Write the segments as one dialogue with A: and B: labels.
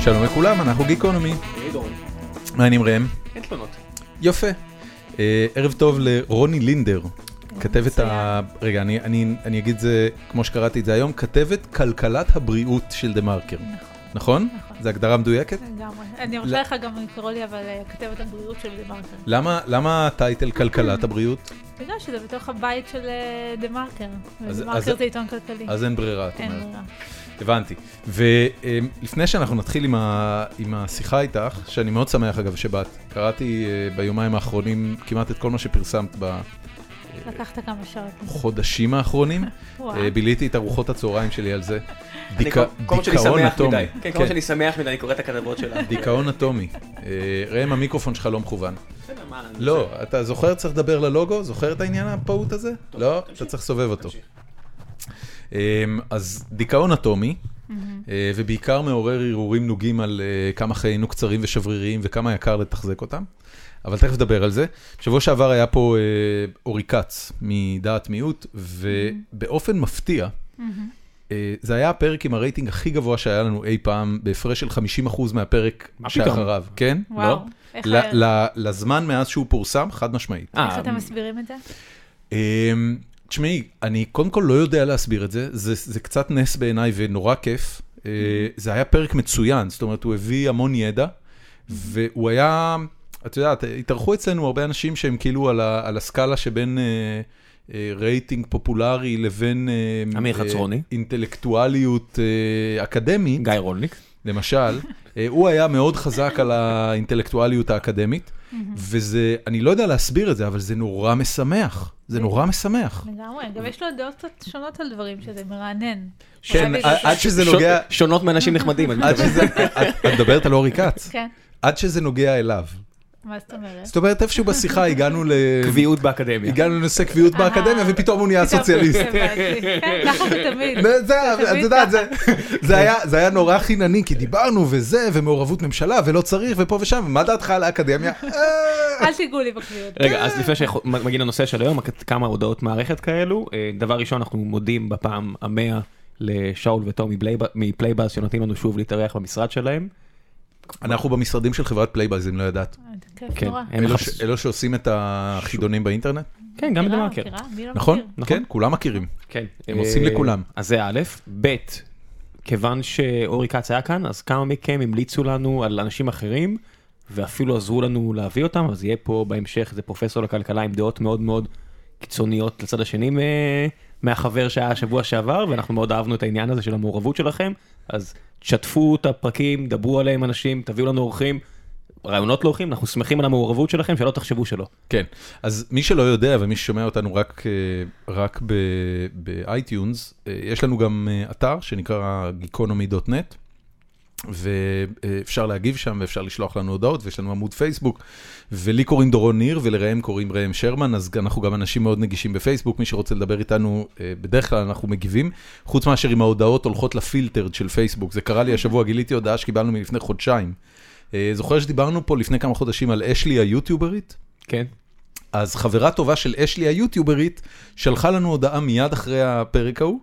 A: שלום לכולם, אנחנו גיקונומי. מה העניינים ראם?
B: אין תלונות.
A: יפה. אה, ערב טוב לרוני לינדר, כתבת ה...
C: מצוין.
A: רגע, אני- אני אני אגיד זה כמו שקראתי את זה היום, כתבת כלכלת הבריאות של דה מרקר,
C: נכון,
A: נכון?
C: נכון.
A: זו הגדרה מדויקת?
C: לגמרי. אני
A: ל-
C: רוצה לך גם לקרוא לי, אבל אה, כתבת הבריאות של דה מרקר.
A: למה למה הטייטל כלכלת הבריאות?
C: אתה יודע שזה בתוך הבית של אה, דה מרקר.
A: אז-
C: דה
A: אז-
C: מרקר זה עיתון כלכלי.
A: אז אין ברירה, את
C: אין
A: אומרת.
C: ברירה.
A: הבנתי. ולפני שאנחנו נתחיל עם, ה, עם השיחה איתך, שאני מאוד שמח אגב שבאת, קראתי אה, ביומיים האחרונים כמעט את כל מה שפרסמת
C: לקחת כמה שעות.
A: בחודשים האחרונים.
C: וואו.
A: אה, ביליתי את ארוחות הצהריים שלי על זה.
B: אני
A: דיכא-
B: כל- כל פעם שאני
A: דיכאון
B: שמח
A: אטומי.
B: מדי. כן, כל פעם שאני שמח מדי, אני קורא את הכתבות שלה.
A: דיכאון אטומי. אה, ראם, המיקרופון שלך לא מכוון.
B: בסדר, מה, אני-
A: לא, אתה זוכר צריך לדבר ללוגו? זוכר את העניין הפעוט הזה?
B: טוב,
A: לא,
B: תמשיך.
A: אתה צריך לסובב אותו.
B: תמשיך.
A: אמ, אז דיכאון אטומי, אה, ובעיקר מעורר הרהורים נוגים על אה, כמה חיינו קצרים ושבריריים וכמה יקר לתחזק אותם, אבל תכף נדבר על זה. בשבוע שעבר היה פה אה, אורי כץ מדעת מיעוט, ובאופן מפתיע, אה, זה היה הפרק עם הרייטינג הכי גבוה שהיה לנו אי פעם, בהפרש של 50% מהפרק
B: מה פתאום?
A: שאחריו. כן?
C: וואו,
A: לא?
C: איך
A: ל-
C: היה?
A: ל- לזמן מאז שהוא פורסם, חד משמעית.
B: אה,
C: איך אתם מסבירים את זה?
A: אמ, תשמעי, אני קודם כל לא יודע להסביר את זה, זה, זה קצת נס בעיניי ונורא כיף. אה,
B: Mm-hmm.
A: זה היה פרק מצוין, זאת אומרת, הוא הביא המון ידע,
B: Mm-hmm.
A: והוא היה, את יודעת, התארחו אצלנו הרבה אנשים שהם כאילו על, ה, על הסקאלה שבין אה, אה, רייטינג פופולרי לבין אה,
B: אמיר חצרוני.
A: אינטלקטואליות אה, אקדמית.
B: גיא רולניק.
A: למשל, אה, הוא היה מאוד חזק על האינטלקטואליות האקדמית, וזה, אני לא יודע להסביר את זה, אבל זה נורא משמח. זה נורא משמח.
C: לגמרי. גם יש לו דעות קצת שונות על דברים, שזה מרענן.
A: כן,
D: אה,
C: אבל-
A: עד שזה נוגע...
B: ש- שונות מאנשים נחמדים. אני
A: עד
B: מתכוון.
A: שזה... את- את מדברת על אורי כץ.
C: כן,
A: עד שזה נוגע אליו.
C: מה זאת אומרת?
A: זאת אומרת, איפשהו בשיחה הגענו ל...
B: קביעות באקדמיה.
A: הגענו לנושא קביעות באקדמיה, ופתאום הוא נהיה סוציאליסט.
C: הבנתי. כן, ככה זה תמיד.
A: זה- זה-
C: תמיד
A: את יודעת, זה- זה היה- זה היה נורא חינני, כי דיברנו וזה, ומעורבות ממשלה, ולא צריך, ופה ושם, ומה דעתך על האקדמיה? אה,
C: אל תיגעו לי בקביעות.
D: רגע, אז לפני שמגיעים לנושא של היום, רק כמה הודעות מערכת כאלו. אה, דבר ראשון, אנחנו מודים בפעם המאה לשאול ותום מפלייב- מפלייבאז, שנותנים לנו שוב להתארח במשרד שלהם.
A: אנחנו במשרדים של חברת פלייבאז, אם לא ידעת.
C: כיף
D: כן,
C: נורא.
D: הם
A: אלו,
D: מחפש-
A: ש... אלו שעושים את החידונים באינטרנט,
D: כן, גם
C: מכירה,
D: בדה-מרקר.
C: מכירה, מי לא
A: נכון?
C: מכיר?
D: נכון.
A: כן, כולם מכירים.
D: כן.
A: הם עושים לכולם.
D: אז זה א', ב', כיוון שאורי כץ היה כאן, אז כמה מכם המליצו לנו על אנשים אחרים, ואפילו עזרו לנו להביא אותם, אז יהיה פה בהמשך איזה פרופסור לכלכלה עם דעות מאוד מאוד קיצוניות לצד השני מ- מהחבר שהיה השבוע שעבר, ואנחנו מאוד אהבנו את העניין הזה של המעורבות שלכם, אז תשתפו את הפרקים, דברו עליהם אנשים, תביאו לנו אורחים. רעיונות לאורחים, אנחנו שמחים על המעורבות שלכם, שלא תחשבו שלא.
A: כן, אז מי שלא יודע ומי ששומע אותנו רק, אה, רק ב- באייטיונס, אה, יש לנו גם אה, אתר שנקרא geekonomy.net, ואפשר להגיב שם ואפשר לשלוח לנו הודעות, ויש לנו עמוד פייסבוק, ולי קוראים דורון ניר ולראם קוראים ראם שרמן, אז אנחנו גם אנשים מאוד נגישים בפייסבוק, מי שרוצה לדבר איתנו, אה, בדרך כלל אנחנו מגיבים, חוץ מאשר אם ההודעות הולכות לפילטרד של פייסבוק, זה קרה לי השבוע, גיליתי הודעה שקיבלנו מלפני חודשיים. אה, זוכר שדיברנו פה לפני כמה חודשים על אשלי היוטיוברית?
D: כן.
A: אז חברה טובה של אשלי היוטיוברית שלחה לנו הודעה מיד אחרי הפרק ההוא,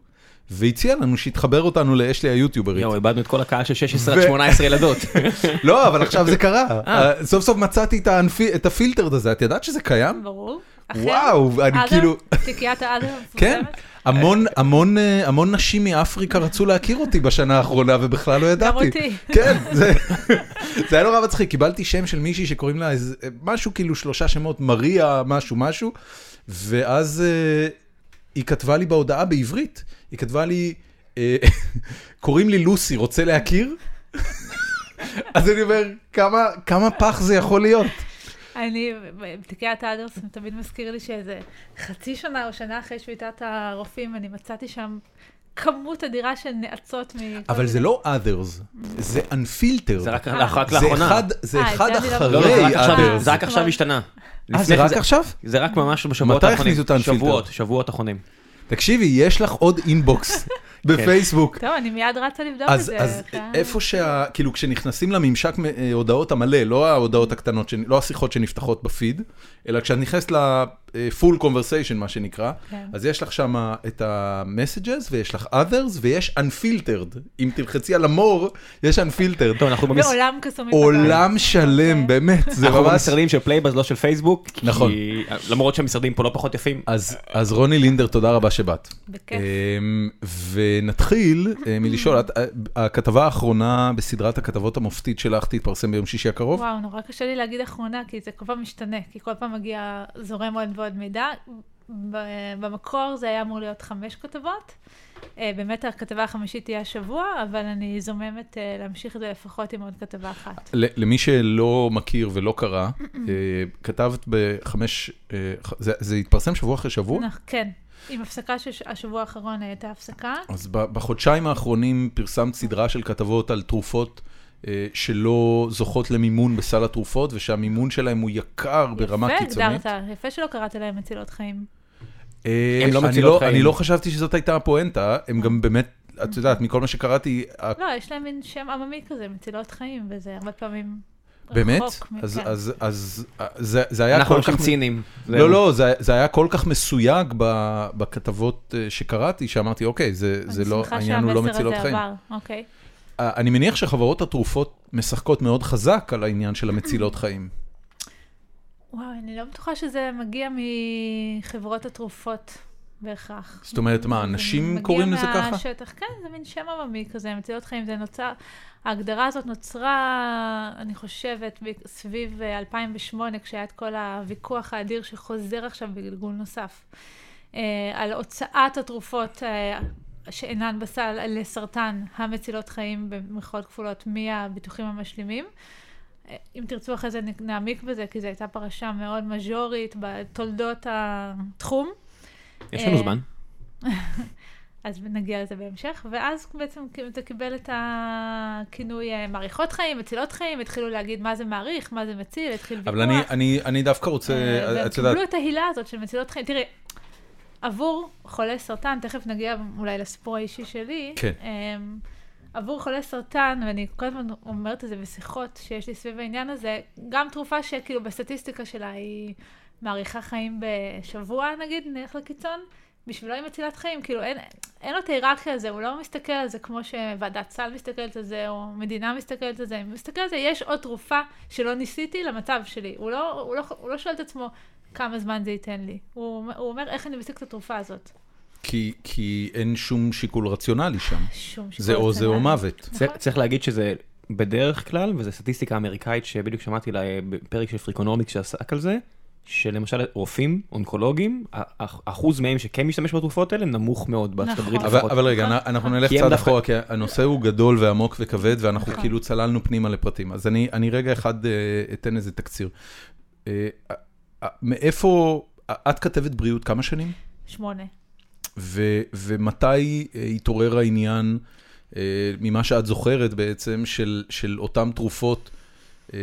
A: והציעה לנו שיתחבר אותנו לאשלי היוטיוברית.
D: יואו, איבדנו את כל הקהל של 16
A: ו-
D: עד 18 ילדות.
A: לא, אבל עכשיו זה קרה. אה, סוף סוף מצאתי את האנפי- את הפילטרד הזה, את ידעת שזה קיים?
C: ברור. אחר,
A: וואו, אני
C: אדם,
A: כאילו...
C: פסיכיאטר אדם,
A: כן,
C: מפורסמת.
A: המון, המון, אה, המון נשים מאפריקה רצו להכיר אותי בשנה האחרונה ובכלל לא ידעתי.
C: אותי.
A: כן, זה, זה היה נורא מצחיק, קיבלתי שם של מישהי שקוראים לה איזה, משהו כאילו שלושה שמות, מריה משהו משהו, ואז אה, היא כתבה לי בהודעה בעברית, היא כתבה לי, אה, קוראים לי לוסי, רוצה להכיר? אז אני אומר, כמה, כמה פח זה יכול להיות?
C: אני, פסיכיאטר אדרסון תמיד מזכיר לי שאיזה חצי שנה או שנה אחרי שביתת הרופאים, אני מצאתי שם כמות אדירה של נאצות מ...
A: אבל זה לא others, זה unfiltered.
D: זה רק
C: אה.
D: רק
A: זה
D: לאחרונה.
A: אחד, זה
C: אה, את
A: אחד
C: זה אני לא
A: אחרי
D: לא, לא, זה רק עכשיו,
A: others.
D: זה רק עכשיו
C: כבר-
D: השתנה.
A: אה, זה
D: לפני
A: רק
D: כן
A: עכשיו?
D: זה רק ממש בשבועות
A: מתי
D: האחרונים.
A: הכניסו את האנפילטר?
D: שבועות, שבועות אחרונים.
A: תקשיבי, יש לך עוד אינבוקס בפייסבוק.
C: טוב, אה. אני מיד רצה לבדוק את
A: אז,
C: זה.
A: אז
C: אחרי-
A: איפה שה... כאילו, כשנכנסים לממשק מ- אה, הודעות המלא, לא ההודעות הקטנות, שנ- לא השיחות שנפתחות בפיד, אלא כשאת נכנסת ל- פול קונברסיישן, מה שנקרא.
C: כן.
A: אז יש לך שם את ה-messages, ויש לך others, ויש unfiltered. אם תלחצי על המור, יש unfiltered.
D: טוב, אנחנו
C: לא,
D: במס-
C: בעולם קסומים.
A: עולם
C: אוקיי.
A: שלם, באמת, זה
D: אנחנו
A: ממש...
D: במשרדים של פלייבאז, לא של פייסבוק. כי-
A: נכון. אה,
D: למרות שהמשרדים פה לא פחות יפים.
A: אז, אז רוני לינדר, תודה רבה שבאת.
C: בכיף.
A: אמ, ונתחיל אה, מלשאול, את- אה, הכתבה האחרונה בסדרת הכתבות המופתית שלך תתפרסם ביום שישי הקרוב?
C: וואו, נורא קשה לי להגיד אחרונה, כי זה כל פעם משתנה, כי כל פעם מגיע זורם עוד ועוד מידע. ב- במקור זה היה אמור להיות חמש כתבות. אה, באמת הכתבה החמישית תהיה השבוע, אבל אני זוממת אה, להמשיך את זה לפחות עם עוד כתבה אחת.
A: ל- למי שלא מכיר ולא קרא, אה, כתבת בחמש, אה, ח- זה- זה התפרסם שבוע אחרי שבוע?
C: נח- כן, עם הפסקה שהשבוע האחרון הייתה הפסקה.
A: אז ב- בחודשיים האחרונים פרסמת סדרה של כתבות על תרופות אה, שלא זוכות למימון בסל התרופות, ושהמימון שלהם הוא יקר ברמה קיצונית.
C: יפה הגדרת, יפה שלא קראת להם מצילות חיים.
A: אה,
D: הן לא
A: אני
D: מצילות חיים.
A: אני לא חשבתי שזאת הייתה הפואנטה, הם גם באמת, את יודעת, מכל מה שקראתי, ה-
C: לא, יש להם מין שם עממי כזה, מצילות חיים, וזה הרבה פעמים רחוק.
A: באמת?
C: מ-
A: אז-
C: כן.
A: אז אז, אה, זה זה היה
D: אנחנו
A: כל
D: אנשים
A: כך...
D: ציניים.
A: לא, לא, זה- זה היה כל כך מסויג ב- בכתבות אה, שקראתי, שאמרתי, אוקיי, זה זה לא, העניין הוא לא מצילות
C: אני שמחה
A: חיים.
C: שהמסר הזה עבר, אוקיי.
A: אה, אני מניח שחברות התרופות משחקות מאוד חזק על העניין של המצילות חיים.
C: וואו, אני לא בטוחה שזה מגיע מחברות התרופות בהכרח.
A: זאת אומרת, מה,
C: זה
A: אנשים
C: מגיע
A: קוראים לזה ככה?
C: מהשטח, כן, זה מין שם עממי כזה, מצילות חיים, זה נוצר, ההגדרה הזאת נוצרה, אני חושבת, ב- סביב אה, 2008, כשהיה את כל הוויכוח האדיר שחוזר עכשיו בגלגול נוסף, אה, על הוצאת התרופות אה, שאינן בסל לסרטן המצילות חיים, במירכאות כפולות, מהביטוחים המשלימים. אה, אם תרצו אחרי זה נ- נעמיק בזה, כי זו הייתה פרשה מאוד מז'ורית בתולדות התחום.
D: יש לנו
C: אה,
D: זמן.
C: אז נגיע לזה בהמשך, ואז בעצם כאילו זה קיבל את הכינוי אה, מעריכות חיים, מצילות חיים, התחילו להגיד מה זה מעריך, מה זה מציל, התחיל ויכוח.
A: אבל אני- אני- אני דווקא רוצה,
C: אה, והם
A: את יודעת,
C: קיבלו את ההילה הזאת של מצילות חיים. תראי, עבור חולי סרטן, תכף נגיע אולי לסיפור האישי שלי,
A: כן.
C: אמ, עבור חולי סרטן, ואני כל הזמן אומרת את זה בשיחות שיש לי סביב העניין הזה, גם תרופה שכאילו בסטטיסטיקה שלה היא מאריכה חיים בשבוע, נגיד, נלך לקיצון, בשבילו היא מצילת חיים, כאילו אין, אין לו את ההיררכיה הזה, הוא לא מסתכל על זה כמו שוועדת סל מסתכלת על זה, או מדינה מסתכלת על זה, הוא מסתכל על זה, יש עוד תרופה שלא ניסיתי למצב שלי. הוא לא, הוא לא, הוא לא שואל את עצמו כמה זמן זה ייתן לי. הוא, הוא אומר, איך אני משיג את התרופה הזאת?
A: כי- כי אין שום שיקול רציונלי שם.
C: שום שיקול
A: זה או זה או
C: רציונלי.
A: מוות.
C: נכון,
D: צריך- צריך להגיד שזה בדרך כלל, וזו סטטיסטיקה אמריקאית שבדיוק שמעתי לה אה, בפרק של פריקונומיקס שעסק על זה, שלמשל רופאים, אונקולוגים, ה- ה- אחוז מהם שכן משתמש בתרופות האלה נמוך מאוד בארצות
C: נכון.
D: הברית
A: אבל,
D: לפחות.
A: אבל רגע, אנ- אנחנו נלך
D: כי הם
A: צעד
D: דווקא- כן.
A: אחורה, כי הנושא הוא גדול ועמוק וכבד, ואנחנו
C: נכון.
A: כאילו צללנו פנימה לפרטים. אז אני, אני רגע אחד אה, אתן איזה תקציר. אה, אה, אה, מאיפה, אה, את כתבת בריאות כמה שנים?
C: שמונה.
A: ו, ומתי אה, התעורר העניין, אה, ממה שאת זוכרת בעצם, של, של אותן תרופות, אה,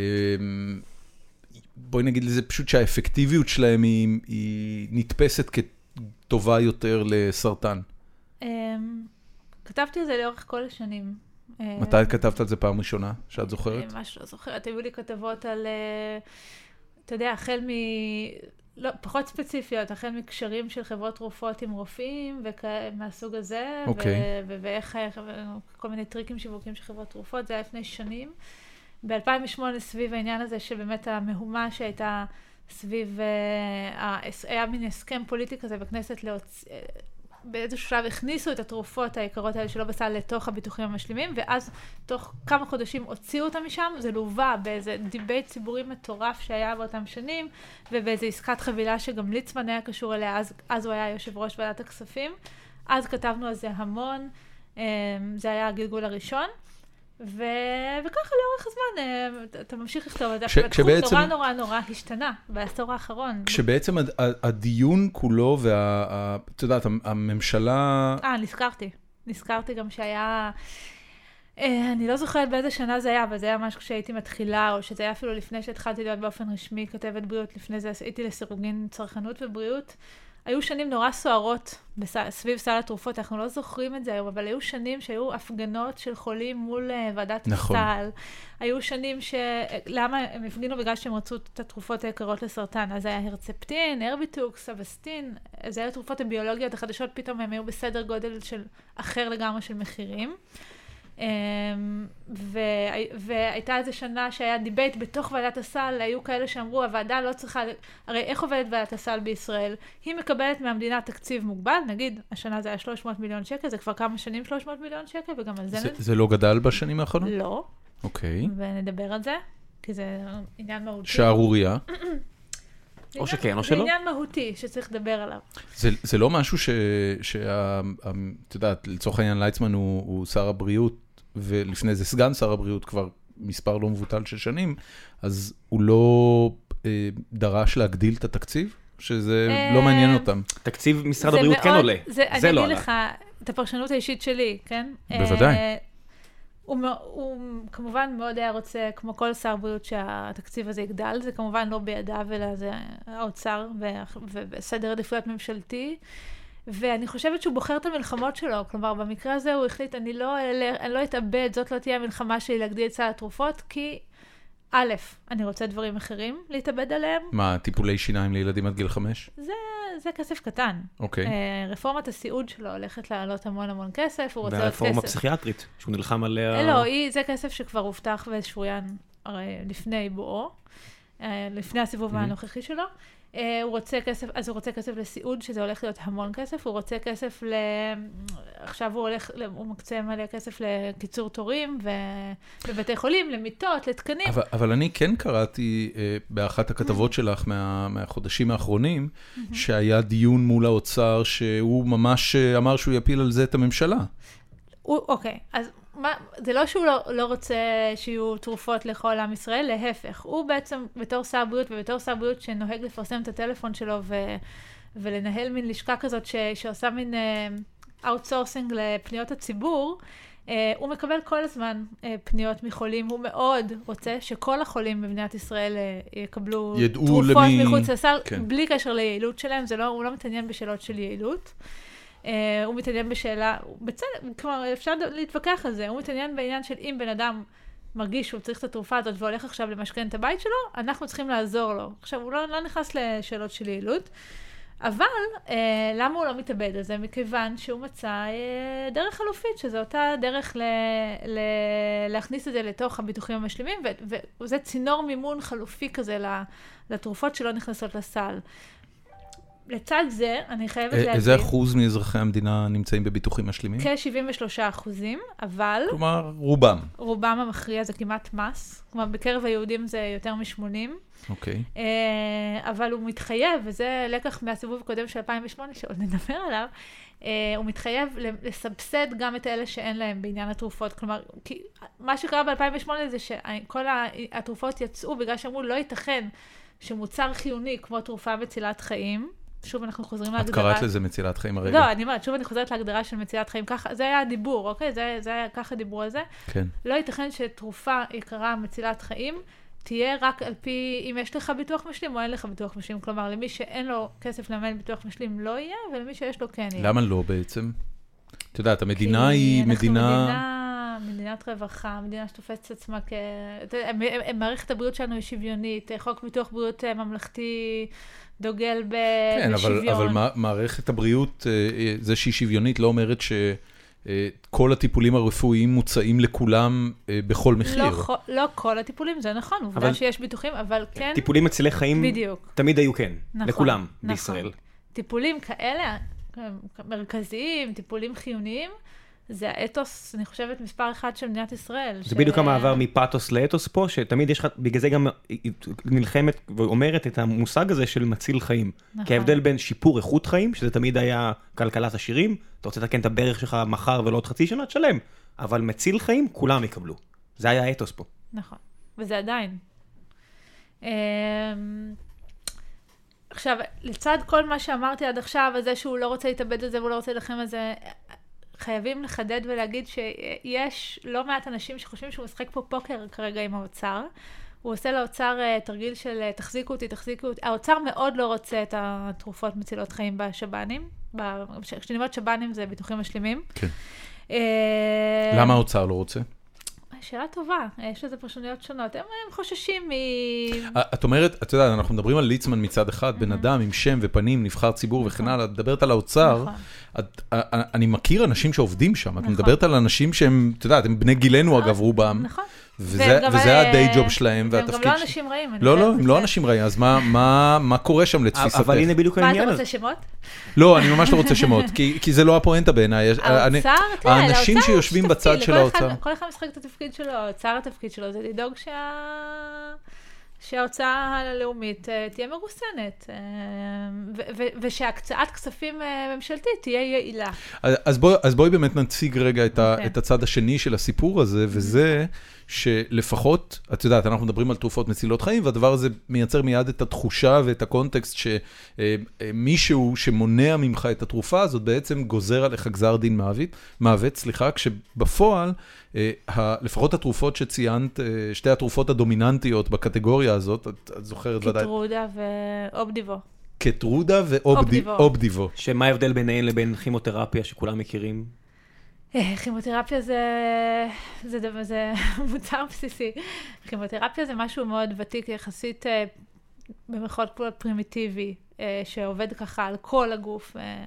A: בואי נגיד לזה פשוט שהאפקטיביות שלהם היא, היא נתפסת כטובה יותר לסרטן.
C: אמ, כתבתי את זה לאורך כל השנים. אמ,
A: מתי את כתבת על זה פעם ראשונה, שאת זוכרת?
C: אני ממש לא זוכרת, היו לי כתבות על, אה, אתה יודע, החל מ... לא, פחות ספציפיות, החל מקשרים של חברות תרופות עם רופאים ומהסוג הזה, ו-
A: אוקיי.
C: ו- ואיך, אה, כל מיני טריקים שיווקיים של חברות תרופות, זה היה לפני שנים. ב-2008 סביב העניין הזה שבאמת המהומה שהייתה סביב, אה, ההס- היה מין הסכם פוליטי כזה בכנסת להוציא... אה, באיזשהו שלב הכניסו את התרופות היקרות האלה שלא בסל לתוך הביטוחים המשלימים, ואז תוך כמה חודשים הוציאו אותם משם, זה לווה באיזה דיבייט ציבורי מטורף שהיה באותם שנים, ובאיזו עסקת חבילה שגם ליצמן היה קשור אליה, אז, אז הוא היה יושב ראש ועדת הכספים. אז כתבנו על זה המון, אמ, זה היה הגלגול הראשון. ו... וככה לאורך הזמן, אמ, אתה- אתה ממשיך לכתוב על זה,
A: כש-
C: אבל התחום
A: כשבעצם-
C: נורא נורא נורא השתנה בעשור האחרון.
A: כשבעצם הד- ה- הדיון כולו וה... ה- את יודעת, המ- הממשלה...
C: אה, נזכרתי. נזכרתי גם שהיה... אה, אני לא זוכרת באיזה שנה זה היה, אבל זה היה ממש כשהייתי מתחילה, או שזה היה אפילו לפני שהתחלתי להיות באופן רשמי כתבת בריאות, לפני זה הייתי לסירוגין צרכנות ובריאות. היו שנים נורא סוערות בס... סביב סל התרופות, אנחנו לא זוכרים את זה היום, אבל היו שנים שהיו הפגנות של חולים מול אה, ועדת
A: נכון.
C: הסל. היו שנים ש... למה הם הפגינו? בגלל שהם רצו את התרופות היקרות לסרטן. אז היה הרצפטין, הרביטוקס, אבסטין, אז היו התרופות הביולוגיות החדשות, פתאום הם היו בסדר גודל של אחר לגמרי של מחירים. אמ, והי- והייתה איזה שנה שהיה דיבייט בתוך ועדת הסל, היו כאלה שאמרו, הוועדה לא צריכה, ל- הרי איך עובדת ועדת הסל בישראל? היא מקבלת מהמדינה תקציב מוגבל, נגיד, השנה זה היה 300 מיליון שקל, זה כבר כמה שנים 300 מיליון שקל, וגם על זה...
A: זה-
C: נ-
A: זה לא גדל בשנים האחרונות?
C: לא,
A: אוקיי.
C: ונדבר על זה, כי זה עניין מהותי.
A: שערורייה.
C: זה
D: או
C: עניין-
D: שכן או
C: זה
D: שלא.
C: עניין מהותי שצריך לדבר עליו.
A: זה, זה לא משהו ש... שה- המ- את יודעת, לצורך העניין ליצמן הוא, הוא שר הבריאות, ולפני זה סגן שר הבריאות כבר מספר לא מבוטל של שנים, אז הוא לא אה, דרש להגדיל את התקציב? שזה
C: אה,
A: לא מעניין אותם.
D: תקציב משרד
C: זה
D: הבריאות כן
C: מאוד-
D: עולה, זה לא עלה.
C: אני אגיד לך את הפרשנות האישית שלי, כן?
A: בוודאי.
C: אה, הוא, מאו- הוא כמובן מאוד היה רוצה, כמו כל שר בריאות, שהתקציב הזה יגדל. זה כמובן לא בידיו, אלא זה האוצר והח- ובסדר עדיפויות ממשלתי. ואני חושבת שהוא בוחר את המלחמות שלו. כלומר, במקרה הזה הוא החליט, אני לא, אלך- אני לא אתאבד, זאת לא תהיה המלחמה שלי להגדיל את סל התרופות, כי א', אני רוצה דברים אחרים להתאבד עליהם.
A: מה, טיפולי שיניים לילדים עד גיל חמש?
C: זה כסף קטן.
A: אוקיי.
C: אה, רפורמת הסיעוד שלו הולכת לעלות המון המון כסף, הוא רוצה עוד
D: והרפורמה
C: כסף.
D: הפסיכיאטרית, שהוא נלחם עליה.
C: אה, לא, היא- זה כסף שכבר הובטח ושוריין הרי לפני בואו, אה, לפני הסיבוב הנוכחי שלו. אה, הוא רוצה כסף, אז הוא רוצה כסף לסיעוד, שזה הולך להיות המון כסף, הוא רוצה כסף ל... עכשיו הוא הולך, הוא מקצה מלא כסף לקיצור תורים ולבתי חולים, למיטות, לתקנים.
A: אבל, אבל אני כן קראתי אה, באחת הכתבות שלך מה, מהחודשים האחרונים, שהיה דיון מול האוצר, שהוא ממש אה, אמר שהוא יפיל על זה את הממשלה.
C: הוא, אוקיי, אז מה, זה לא שהוא לא, לא רוצה שיהיו תרופות לכל עם ישראל, להפך. הוא בעצם, בתור שר בריאות ובתור שר בריאות שנוהג לפרסם את הטלפון שלו ו, ולנהל מין לשכה כזאת ש, שעושה מין אאוטסורסינג לפניות הציבור, אה, הוא מקבל כל הזמן אה, פניות מחולים. הוא מאוד רוצה שכל החולים במדינת ישראל אה, יקבלו
A: ידעו
C: תרופות
A: למי-
C: מחוץ לסל,
A: כן.
C: בלי קשר ליעילות שלהם, זה לא, הוא לא מתעניין בשאלות של יעילות. אה, הוא מתעניין בשאלה, הוא בצדק, כלומר, אפשר להתווכח על זה, הוא מתעניין בעניין של אם בן אדם מרגיש שהוא צריך את התרופה הזאת והולך עכשיו למשכן את הבית שלו, אנחנו צריכים לעזור לו. עכשיו, הוא לא, לא נכנס לשאלות של יעילות, אבל אה, למה הוא לא מתאבד על זה? מכיוון שהוא מצא אה, דרך חלופית, שזו אותה דרך ל, ל, להכניס את זה לתוך הביטוחים המשלימים, ו- וזה צינור מימון חלופי כזה ל- לתרופות שלא נכנסות לסל. לצד זה, אני חייבת
A: אה,
C: להגיד... כן.
A: איזה אחוז מאזרחי המדינה נמצאים בביטוחים משלימים?
C: כ-73 אחוזים, אבל
A: כלומר, רובם.
C: רובם המכריע זה כמעט מס. כלומר, בקרב היהודים זה יותר מ-80,
A: אוקיי.
C: אה, אבל הוא מתחייב, וזה לקח מהסיבוב הקודם של 2008, שעוד נדבר עליו, אה, הוא מתחייב ל- לסבסד גם את אלה שאין להם בעניין התרופות. כלומר, כי מה שקרה ב-2008 זה שכל ה- התרופות יצאו בגלל שאמרו, לא ייתכן שמוצר חיוני כמו תרופה מצילת חיים, שוב, אנחנו חוזרים
A: את
C: להגדרה.
A: קראת לזה מצילת חיים הרגע.
C: לא, אני אומרת, שוב אני חוזרת להגדרה של מצילת חיים. ככה, זה היה הדיבור, אוקיי? זה, זה היה, ככה דיברו על זה.
A: כן.
C: לא ייתכן שתרופה יקרה מצילת חיים תהיה רק על פי אם יש לך ביטוח משלים או אין לך ביטוח משלים. כלומר, למי שאין לו כסף לממן ביטוח משלים לא יהיה, ולמי שיש לו כן יהיה.
A: למה לא בעצם? את יודעת,
C: כי
A: המדינה היא
C: אנחנו
A: מדינה...
C: מדינה... מדינת רווחה, מדינה שתופסת עצמה כ... אתה יודע, מ- מ- מערכת הבריאות שלנו היא שוויונית, חוק ביטוח בריאות אה, ממלכתי דוגל ב...
A: כן, אבל,
C: בשוויון.
A: אבל מה- מערכת הבריאות, אה, אה, זה שהיא שוויונית, לא אומרת שכל הטיפולים הרפואיים מוצעים לכולם אה, בכל מחיר.
C: לא, חו- לא כל הטיפולים, זה נכון, עובדה
D: אבל-
C: שיש ביטוחים, אבל כן,
D: טיפולים מצילי חיים
C: בדיוק.
D: תמיד היו כן,
C: נכון,
D: לכולם
C: נכון.
D: בישראל.
C: טיפולים כאלה, מרכזיים, טיפולים חיוניים, זה האתוס, אני חושבת, מספר אחת של אה, מדינת ישראל.
D: זה בדיוק המעבר מפאתוס לאתוס פה, שתמיד יש לך, בגלל זה גם היא- היא נלחמת ואומרת את המושג הזה של מציל חיים.
C: נכון.
D: כי ההבדל בין שיפור איכות חיים, שזה תמיד היה כלכלת עשירים, אתה רוצה לתקן את הברך שלך מחר ולא עוד חצי שנה, תשלם. אבל מציל חיים, כולם יקבלו. זה היה האתוס פה.
C: נכון, וזה עדיין. אמ, עכשיו, לצד כל מה שאמרתי עד עכשיו, על זה שהוא לא רוצה להתאבד על זה והוא לא רוצה להילחם על זה, חייבים לחדד ולהגיד שיש לא מעט אנשים שחושבים שהוא משחק פה פוקר כרגע עם האוצר. הוא עושה לאוצר אה, תרגיל של אה, תחזיקו אותי, תחזיקו אותי. האוצר מאוד לא רוצה את התרופות מצילות חיים בשב"נים. ב- כש- כשאני אומרת שב"נים זה ביטוחים משלימים.
A: כן.
C: אה,
A: למה האוצר לא רוצה?
C: שאלה טובה, יש לזה פרשנויות שונות. הם, הם חוששים מ...
A: את אומרת, את יודעת, אנחנו מדברים על ליצמן מצד אחד,
C: Mm-hmm.
A: בן אדם עם שם ופנים, נבחר ציבור וכן הלאה, את מדברת על האוצר,
C: נכון.
A: את- א- א- אני מכיר אנשים שעובדים שם, את
C: נכון.
A: מדברת על אנשים שהם, את יודעת, הם בני גילנו אגב רובם,
C: נכון.
A: וזה
C: והם גם,
A: וזה
C: אה,
A: הדיי ג'וב שלהם
C: והם גם
A: והתפקיד
C: לא
A: שלהם.
C: אנשים רעים. אני
A: לא,
C: יודעת
A: לא, הם
C: את
A: לא
C: זה.
A: אנשים רעים, אז מה- מה מה קורה שם לתפיסתך?
B: אבל הנה בדיוק
C: מה אתה
B: העניין.
C: רוצה, שמות?
A: לא, אני ממש לא רוצה שמות, כי- כי זה לא הפואנטה בעיניי. אה, אני-
C: האוצר, תראה,
A: האנשים
C: לאוצר יש
A: שיושבים בצד
C: תפקיד,
A: של
C: לכל אחד-
A: האוצר.
C: כל אחד משחק את התפקיד שלו, האוצר התפקיד שלו זה לדאוג שה... שההוצאה הלאומית אה, תהיה מרוסנת, אה, ו- ו- ושהקצאת כספים אה, ממשלתית תהיה יעילה.
A: אז- אז בואי אז בואי באמת נציג רגע את, ה,
C: אוקיי.
A: את הצד השני של הסיפור הזה, וזה שלפחות, את יודעת, אנחנו מדברים על תרופות מצילות חיים, והדבר הזה מייצר מיד את התחושה ואת הקונטקסט שמישהו שמונע ממך את התרופה הזאת בעצם גוזר עליך גזר דין מוות, מוות סליחה, כשבפועל, אה, ה- לפחות התרופות שציינת, אה, שתי התרופות הדומיננטיות בקטגוריה הזאת, את, את זוכרת ודאי,
C: קיטרודה ואובדיבו.
A: קטרודה ואובדיבו.
C: אובדיבו.
A: אובדיבו.
D: שמה ההבדל ביניהן לבין כימותרפיה שכולם מכירים?
C: אה, כימותרפיה זה, זה, דבר- זה מוצר בסיסי. כימותרפיה זה משהו מאוד ותיק יחסית, אה, במירכאות כפולות פרימיטיבי, אה, שעובד ככה על כל הגוף. אה.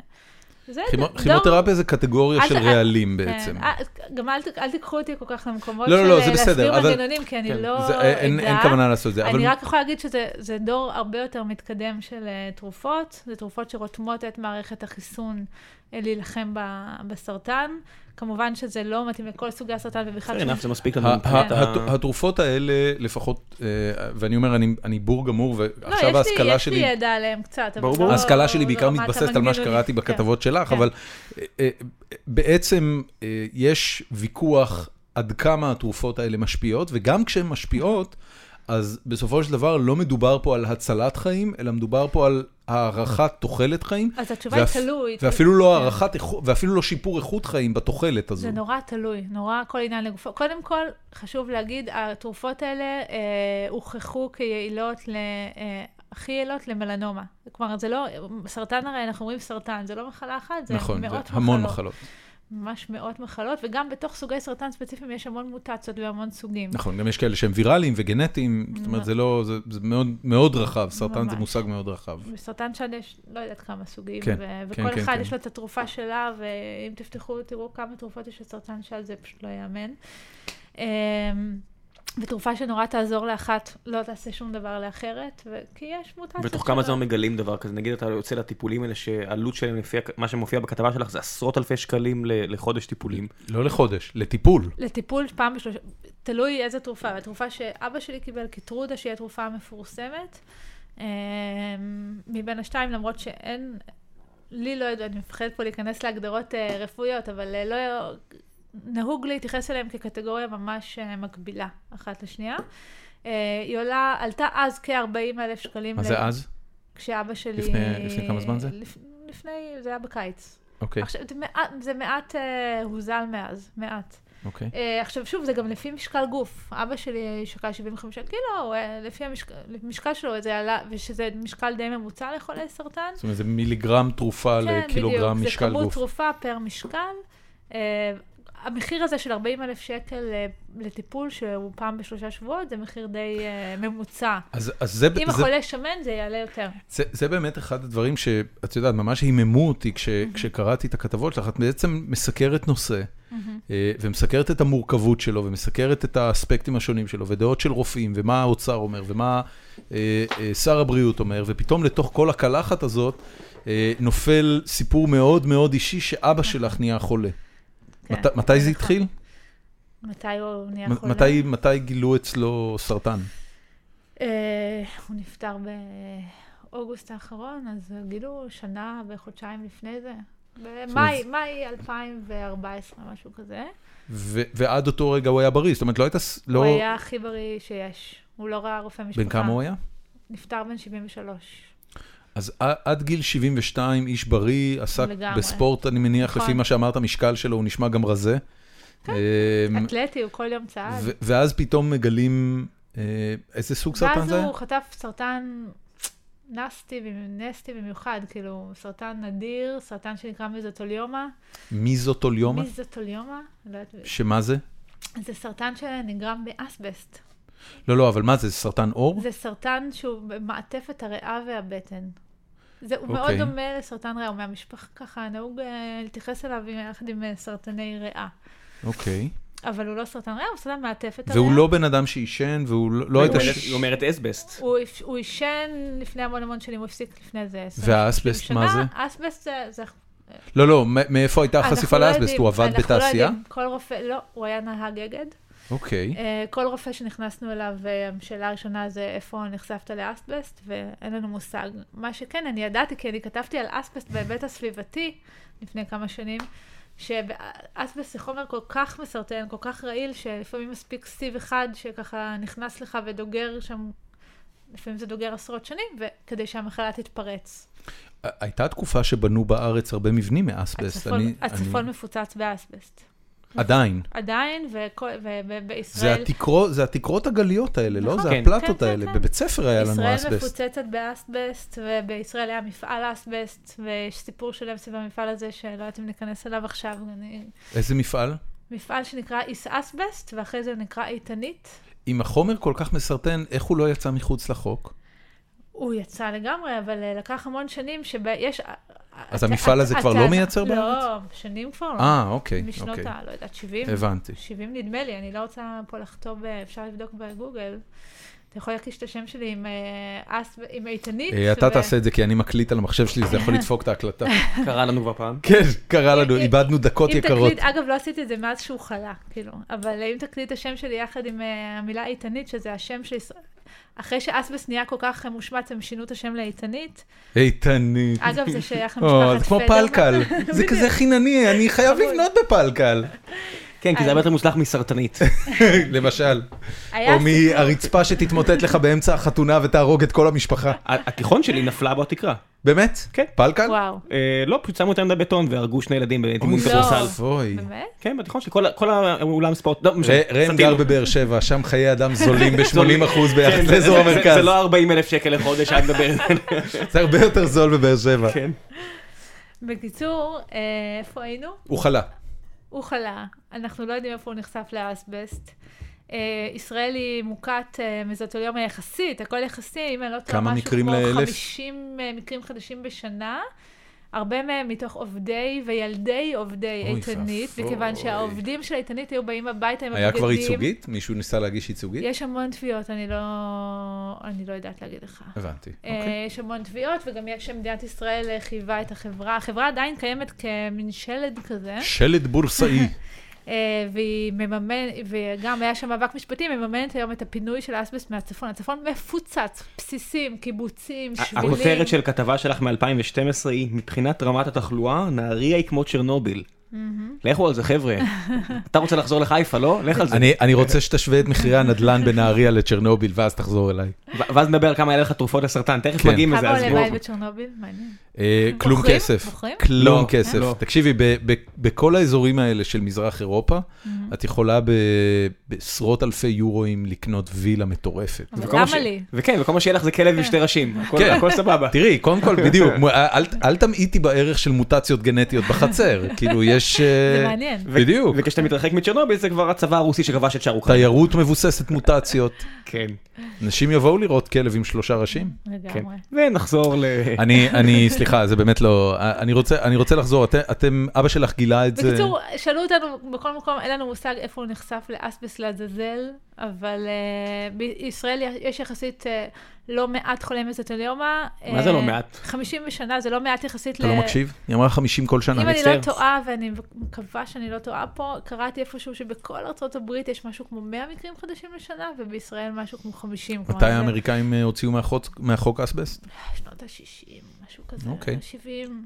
C: זה
A: כימו-
C: דור-
A: כימותרפיה זה קטגוריה
C: לא. אל-
A: של
C: אל-
A: רעלים
C: כן.
A: בעצם.
C: אה, גם אל, ת- אל תיקחו אותי כל כך למקומות
A: לא, לא, לא,
C: של
A: זה
C: אה,
A: בסדר,
C: להסביר
A: אבל-
C: מנגנונים, כי אני לא
A: זה- אה, אין, אין
C: עדה.
A: כוונה לעשות את זה, אבל
C: אני רק יכולה להגיד שזה זה דור הרבה יותר מתקדם של אה, תרופות, זה תרופות שרותמות את מערכת החיסון אה, להילחם ב- בסרטן. כמובן שזה לא מתאים לכל סוגי הסרטן ובכלל...
A: כן,
D: Fair
C: שום-
D: enough, זה מספיק
A: ה-
D: לנו. מבחינת
A: ה-
D: ה-
A: הת- התרופות האלה לפחות, אה, ואני אומר, אני- אני בור גמור,
C: לא,
A: ועכשיו
C: יש לי-
A: ההשכלה
C: יש
A: שלי,
C: לי ידע עליהם קצת, אבל
B: ברור,
C: לא...
B: ברור.
A: ההשכלה שלי
C: לא
A: בעיקר
C: רמת
A: מתבססת על מה
C: המנגנונים.
A: שקראתי בכתבות שלך,
C: כן.
A: אבל אה, אה, בעצם אה, יש ויכוח עד כמה התרופות האלה משפיעות, וגם כשהן משפיעות, אז בסופו של דבר לא מדובר פה על הצלת חיים, אלא מדובר פה על הארכת תוחלת חיים.
C: אז התשובה היא
A: ואפ-
C: תלוי.
A: ואפילו לא
C: כן.
A: הארכת, איכו- ואפילו לא שיפור איכות חיים בתוחלת הזו.
C: זה נורא תלוי, נורא כל עניין לגופו. קודם כל, חשוב להגיד, התרופות האלה אה, הוכחו כיעילות, ל, אה, הכי יעילות למלנומה. כלומר, זה לא, סרטן הרי, אנחנו אומרים סרטן, זה לא מחלה אחת, זה
A: נכון, זה
C: מאות מחלות.
A: המון מחלות.
C: ממש מאות מחלות, וגם בתוך סוגי סרטן ספציפיים יש המון מוטציות והמון סוגים.
A: נכון, גם יש כאלה שהם ויראליים וגנטיים, זאת אומרת, זה לא, זה, זה מאוד, מאוד רחב, סרטן זה
C: ממש.
A: מושג מאוד רחב.
C: בסרטן שד יש לא יודעת כמה סוגים,
A: כן,
C: ו-
A: כן,
C: וכל
A: כן,
C: אחד
A: כן.
C: יש לו את התרופה שלה, ואם תפתחו, תראו כמה תרופות יש לסרטן שד, זה פשוט לא ייאמן. אמ, ותרופה שנורא תעזור לאחת, לא תעשה שום דבר לאחרת, ו- כי יש מוטציות.
D: ותוך כמה זמן
C: שונות.
D: מגלים דבר כזה? נגיד אתה יוצא לטיפולים האלה שהעלות שלהם לפי הכ- מה שמופיע בכתבה שלך זה עשרות אלפי שקלים ל- לחודש טיפולים.
A: לא לחודש, לטיפול.
C: לטיפול פעם בשלושה, תלוי איזה תרופה. התרופה שאבא שלי קיבל כטרודה, שהיא התרופה המפורסמת, אמ, מבין השתיים, למרות שאין, לי לא יודעת, אני מפחדת פה להיכנס להגדרות אה, רפואיות, אבל אה, לא... נהוג להתייחס אליהם כקטגוריה ממש אה, מקבילה אחת לשנייה. אה, היא עולה, עלתה אז כ-40 אלף שקלים.
A: מה
C: ל-
A: זה אז?
C: כשאבא שלי...
A: לפני- לפני כמה זמן זה?
C: לפ- לפני, זה היה בקיץ.
A: אוקיי,
C: עכשיו, זה מעט, זה מעט אה, הוזל מאז, מעט.
A: אוקיי.
C: אה, עכשיו, שוב, זה גם לפי משקל גוף. אבא שלי שקל 75 קילו, אה, לפי המשק- המשקל שלו זה עלה, ושזה משקל די ממוצע לחולי סרטן.
A: זאת אומרת, זה מיליגרם תרופה
C: כן,
A: לקילוגרם משקל
C: זה כמות
A: גוף.
C: תרופה פר משקל. אה, המחיר הזה של 40 אלף שקל אה, לטיפול, שהוא פעם בשלושה שבועות, זה מחיר די אה, ממוצע.
A: אז אז זה-
C: אם
A: זה-
C: החולה שמן, זה יעלה יותר.
A: זה- זה באמת אחד הדברים שאת יודעת, ממש היממו אותי כש-
C: Mm-hmm.
A: כשקראתי את הכתבות שלך. את בעצם מסקרת נושא,
C: Mm-hmm.
A: אה, ומסקרת את המורכבות שלו, ומסקרת את האספקטים השונים שלו, ודעות של רופאים, ומה האוצר אומר, ומה אה, אה, שר הבריאות אומר, ופתאום לתוך כל הקלחת הזאת אה, נופל סיפור מאוד מאוד אישי שאבא שלך נהיה חולה.
C: נכון. כן.
A: מת- מתי זה התחיל?
C: מתי הוא נהיה
A: מ-
C: חולה?
A: מתי- מתי גילו אצלו סרטן?
C: אה, הוא נפטר באוגוסט האחרון, אז גילו שנה וחודשיים לפני זה. במאי, מאי 2014, משהו כזה.
A: ו- ועד אותו רגע הוא היה בריא, זאת אומרת, לא הייתה... ס- לא-
C: הוא היה הכי בריא שיש. הוא לא ראה רופא משפחה.
A: בן כמה הוא היה?
C: נפטר בן 73.
A: אז ע- עד גיל 72, איש בריא, עסק
C: לגמרי.
A: בספורט, אני מניח,
C: נכון. כן,
A: לפי מה שאמרת, המשקל שלו, הוא נשמע גם רזה. אמ,
C: אתלטי, הוא כל יום צעד.
A: ו- ואז פתאום מגלים אה, איזה סוג סרטן
C: ואז
A: זה היה?
C: הוא חטף סרטן נסטי, במ- נסטי במיוחד, כאילו, סרטן נדיר, סרטן שנקרא מזוטוליומה.
A: מיזוטוליומה?
C: מזוטוליומה? לא יודעת.
A: שמה זה?
C: זה סרטן שנגרם באסבסט.
A: לא, לא, אבל מה זה, זה סרטן עור?
C: זה סרטן שהוא במעטפת הריאה והבטן. זה, הוא okay. מאוד
A: אוקיי.
C: דומה לסרטן ריאה, הוא מהמשפחה ככה, נהוג אה, להתייחס אליו יחד עם אה, סרטני ריאה.
A: אוקיי.
C: אבל הוא לא סרטן ריאה, הוא סרטן מעטפת הריאה.
A: והוא לא בן אדם שעישן, והוא לא לא
B: היא
A: הייתה...
B: אומרת-
A: ש-
B: היא אומרת אסבסט.
C: הוא הפ- הוא עישן לפני המון המון שנים, הוא הפסיק לפני זה. 20-30
A: והאסבסט, מה
C: שנה. האסבסט זה... זה
A: לא, לא, מ- מאיפה הייתה
C: אנחנו
A: החשיפה
C: לא
A: לאסבסט?
C: יודעים,
A: הוא עבד
C: אנחנו לא
A: בתעשייה?
C: יודעים. כל רופא, לא, הוא היה נהג אגד.
A: אוקיי.
C: אה, כל רופא שנכנסנו אליו, אה, השאלה הראשונה זה איפה נחשפת לאסבסט, ואין לנו מושג. מה שכן, אני ידעתי, כי אני כתבתי על אסבסט בהיבט הסביבתי לפני כמה שנים, שאסבסט זה חומר כל כך מסרטן, כל כך רעיל, שלפעמים מספיק סיב אחד שככה נכנס לך ודוגר שם, לפעמים זה דוגר עשרות שנים, וכדי שהמחלה תתפרץ.
A: הייתה תקופה שבנו בארץ הרבה מבנים מאסבסט.
C: הצפון,
A: אני-
C: הצפון
A: אני-
C: מפוצץ באסבסט.
A: עדיין.
C: עדיין, וכל- ו- ו-
A: זה
C: בישראל...
A: התקרות, זה התקרות הגליות האלה, לא?
C: נכון.
A: זה
D: כן.
A: הפלטות
C: כן, כן,
A: האלה.
C: כן.
A: בבית ספר היה לנו
C: ישראל
A: אסבסט.
C: מפוצצת באסבסט, ובישראל היה מפעל אסבסט, ויש סיפור שלם סביב המפעל הזה, שלא יודעת אם ניכנס אליו עכשיו. אני...
A: איזה מפעל?
C: מפעל שנקרא איס אסבסט, ואחרי זה הוא נקרא איתנית.
A: אם החומר כל כך מסרטן, איך הוא לא יצא מחוץ לחוק?
C: הוא יצא לגמרי, אבל אה, לקח המון שנים שיש...
A: אז המפעל הזה כבר לא מייצר
C: לא,
A: בארץ?
C: שנים כבר לא.
A: אה, אוקיי,
C: משנות
A: אוקיי.
C: ה... לא יודעת, 70?
A: הבנתי.
C: 70 נדמה לי, אני לא רוצה פה לכתוב, אה, אפשר לבדוק בגוגל. אתה יכול להקיש את השם שלי עם, אה, אס... עם איתנית.
A: אה, אתה
C: ו-
A: תעשה את זה כי אני מקליט על המחשב שלי, זה יכול לדפוק את ההקלטה.
B: קרה לנו כבר פעם.
A: כן, קרה לנו, איבדנו דקות
C: אם
A: יקרות.
C: תקליט, אגב, לא עשיתי את זה מאז שהוא חלה, כאילו, אבל אם תקליט את השם שלי יחד עם אה, המילה איתנית, שזה השם של ישראל, אחרי שאסבסט נהיה כל כך אה, מושמץ, הם שינו את השם לאיתנית.
A: איתנית.
C: אגב, זה שייך
A: או, אה, זה
C: למשפחת
A: כמו
C: פלדרמן.
A: פלקל, זה כזה חינני, אני חייב
C: חמוד.
A: לבנות בפלקל.
D: כן, כי זה הרבה יותר מוצלח מסרטנית.
A: למשל,
C: היה
A: או מהרצפה שתתמוטט לך באמצע החתונה ותהרוג את כל המשפחה.
D: התיכון שלי נפלה בו התקרה.
A: באמת?
D: כן.
A: פלקל?
C: וואו,
D: אה, לא, פשוט שמו אותם בבטון והרגו שני ילדים בדימון
A: אוי,
C: לא.
D: כדורסל.
A: אוי.
C: באמת?
D: כן, בתיכון שלי, כל ה- כל האולם ספורט, לא משנה,
A: ר- ראם
D: סאטירה.
A: גר בבאר שבע, שם חיי אדם זולים ב-80%
D: כן,
A: ביחס
D: זה-
A: לאזור
D: זה- זה-
A: המרכז.
D: זה לא 40 אלף שקל לחודש, אני מדבר.
A: זה הרבה יותר זול בבאר שבע.
D: כן.
C: בקיצור, אה, איפה היינו?
A: הוא חלה.
C: הוא חלה, אנחנו לא יודעים איפה הוא נחשף לאסבסט. אה, ישראל היא מוכת אה, מזוטוליומה יחסית, הכל יחסי, אם אני לא טועה,
A: כמה
C: משהו
A: מקרים
C: כמו
A: לאלף?
C: 50 אה, מקרים חדשים בשנה. הרבה מהם מתוך עובדי וילדי עובדי
A: אוי
C: איתנית,
A: ואבוי.
C: מכיוון שהעובדים של איתנית היו באים הביתה עם
A: היה
C: הבגדים.
A: כבר ייצוגית? מישהו ניסה להגיש ייצוגית?
C: יש המון תביעות, אני לא, אני לא יודעת להגיד לך.
A: הבנתי.
C: אה, יש המון תביעות, וגם יש שמדינת ישראל אה, חייבה את החברה. החברה עדיין קיימת כמין שלד כזה.
A: שלד בורסאי.
C: אה, והיא מממנת, וגם היה שם מאבק משפטי, מממנת היום את הפינוי של האסבסט מהצפון. הצפון מפוצץ, בסיסים, קיבוצים, שבילים.
D: הכותרת של כתבה שלך מ-2012 היא, מבחינת רמת התחלואה, נהריה היא כמו צ'רנוביל. לכו על זה חבר'ה, אתה רוצה לחזור לחיפה לא? לך על זה.
A: אני- אני רוצה שתשווה את מחירי הנדלן בנהריה לצ'רנוביל, ואז תחזור אליי.
D: ו- ואז נדבר על כמה היה לך תרופות לסרטן, תכף
A: כן.
D: מגיעים לזה,
C: כמה
D: אז
C: עולה
D: בואו.
C: בית בצ'רנוביל? מעניין.
A: אה, כלום
C: מוכרים?
A: כסף,
C: מוכרים?
A: כלום
D: לא,
A: כסף.
D: לא.
A: תקשיבי, ב- ב- בכל האזורים האלה של מזרח אירופה,
C: Mm-hmm.
A: את יכולה ב- בעשרות אלפי יורואים לקנות וילה מטורפת.
C: אבל
D: וכל מה ש-
C: למה לי?
D: וכן, וכל מה שיהיה לך זה כלב עם שתי ראשים, הכל-
A: כן.
D: הכל סבבה.
A: תראי, קודם כל, בדיוק, מ- אה, אל- אל תמעיטי בערך של מוטציות גנטיות בחצר, כאילו יש... אה,
C: זה מעניין.
D: ו-
A: בדיוק,
D: וכשאתה מתרחק מצ'רנוביל זה כבר הצבא הרוסי שכבש את שערוך.
A: תיירות מבוססת מוטציות.
D: כן.
A: אנשים יבואו לראות כלב עם שלושה ראשים.
D: כן.
C: לגמרי.
D: ונחזור ל...
A: אני, אני, סליחה, זה באמת לא, אני רוצה, אני רוצה לחזור, אתם, אתם, אבא שלך גילה את זה.
C: בקיצור, שאלו אותנו בכל מקום, אין לנו מושג איפה הוא נחשף לאסבסט לעזאזל, אבל אה, בישראל יש יחסית אה, לא מעט חולי מזוטוליומה.
D: מה זה לא
C: אה,
D: מעט?
C: 50 בשנה, זה לא מעט יחסית
A: אתה לא מקשיב? היא אמרה 50 כל שנה.
C: אם אני
D: מצטער.
C: לא טועה, ואני מקווה שאני לא טועה פה, קראתי איפשהו שבכל ארצות הברית יש משהו כמו 100 מקרים חדשים לשנה, ובישראל משהו כמו 50. כלומר,
A: מתי
C: זה
A: האמריקאים אה, הוציאו מהחוק- מהחוק אסבסט?
C: שנות ה-60, משהו כזה,
A: אוקיי.
C: 70.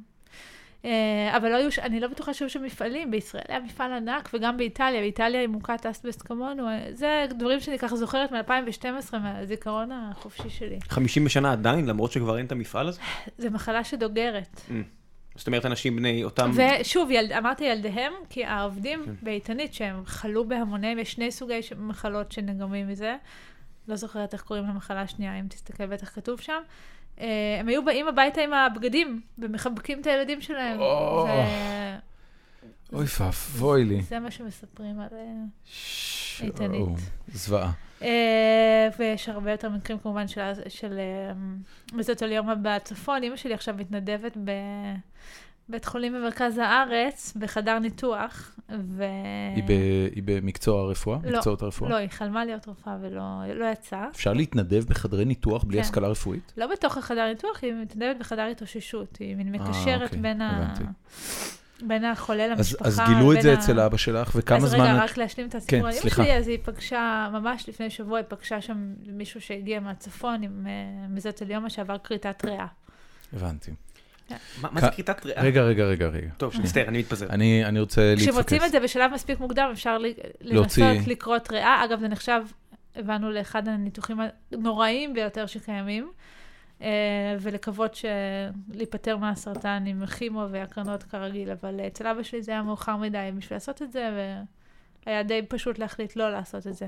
C: אה, אבל לא היו, ש- אני לא בטוחה שהיו שם מפעלים, בישראל היה מפעל ענק, וגם באיטליה, באיטליה היא מוכת אסבסט כמונו, אה, זה דברים שאני ככה זוכרת מ-2012, מהזיכרון החופשי שלי.
D: 50 בשנה עדיין, למרות שכבר אין את המפעל הזה?
C: זה מחלה שדוגרת.
D: זאת אומרת, אנשים בני אותם...
C: ושוב, ילד, אמרתי ילדיהם, כי
A: כן.
C: העובדים באיתנית שהם חלו בהמוניהם, יש שני סוגי ש- מחלות שנגרמים מזה. לא זוכרת איך קוראים למחלה השנייה, אם תסתכל בטח כתוב שם. אה, הם היו באים הביתה עם הבגדים ומחבקים את הילדים שלהם.
A: או. כן.
C: זה-
A: אוי ואבוי לי.
C: זה מה שמספרים על... אה,
A: ש-
C: איתנית.
A: או, זוועה.
C: אה, ויש הרבה יותר מקרים כמובן של, של אה, מזוטוליומה בצפון. אימא שלי עכשיו מתנדבת בבית חולים במרכז הארץ, בחדר ניתוח, ו...
A: היא ב- היא במקצוע הרפואה?
C: אה. לא,
A: מקצועות הרפואה?
C: לא, היא חלמה להיות רופאה ולא לא יצאה.
A: אפשר להתנדב בחדרי ניתוח בלי
C: כן.
A: השכלה רפואית?
C: לא בתוך החדר ניתוח, היא מתנדבת בחדר התאוששות. היא מין
A: אה,
C: מקשרת
A: אוקיי,
C: בין, ה...
A: הבנתי.
C: בין החולה
A: אז
C: למשפחה.
A: אז גילו את
C: בין
A: זה
C: ה-
A: אצל אבא שלך, וכמה
C: אז
A: זמן...
C: רגע,
A: את-
C: רק להשלים את הסיפור.
A: כן,
C: על אמא
A: סליחה.
C: שלי, אז היא פגשה, ממש לפני שבוע, היא פגשה שם מישהו שהגיע מהצפון עם אה, מזוטוליומה שעבר כריתת ריאה.
A: הבנתי.
B: מה מה זה
A: כ-
B: כריתת ריאה?
A: רגע, רגע, רגע, רגע.
B: טוב, מצטער, אני מתפזר.
A: אני אני רוצה להתפקס.
C: כשמוצאים את זה בשלב מספיק מוקדם, אפשר ל-
A: להוציא-
C: לנסות לקרות ריאה. אגב, זה נחשב, הבנו, לאחד הניתוחים הנוראים ביותר שקיימים, אה, ולקוות ש- להיפטר מהסרטן עם כימו והקרנות כרגיל, אבל אה, אצל אבא שלי זה היה מאוחר מדי בשביל לעשות את זה, והיה די פשוט להחליט לא לעשות את זה.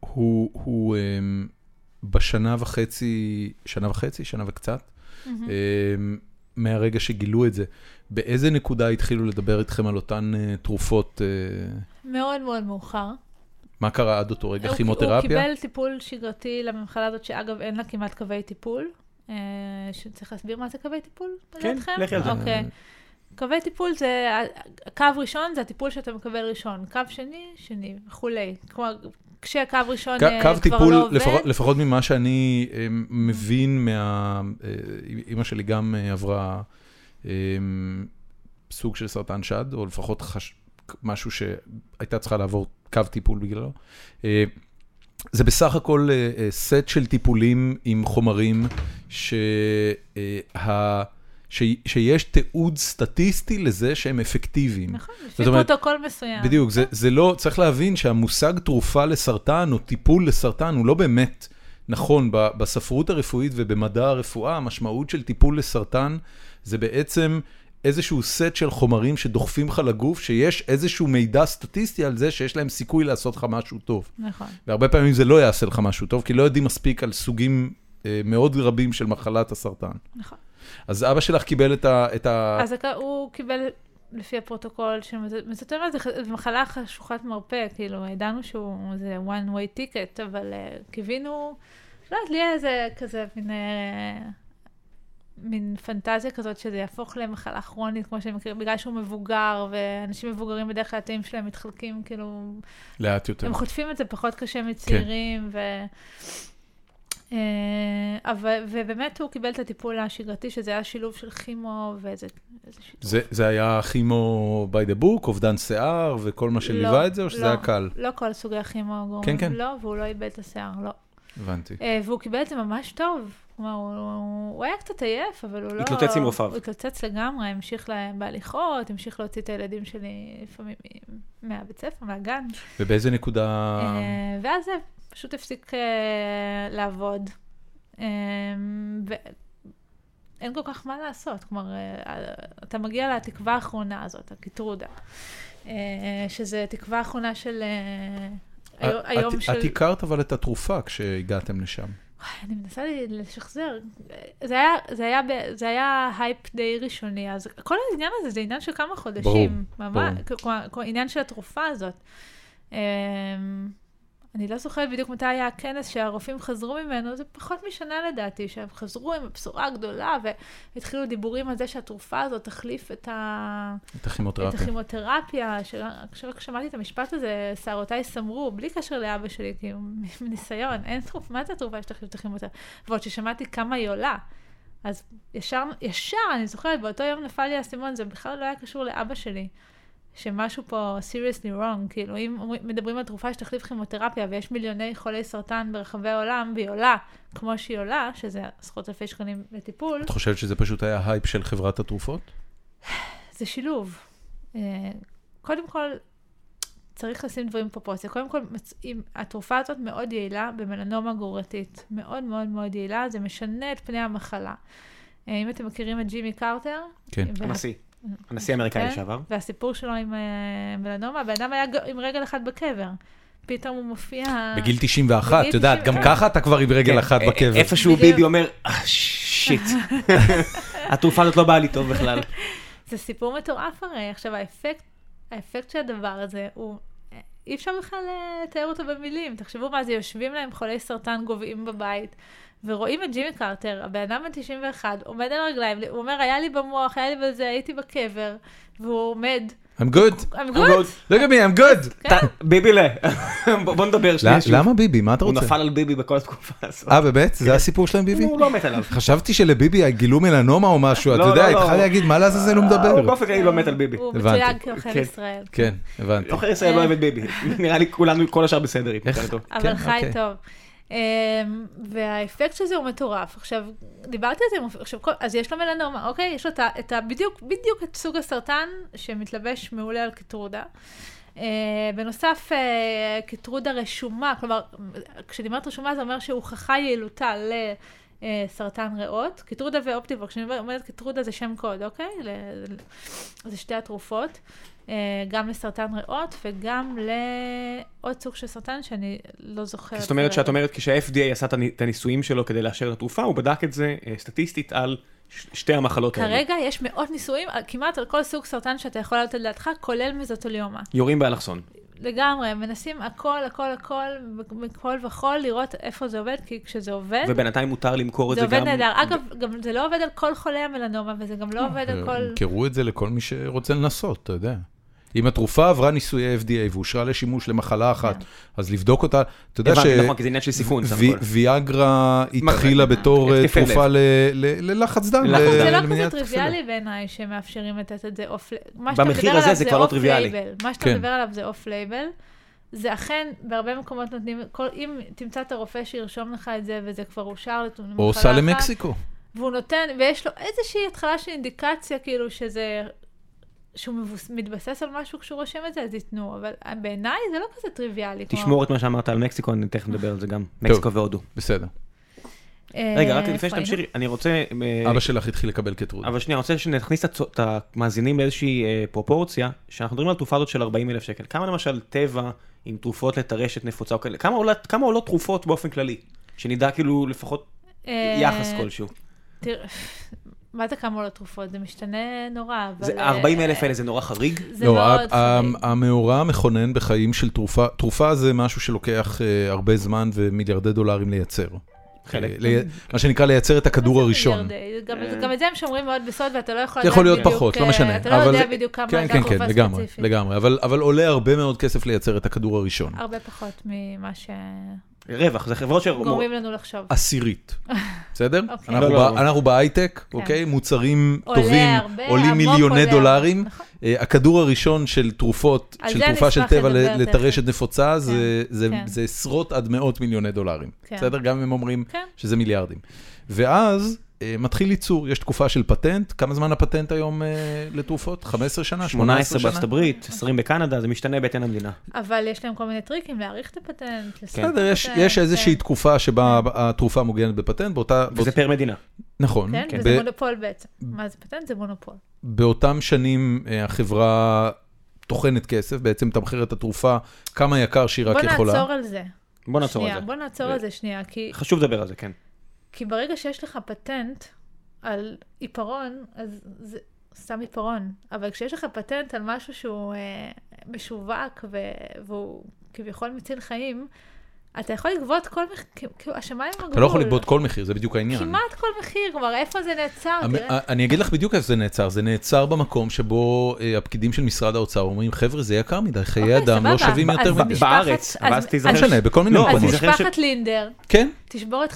A: הוא, הוא אמ, בשנה וחצי, שנה וחצי, שנה וקצת,
C: Mm.
A: אמ, מהרגע שגילו את זה, באיזה נקודה התחילו לדבר איתכם על אותן אה, תרופות? אה,
C: מאוד מאוד מאוחר.
A: מה קרה עד אותו רגע?
C: הוא- הוא
A: כימותרפיה?
C: קיבל טיפול שגרתי למחלה הזאת, שאגב, אין לה כמעט קווי טיפול. אה, שצריך להסביר מה זה קווי טיפול,
B: כן,
C: לדעתכם?
B: לכי על זה.
C: אוקיי. קווי טיפול זה, קו ראשון זה הטיפול שאתה מקבל ראשון, קו שני, שני וכולי. כלומר, כשקו ראשון
A: ק-
C: אה,
A: קו
C: כבר
A: טיפול,
C: לא עובד,
A: לפחות, לפחות ממה שאני אמ, מבין מה... אה, אימא שלי גם אה, עברה אמ, סוג של סרטן שד, או לפחות חש... משהו שהייתה צריכה לעבור קו טיפול בגללו. אה, זה בסך הכל אה, אה, סט של טיפולים עם חומרים ש... אה, ה... ש... שיש תיעוד סטטיסטי לזה שהם אפקטיביים.
C: נכון, לפי
A: זאת אומרת,
C: פרוטוקול מסוים.
A: בדיוק, זה, זה לא, צריך להבין שהמושג תרופה לסרטן או טיפול לסרטן הוא לא באמת נכון. ב- בספרות הרפואית ובמדע הרפואה, המשמעות של טיפול לסרטן זה בעצם איזשהו סט של חומרים שדוחפים לך לגוף, שיש איזשהו מידע סטטיסטי על זה שיש להם סיכוי לעשות לך משהו טוב.
C: נכון.
A: והרבה פעמים זה לא יעשה לך משהו טוב, כי לא יודעים מספיק על סוגים אה, מאוד רבים של מחלת הסרטן.
C: נכון.
A: אז אבא שלך קיבל את ה... את ה...
C: אז הכ- הוא קיבל, לפי הפרוטוקול, שמסתובב, זו מחלה חשוכת מרפא, כאילו, ידענו שהוא, זה one way ticket, אבל אה, קיווינו, לא יודעת, לי היה איזה כזה מין... אה, מין פנטזיה כזאת שזה יהפוך למחלה כרונית, כמו שהם מכירים, בגלל שהוא מבוגר, ואנשים מבוגרים בדרך כלל התאים שלהם מתחלקים, כאילו,
A: לאט יותר.
C: הם חוטפים את זה פחות קשה מצעירים, ו... אה, אבל, ובאמת הוא קיבל את הטיפול השגרתי, שזה היה שילוב של כימו ואיזה איזה שילוב.
A: זה, זה היה כימו by the book, אובדן שיער וכל מה שליווה
C: לא,
A: את זה, או שזה
C: לא.
A: היה קל?
C: לא כל סוגי הכימו גורמים
A: כן, כן.
C: לו, והוא לא איבד את השיער, לא.
A: הבנתי.
C: אה, והוא קיבל את זה ממש טוב. כלומר, הוא, הוא, הוא היה קצת עייף, אבל הוא לא...
B: התלוצץ עם רופאיו.
C: הוא התלוצץ לגמרי, המשיך לה, בהליכות, המשיך להוציא את הילדים שלי לפעמים מ- מהבית ספר, מהגן.
A: ובאיזה נקודה...
C: אה, ואז זה פשוט הפסיק אה, לעבוד. אה, ואין כל כך מה לעשות, כלומר, אה, אתה מגיע לתקווה האחרונה הזאת, הקיטרודה, אה, שזה תקווה האחרונה של... אה, היום-
A: את-
C: היום
A: את-
C: של...
A: את הכרת אבל את התרופה כשהגעתם לשם.
C: אני מנסה ל- לשחזר. זה היה, זה, היה, ב- זה היה הייפ די ראשוני, אז כל העניין הזה זה עניין של כמה חודשים.
A: ברור.
C: ממש, כלומר, כל העניין של התרופה הזאת. אמ, אני לא זוכרת בדיוק מתי היה הכנס שהרופאים חזרו ממנו, זה פחות משנה לדעתי, שהם חזרו עם הבשורה הגדולה והתחילו דיבורים על זה שהתרופה הזאת תחליף את, ה...
A: את
C: את
A: הכימותרפיה.
C: הכימותרפיה. שרק- כשרק שמעתי את המשפט הזה, שערותיי סמרו, בלי קשר לאבא שלי, כאילו, מניסיון, אין תרופ... מה זה התרופה שתחליף את הכימותרפיה? ועוד ששמעתי כמה היא עולה. אז ישר, ישר, אני זוכרת, באותו יום נפל לי האסימון, זה בכלל לא היה קשור לאבא שלי. שמשהו פה seriously wrong, כאילו אם אומרים- מדברים על תרופה שתחליף כימותרפיה ויש מיליוני חולי סרטן ברחבי העולם והיא עולה כמו שהיא עולה, שזה עשרות אלפי שקלים לטיפול,
A: את חושבת שזה פשוט היה הייפ של חברת התרופות?
C: זה שילוב. אה, קודם כל, צריך לשים דברים בפרופורציה. קודם כל, מצ- אם- התרופה הזאת מאוד יעילה במלנומה גרורתית. מאוד מאוד מאוד יעילה, זה משנה את פני המחלה. אה, אם אתם מכירים את ג'ימי קרטר,
A: כן.
C: וה-
B: הנשיא. הנשיא האמריקאי
C: Mm-hmm. כן?
B: לשעבר.
C: והסיפור שלו עם אה, מלנומה, הבן אדם היה ג- עם רגל אחת בקבר. פתאום הוא מופיע...
A: בגיל 91, את
C: אה, בגיל
A: יודעת, גם
C: 91.
A: ככה אתה כבר עם רגל
E: כן,
A: אחת
E: א- א-
A: בקבר.
E: איפשהו
C: בדיוק.
E: ביבי אומר, "אה, שיט, התרופה הזאת לא באה לי טוב בכלל.
C: כן. זה סיפור מטורף הרי. עכשיו, האפקט, האפקט של הדבר הזה הוא... אי אפשר בכלל אה, לתאר אותו במילים. תחשבו מה זה, יושבים להם חולי סרטן גוועים בבית, ורואים את ג'ימי קרטר, הבן אדם בן 91, עומד על הרגליים, הוא אומר, היה לי במוח, היה לי בזה, הייתי בקבר, והוא עומד.
A: I'm good.
C: I'm
E: good.
C: good.
A: Look at me, I'm good.
E: ת- ביבי ל... בוא בוא נדבר שנייה שוב.
A: ל- למה ביבי? מה אתה
E: הוא
A: רוצה?
E: נפל על ביבי בכל התקופה הזאת.
A: אה, באמת? זה הסיפור שלהם, ביבי?
E: הוא לא מת עליו.
A: חשבתי שלביבי גילו מלנומה או משהו, אתה
E: לא,
A: יודע,
E: לא, לא.
A: התחלתי להגיד, מה לעזאזל הוא
E: הוא
A: מדבר?
E: באופן כללי לא מת על ביבי.
C: כן. הוא אה.
A: הבנתי.
C: מתויג כאוכל
E: כן.
C: ישראל.
A: כן, הבנתי.
E: עוכר ישראל לא אוהב את ביבי. נראה לי כולנו, כל השאר בסדר איתו.
A: איך- כן,
C: אבל חי
A: אוקיי.
C: טוב. אמ, והאפקט של זה הוא מטורף. עכשיו, דיברתי על זה, עם- עכשיו, כל- אז יש לו מלנומה, אוקיי? יש לו את ה- את ה... בדיוק, בדיוק את סוג הסרטן שמתלבש מעולה על קטרודה. אה, בנוסף, אה, קטרודה רשומה, כלומר, כשאני אומרת רשומה זה אומר שהוכחה יעילותה לסרטן אה, ריאות. קטרודה ואופטיבור, כשאני אומרת קטרודה זה שם קוד, אוקיי? ל- זה שתי התרופות, אה, גם לסרטן ריאות וגם לעוד סוג של סרטן שאני לא זוכרת.
B: זאת אומרת שאת אומרת כשה-FDA עשה את הני- את הניסויים שלו כדי לאשר את התרופה, הוא בדק את זה אה, סטטיסטית על ש- שתי המחלות האלה.
C: כרגע יש מאות ניסויים על- כמעט על כל סוג סרטן שאתה יכול לעלות על דעתך, כולל מזוטוליומה.
B: יורים באלכסון.
C: כן. לגמרי, מנסים הכל, הכל, הכל, מכל וכל, לראות איפה זה עובד, כי כשזה עובד,
B: ובינתיים מותר למכור את זה
C: זה
B: גם... אה,
C: עובד נהדר. אגב, גם זה לא עובד על כל חולי המלנומה, וזה גם לא עובד
B: כן.
C: על כל...
A: אה, ימכרו את זה לכל מי שרוצה לנסות, אתה יודע. אם התרופה עברה ניסויי FDA ואושרה לשימוש למחלה אחת,
C: כן.
A: אז לבדוק אותה, אתה יודע ש...
B: הבנתי, נכון, כי זה עניין של סיכון, סך
A: וי-
B: הכל.
A: ויאגרה התחילה בתור אה,
B: התקפי לב.
A: תרופה ל- ל- ללחץ דם,
B: ללחץ
A: ל-
B: דם.
C: זה לא
A: למניעת
C: כזה
A: התקפי לב.
C: טריוויאלי בעיניי שמאפשרים לתת את זה אוף...
B: במחיר הזה זה כבר לא טריוויאלי.
C: מה שאתה
A: כן.
C: מדבר עליו זה אוף לייבל. זה אכן, בהרבה מקומות נותנים, כל, אם תמצא את הרופא שירשום לך את זה, וזה כבר אושר למחלה
A: או סע
C: אחת,
A: למקסיקו.
C: והוא נותן, ויש לו איזושהי התחלה של אינדיקציה, כאילו שזה, שהוא מבוס, מתבסס על משהו כשהוא רושם את זה, אז ייתנו. אבל בעיניי זה לא כזה טריוויאלי. כלומר,
B: תשמור את מה שאמרת על מקסיקו, אני תכף נדבר על זה גם. מקסיקו והודו.
A: בסדר.
C: אה,
B: רגע, רק
C: איפה
B: לפני שתמשיכי, אני רוצה... אה,
A: אבא שלך התחיל לקבל קטרוד.
B: אבל שנייה, אני רוצה שנכניס את הצו- את המאזינים לאיזושהי אה, פרופורציה, שאנחנו מדברים על תרופה הזאת של 40 אלף שקל. כמה למשל טבע עם תרופות לטרשת נפוצה או כאלה? כמה עולה- כמה עולות תרופות באופן כללי? שנדע כאילו לפחות
C: אה,
B: יחס כלשהו.
C: תראה, מה זה כמה עולות תרופות? זה משתנה נורא, אבל...
B: זה
C: אה,
B: 40 אלף האלה זה נורא חריג?
C: זה
A: לא,
C: מאוד
A: ה-
C: חריג.
A: ה- המאורע המכונן בחיים של תרופה, תרופה זה משהו שלוקח אה, הרבה זמן ומיליארדי דולרים לייצר.
B: חלק.
A: אה, ל- מה שנקרא לייצר את הכדור
C: מה זה
A: הראשון.
C: מיליארדי? גם-
B: כן.
C: גם את זה הם שומרים מאוד בסוד, ואתה לא יכול
A: זה
C: לדעת
A: יכול להיות
C: בדיוק,
A: פחות, לא
C: אה,
A: משנה.
C: אתה לא
A: אבל-
C: יודע בדיוק כמה
A: כן,
C: הייתה
A: כן, כן,
C: תרופה
A: לגמרי,
C: ספציפית.
A: לגמרי. אבל אבל עולה הרבה מאוד כסף לייצר את הכדור הראשון.
C: הרבה פחות ממה שגורמים
B: רווח, זה חברות ש...
C: לנו לחשוב.
A: עשירית, בסדר?
C: אוקיי. כן.
A: אנחנו
B: לא, לא.
A: ב- אנחנו בהייטק, אוקיי? מוצרים
C: עולה
A: טובים,
C: הרבה,
A: עולים
C: עמוק
A: מיליוני
C: עולה.
A: דולרים.
C: נכון.
A: אה, הכדור הראשון של תרופות,
C: על
A: של
C: זה אני
A: תרופה של
C: אשמח
A: טבע
C: לדבר
A: ל- לטרשת
C: תכף.
A: נפוצה, זה- זה-
C: כן.
A: זה עשרות עד מאות מיליוני דולרים.
C: כן.
A: בסדר? גם אם הם אומרים
C: כן.
A: שזה מיליארדים. ואז אה, מתחיל ייצור, יש תקופה של פטנט, כמה זמן הפטנט היום אה, לתרופות? 15 שנה?
B: 18
A: 18 שנה?
B: בארצות הברית, 20 בקנדה, זה משתנה בהתאם למדינה.
C: אבל יש להם כל מיני טריקים להאריך את הפטנט. לסרוק
B: כן.
A: בסדר, יש-
C: את ה-
A: יש איזושהי
C: כן,
A: תקופה שבה התרופה מוגנת בפטנט, באותה...
B: וזה פר מדינה.
A: נכון.
C: כן,
A: ב-
C: וזה מונופול בעצם. מה זה פטנט? זה מונופול.
A: באותם שנים אה, החברה טוחנת כסף, בעצם מתמחרת את התרופה כמה יקר שהיא רק
C: בוא
A: יכולה.
C: נעצור על זה.
B: בוא נעצור
C: שנייה,
B: על זה.
C: בוא נעצור על זה שנייה, כי
B: חשוב לדבר על זה, כן.
C: כי ברגע שיש לך פטנט על עיפרון, אז זה סתם עיפרון. אבל כשיש לך פטנט על משהו שהוא אה, משווק ו... והוא כביכול מציל חיים, אתה יכול לגבות כל מחיר, כאילו השמיים הם הגבול.
A: אתה לא יכול לגבות כל מחיר, זה בדיוק העניין.
C: כמעט אה? כל מחיר, כלומר, איפה זה נעצר?
A: המ- אה,
C: תראה.
A: אני אגיד לך בדיוק איפה זה נעצר, זה נעצר במקום שבו אה, הפקידים של משרד האוצר אומרים, חבר'ה, זה יקר מדי, חיי
C: אוקיי,
A: אדם לא
C: סבבה.
A: שווים יותר
C: אז
A: מדי.
C: משפחת-
B: בארץ,
C: אז-
B: אבל אז
C: אז-
A: לא
B: תיזכר ש-
A: משנה, בכל מיני
B: לא,
C: אז
B: אני
A: מקומות.
B: זוכר ש-
C: משפחת לינדר,
A: כן,
C: תשבור את
A: כן,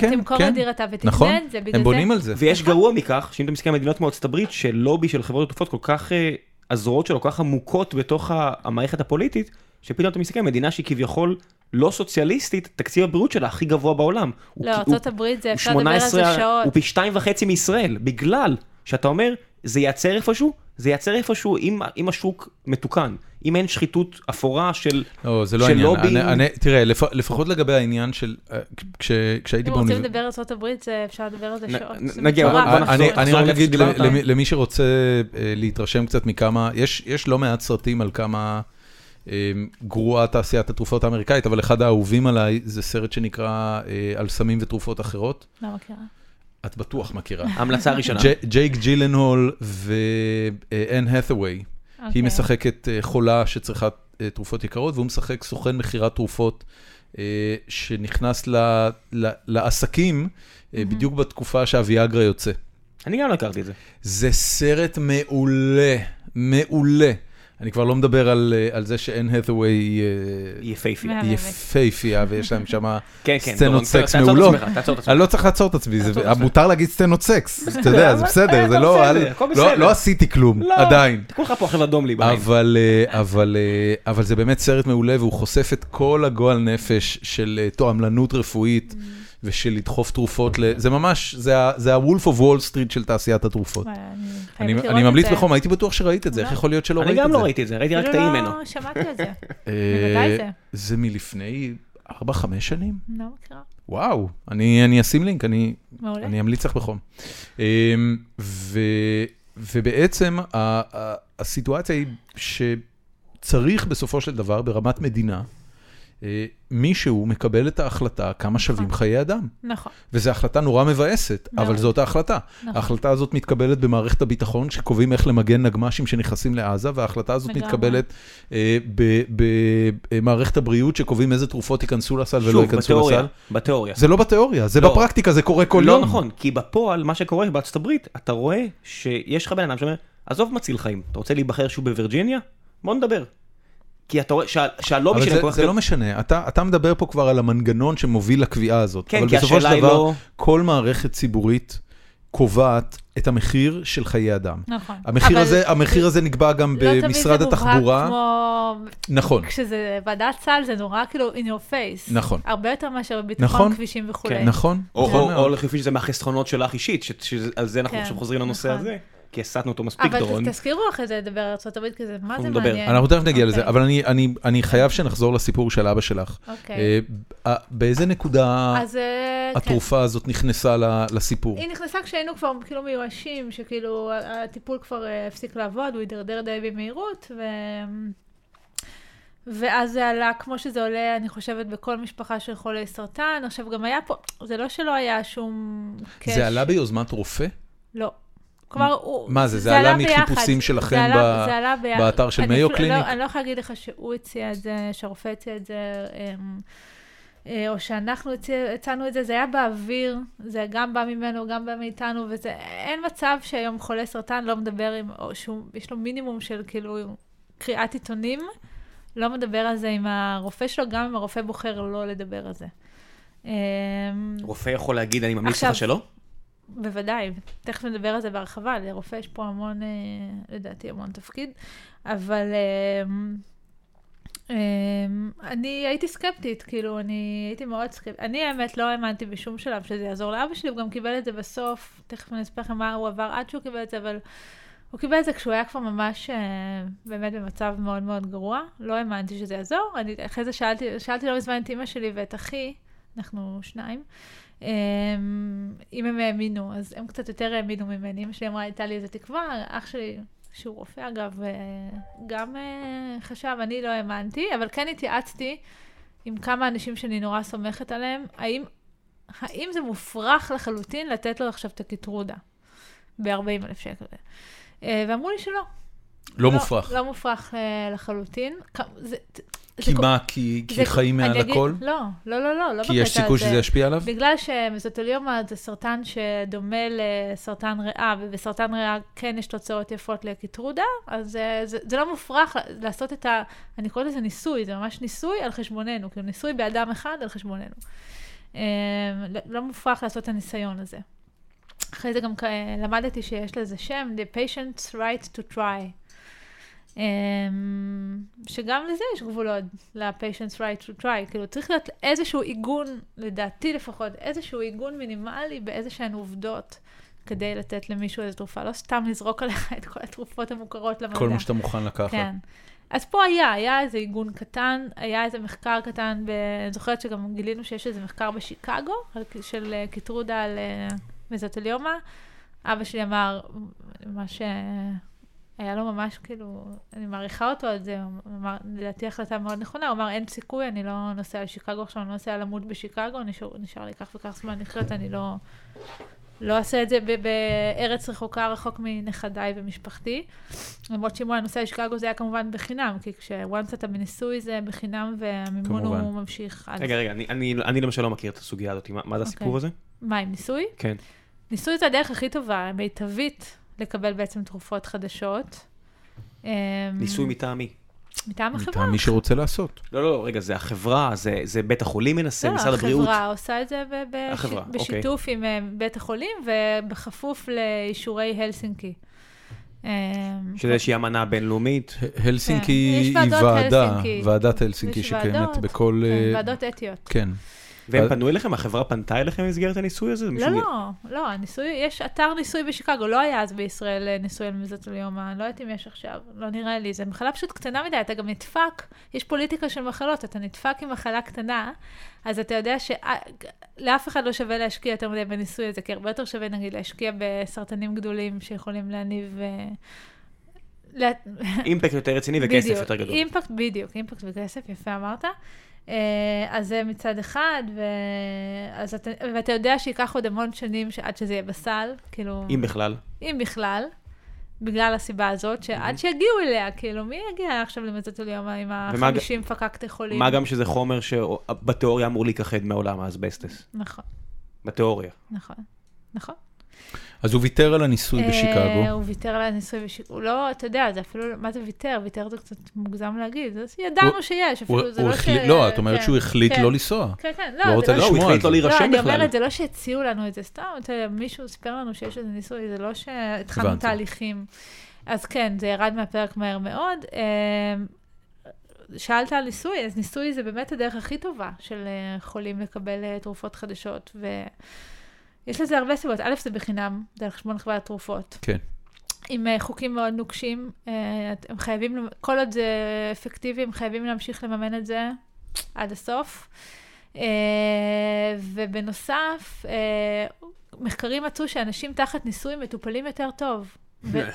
A: כן, כן.
C: תמכור
A: כן.
C: את דירתה ותקנה
A: נכון,
C: את זה, בגלל
A: הם
C: זה-
A: בונים על זה.
B: ויש גרוע מכך, שאם אתה מסתכל על מדינות כמו ארצות הברית, שלובי של חברות התרופות כל כך אה, הזרועות שלו, כל כך עמוקות בתוך ה- המערכת הפוליטית, שפתאום אתה מסתכל על מדינה שהיא כביכול לא סוציאליסטית, תקציב הבריאות שלה הכי גבוה בעולם. הוא-
C: לא,
B: הוא-
C: ארצות הברית זה
B: הוא
C: אפשר לדבר על זה
B: 18
C: שעות.
B: הוא פי שתיים וחצי מישראל, בגלל שאתה אומר, זה ייצר איפשהו, זה ייצר איפשהו אם, אם השוק מתוקן, אם אין שחיתות אפורה של...
A: לא, זה לא
B: של
A: העניין.
B: לובי-
A: אני- אני- תראה, לפ- לפחות לגבי העניין של, אה, כש- כשהייתי
C: אם רוצים
A: באוניברסיטה,
C: לדבר על ארצות הברית, זה אפשר לדבר על זה
B: נ-
C: שעות.
B: נ-
C: זה
B: נגיע,
C: מטורף.
B: כן, בוא נחזור.
A: אה, אני- אני
B: על
A: רק
B: איך
A: אגיד
B: שדיברת.
A: למי- למי שרוצה אה, להתרשם קצת מכמה, יש יש לא מעט סרטים על כמה... אה, אמ, גרועה תעשיית התרופות האמריקאית, אבל אחד האהובים עליי זה סרט שנקרא אה, על סמים ותרופות אחרות.
C: לא מכירה.
A: את בטוח מכירה.
D: המלצה ראשונה.
B: אוקיי.
A: ג'י- ג'ייק ג'ילנהול ואן האת'ווי.
C: אוקיי.
A: היא משחקת אה, חולה שצריכה אה, תרופות יקרות, והוא משחק סוכן מכירת תרופות אה, שנכנס ל- ל- לעסקים אה, בדיוק בתקופה שהוויאגרה יוצא.
D: אני גם לא הכרתי את זה.
A: זה סרט מעולה, מעולה. אני כבר לא מדבר על, אה, על זה שאן האת'ווי
D: היא יפהפייה.
C: מה-
A: היא יפהפייה ויש להם שם...
D: כן, כן.
A: סצנות
D: דורון,
A: סקס
D: תעצור את
A: מעולות.
D: עצמך, תעצור את עצמך.
A: אני לא צריך לעצור את עצמי, זה-
D: תעצור את עצמך.
A: מותר להגיד סצנות סקס, אתה יודע, זה
D: אבל-
A: בסדר, זה
D: הכל
A: לא-
D: בסדר,
A: אל-
D: הכל
A: לא-
D: בסדר.
A: לא עשיתי כלום,
D: לא,
A: עדיין.
D: תקעו לך פה עכשיו אדום לי בעין.
A: אבל, אה, אבל, אה, אבל זה באמת סרט מעולה, והוא חושף את כל הגועל נפש של אה, תועמלנות
D: Mm.
A: רפואית ושל לדחוף תרופות. ל... זה ממש, זה ה- זה ה-Wolf of Wall Street של תעשיית התרופות.
C: וואי, אני חייבת
A: אני,
C: לראות
A: אני
C: את
A: ממליץ
C: זה.
A: בחום, הייתי בטוח שראית את זה, איך
C: לא.
A: יכול להיות שלא ראית
D: אני
A: את זה?
D: גם לא ראיתי את זה, ראיתי רק
C: אפילו
D: תאים ממנו.
C: לא שמעתי על זה,
A: אה,
C: בוודאי זה.
A: זה מלפני 4-5 שנים?
C: לא מכירה.
A: וואו, אני, אני אשים לינק, אני,
C: מעולה.
A: אני אמליץ לך בחום. אמ, ו, ובעצם ה, ה, הסיטואציה היא שצריך בסופו של דבר, ברמת מדינה, אה, מישהו מקבל את ההחלטה כמה שווים
C: נכון.
A: חיי אדם.
C: נכון.
A: וזו החלטה נורא מבאסת,
C: מאוד.
A: אבל זאת ההחלטה.
C: נכון.
A: ההחלטה הזאת מתקבלת במערכת הביטחון, שקובעים איך למגן נגמ"שים שנכנסים לעזה, וההחלטה הזאת
C: לגמרי.
A: מתקבלת אה, ב- במערכת הבריאות, שקובעים איזה תרופות ייכנסו לסל ולא
D: שוב,
A: לא ייכנסו
D: בתיאוריה,
A: לסל.
D: בתיאוריה.
A: זה לא בתיאוריה, זה
D: לא.
A: בפרקטיקה, זה קורה כל יום.
D: לא נכון, כי בפועל, מה שקורה בארצות הברית, אתה רואה שיש לך בן אדם שאומר, עזוב מציל חיים, אתה רוצה להיבחר שוב בווירג'יניה? בוא נדבר. כי אתה רואה שה- שהלובי
A: אבל
D: שלהם כל
A: זה,
D: כך
A: זה לא משנה, אתה, אתה מדבר פה כבר על המנגנון שמוביל לקביעה הזאת.
D: כן,
A: אבל
D: כי
A: בסופו של
D: השאלה היא
A: דבר,
D: לא-
A: כל מערכת ציבורית קובעת את המחיר של חיי אדם.
C: נכון.
A: המחיר,
C: אבל
A: הזה, המחיר הזה נקבע גם
C: לא תמיד זה
A: במשרד
C: מובהק
A: התחבורה.
C: כמו...
A: נכון,
C: כשזה ועדת סל זה נורא כאילו in your face.
A: נכון.
C: הרבה יותר מאשר בביטחון,
A: נכון.
C: כבישים וכולי.
D: כן.
A: נכון.
D: או-
A: נכון
D: או
A: מאוד.
D: או לחלופין שזה מהחסכונות שלך אישית, ש- שעל זה אנחנו
C: כן,
D: עכשיו חוזרים לנושא
C: נכון.
D: הזה, כי הסטנו אותו מספיק, דורון.
C: אבל ת- תזכירו אחרי זה לדבר על ארה"ב, כי זה מה זה
D: אנחנו נדבר.
C: מעניין.
A: אנחנו תכף נגיע לזה,
C: אוקיי.
A: אבל אני, אני, אני חייב שנחזור לסיפור של אבא שלך.
C: אוקיי.
A: אה, באיזה נקודה
C: אז אה, כן.
A: התרופה הזאת נכנסה ל- לסיפור?
C: היא נכנסה כשהיינו כבר כאילו מיואשים, שכאילו ה- הטיפול כבר אה, הפסיק לעבוד, הוא הידרדר די במהירות, ו... ואז זה עלה כמו שזה עולה, אני חושבת, בכל משפחה של חולי סרטן. עכשיו, גם היה פה, זה לא שלא היה שום קש.
A: זה עלה ביוזמת רופא?
C: לא. כלומר, הוא...
A: מה זה, זה עלה
C: ביחד.
A: מחיפושים שלכם
C: זה עלה-
A: ב-
C: זה עלה ביחד.
A: באתר של
C: אני
A: מאיו
C: אפילו-
A: קליניק?
C: לא, אני לא יכולה להגיד לך שהוא הציע את זה, שהרופא הציע את זה, אמ, אה, או שאנחנו הציע- הצענו את זה, זה היה באוויר, זה גם בא ממנו, גם בא מאיתנו, וזה... אין מצב שהיום חולה סרטן לא מדבר עם... או שהוא, יש לו מינימום של כאילו קריאת עיתונים, לא מדבר על זה עם הרופא שלו, גם אם הרופא בוחר לא לדבר על זה. אמ,
D: רופא יכול להגיד, אני ממליץ
C: עכשיו-
D: לך שלא?
C: בוודאי, תכף נדבר על זה בהרחבה, לרופא יש פה המון, אה, לדעתי המון תפקיד, אבל אה, אה, אני הייתי סקפטית, כאילו, אני הייתי מאוד סקפטית. אני האמת לא האמנתי בשום שלב שזה יעזור לאבא שלי, הוא גם קיבל את זה בסוף, תכף אני אספר לכם מה הוא עבר עד שהוא קיבל את זה, אבל הוא קיבל את זה כשהוא היה כבר ממש, אה, באמת במצב מאוד מאוד גרוע, לא האמנתי שזה יעזור, אני אחרי זה שאלתי, שאלתי לא מזמן את אימא שלי ואת אחי, אנחנו שניים. אמ, אם הם האמינו, אז הם קצת יותר האמינו ממני. אמא שלי אמרה, הייתה לי איזה תקווה, אח שלי, שהוא רופא אגב, אה, גם אה, חשב, אני לא האמנתי, אבל כן התייעצתי עם כמה אנשים שאני נורא סומכת עליהם, האם, האם זה מופרך לחלוטין לתת לו עכשיו את הקטרודה ב-40 אלף שקל? אה, ואמרו לי שלא.
A: לא מופרך.
C: לא מופרך אה, לחלוטין. כ- זה-
A: כי
C: זה כל-
A: מה, כי כי
C: זה-
A: חיים
C: אני
A: מעל
C: אגיד-
A: הכל?
C: לא, לא, לא, לא, לא
A: כי יש
C: בקטע
A: סיכוי
C: הזה.
A: שזה ישפיע עליו?
C: בגלל שמזוטוליומה זה סרטן שדומה לסרטן ריאה, ובסרטן ריאה כן יש תוצאות יפות לקטרודה, אז אה, זה, זה לא מופרך לעשות את ה... אני קוראת לזה ניסוי, זה ממש ניסוי על חשבוננו, כאילו ניסוי באדם אחד על חשבוננו. אה, לא- לא מופרך לעשות את הניסיון הזה. אחרי זה גם כ- אה, למדתי שיש לזה שם, The patient's right to try. אמ, שגם לזה יש גבולות, ל-patient's right to try. כאילו, צריך להיות איזשהו עיגון, לדעתי לפחות, איזשהו עיגון מינימלי באיזה שהן עובדות כדי לתת למישהו איזו תרופה. לא סתם לזרוק עליך את כל התרופות המוכרות למדע.
A: כל מה שאתה מוכן לקחת.
C: כן. אז פה היה, היה איזה עיגון קטן, היה איזה מחקר קטן, ב... אני זוכרת שגם גילינו שיש איזה מחקר בשיקגו, על- של אה, קטרודה על אה, מזוטליומה. אבא שלי אמר, מה ש... היה לו ממש כאילו, אני מעריכה אותו על זה, הוא אמר, לדעתי החלטה מאוד נכונה, הוא אמר, אין סיכוי, אני לא נוסע לשיקגו עכשיו, אני לא נוסע למות בשיקגו, נשאר, נשאר לי כך וכך זמן לחיות, אני לא, לא אעשה את זה ב- בארץ רחוקה, רחוק מנכדיי ומשפחתי. למרות שאם הוא היה נוסע לשיקגו זה היה כמובן בחינם, כי כש-once אתה בניסוי זה בחינם והמימון
A: כמובן.
C: הוא ממשיך. עד-
D: רגע, רגע, אני- אני אני למשל לא מכיר את הסוגיה הזאת, מה מה זה
C: אוקיי.
D: הסיפור הזה?
C: מה, עם ניסוי?
D: כן.
C: ניסוי זה הדרך הכי טובה, המיטבית, לקבל בעצם תרופות חדשות. אמ,
D: ניסוי מטעמי.
C: מטעם החברה.
A: מטעם מי שרוצה
C: כן.
A: לעשות.
D: לא, לא, רגע, זה החברה, זה- זה בית החולים מנסה,
C: לא,
D: משרד הבריאות.
C: החברה עושה את זה ב- ב-
D: החברה,
C: ש-
D: אוקיי.
C: בשיתוף עם אה, בית החולים ובכפוף לאישורי הלסינקי. אמ,
D: שזה איזושהי אמנה בינלאומית.
A: הלסינקי
C: יש
A: היא
C: ועדות
A: ועדה,
C: הלסינקי.
A: ועדת הלסינקי
C: יש
A: שקיימת
C: ועדות,
A: בכל...
C: כן,
A: אה,
C: ועדות אתיות.
A: כן.
D: והם
A: אבל-
D: פנו אליכם? החברה פנתה אליכם במסגרת הניסוי הזה?
C: לא,
D: מישהו-
C: לא, לא, הניסוי, יש אתר ניסוי בשיקגו, לא היה אז בישראל אה, ניסוי על מזוטוליומה, לא יודעת אם יש עכשיו, לא נראה לי, זה מחלה פשוט קטנה מדי, אתה גם נדפק, יש פוליטיקה של מחלות, אתה נדפק עם מחלה קטנה, אז אתה יודע שלאף אחד לא שווה להשקיע יותר מדי בניסוי הזה, כי הרבה יותר שווה נגיד להשקיע בסרטנים גדולים שיכולים להניב... אה, לה-
D: אימפקט יותר רציני וכסף
C: בדיוק,
D: יותר גדול.
C: אימפקט, בדיוק, אימפקט וכסף, יפה אמרת. אה, אז זה מצד אחד, ו... אז אתה... ואתה יודע שייקח עוד המון שנים ש- עד שזה יהיה בסל, כאילו,
D: אם בכלל.
C: אם בכלל, בגלל הסיבה הזאת, שעד שיגיעו אליה, כאילו, מי יגיע עכשיו למזוטוליומה עם
D: ומה ג-
C: ה-50 פקקטי חולים?
D: מה גם שזה חומר שבתיאוריה אמור להיכחד מעולם האסבסטס.
C: נכון,
D: בתיאוריה.
C: נכון, נכון.
A: אז הוא ויתר על הניסוי
C: אה,
A: בשיקגו.
C: הוא ויתר על הניסוי בשיקגו, הוא לא, אתה יודע, זה אפילו, מה זה ויתר? ויתר זה קצת מוגזם להגיד, אז ידענו שיש,
A: הוא-
C: אפילו זה
A: הוא
C: לא ש...
A: החליט- לא, את אומרת
C: כן,
A: שהוא החליט
C: כן.
A: לא לנסוע.
C: כן, כן,
A: לא
C: זה
A: רוצה
D: לא,
A: לשמוע
D: הוא
A: על
D: החליט
A: זה.
D: לא
C: לא,
D: להירשם
C: אני אומרת,
D: בכלל.
C: זה לא שהציעו לנו את זה סתם, אתה יודע, מישהו סיפר לנו שיש איזה ניסוי, זה לא שהתחלנו
A: הבנתי.
C: תהליכים. אז כן, זה ירד מהפרק מהר מאוד. אמ, שאלת על ניסוי, אז ניסוי זה באמת הדרך הכי טובה של אה, חולים לקבל אה, תרופות חדשות, ויש לזה הרבה סיבות. א', זה בחינם, זה על חשבון חברת תרופות.
A: כן.
C: עם אה, חוקים מאוד נוקשים, אה, את- הם חייבים, למ- כל עוד זה אפקטיבי, הם חייבים להמשיך לממן את זה עד הסוף. אה, ובנוסף, אה, מחקרים מצאו שאנשים תחת ניסוי מטופלים יותר טוב. ו-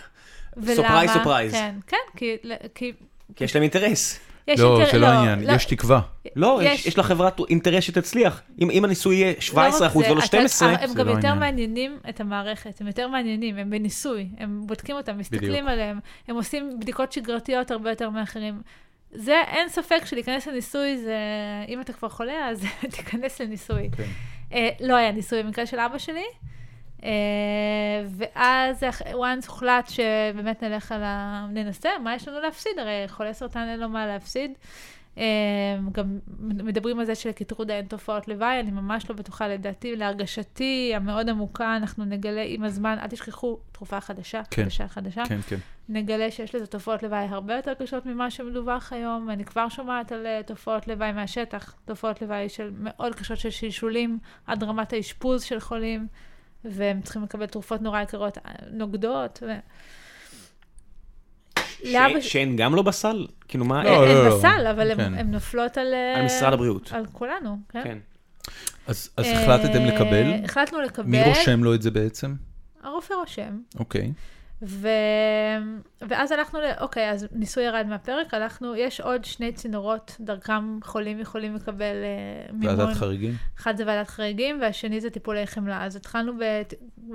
C: ולמה?
D: סופרייז.
C: כן, כן, כי, כי
D: כי יש להם אינטרס.
C: יש
A: לא,
C: יותר-
A: זה לא העניין, יש תקווה.
D: לא,
C: יש-
D: יש- יש לחברה ת- אינטרס שתצליח. אם אם הניסוי יהיה 17%
C: לא רק זה,
D: ולא
C: אתה-
D: 12,
C: הם
A: זה
C: גם
A: לא
C: יותר
A: העניין.
C: מעניינים את המערכת, הם יותר מעניינים, הם בניסוי, הם בודקים אותם, מסתכלים
A: בדיוק.
C: עליהם, הם עושים בדיקות שגרתיות הרבה יותר מאחרים. זה, אין ספק שלהיכנס לניסוי זה, אם אתה כבר חולה, אז תיכנס לניסוי.
A: כן.
C: אה, לא היה ניסוי במקרה של אבא שלי, אה, ואז אח- once הוחלט שבאמת נלך על ה... ננסה, מה יש לנו להפסיד? הרי חולה סרטן אין לו מה להפסיד. אה, גם מדברים על זה שלקיטרודה אין תופעות לוואי, אני ממש לא בטוחה, לדעתי, להרגשתי המאוד עמוקה, אנחנו נגלה עם הזמן, אל תשכחו, תרופה חדשה,
A: כן.
C: חדשה, חדשה.
A: כן, כן.
C: נגלה שיש לזה תופעות לוואי הרבה יותר קשות ממה שמדווח היום. אני כבר שומעת על אה, תופעות לוואי מהשטח, תופעות לוואי של מאוד קשות של שלשולים, עד רמת האשפוז של חולים, והם צריכים לקבל תרופות נורא יקרות, אה, נוגדות. ו...
D: ש-
C: לאבא-
D: שאין גם לא בסל? כאילו מה,
A: לא,
C: הן-
D: אה,
C: הן
A: לא, לא.
C: בסל, אבל הן-
A: כן.
C: הן נופלות על... אה,
D: על משרד הבריאות.
C: על כולנו, כן.
D: כן.
A: אז אז
C: אה,
A: החלטתם לקבל?
C: החלטנו לקבל.
A: מי רושם לו את זה בעצם?
C: הרופא רושם.
A: אוקיי.
C: ו... ואז הלכנו ל... אוקיי, אז ניסוי ירד מהפרק, הלכנו, יש עוד שני צינורות דרכם חולים יכולים לקבל uh, מימון.
A: ועדת חריגים?
C: אחד זה ועדת חריגים, והשני זה טיפולי חמלה. אז התחלנו ב...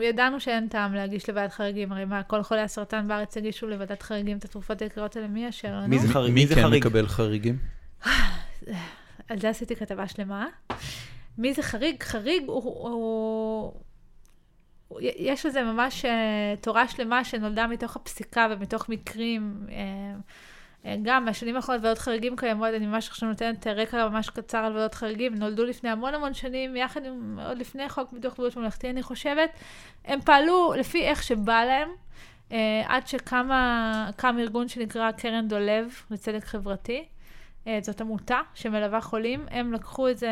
C: ידענו שאין טעם להגיש לוועדת חריגים, הרי מה, כל חולי הסרטן בארץ הגישו לוועדת חריגים את התרופות היקרות האלה, מי אה, יאשר לנו?
D: מי זה
A: מי-
D: חריג?
A: מי
D: מי זה
A: כן
D: חריג?
A: מקבל חריגים?
C: על זה עשיתי כתבה שלמה. מי זה חריג? חריג הוא... הוא... הוא- יש לזה ממש אה, תורה שלמה שנולדה מתוך הפסיקה ומתוך מקרים, אה, אה, גם מהשנים האחרונות ועדות חריגים קיימות, אני ממש עכשיו נותנת אה, רקע ממש קצר על ועדות חריגים, נולדו לפני המון המון שנים, יחד עם, עוד לפני חוק ביטוח בריאות ממלכתי, אני חושבת, הם פעלו לפי איך שבא להם, אה, עד שקם ארגון שנקרא קרן דולב לצדק חברתי. אה, זאת עמותה שמלווה חולים, הם לקחו את זה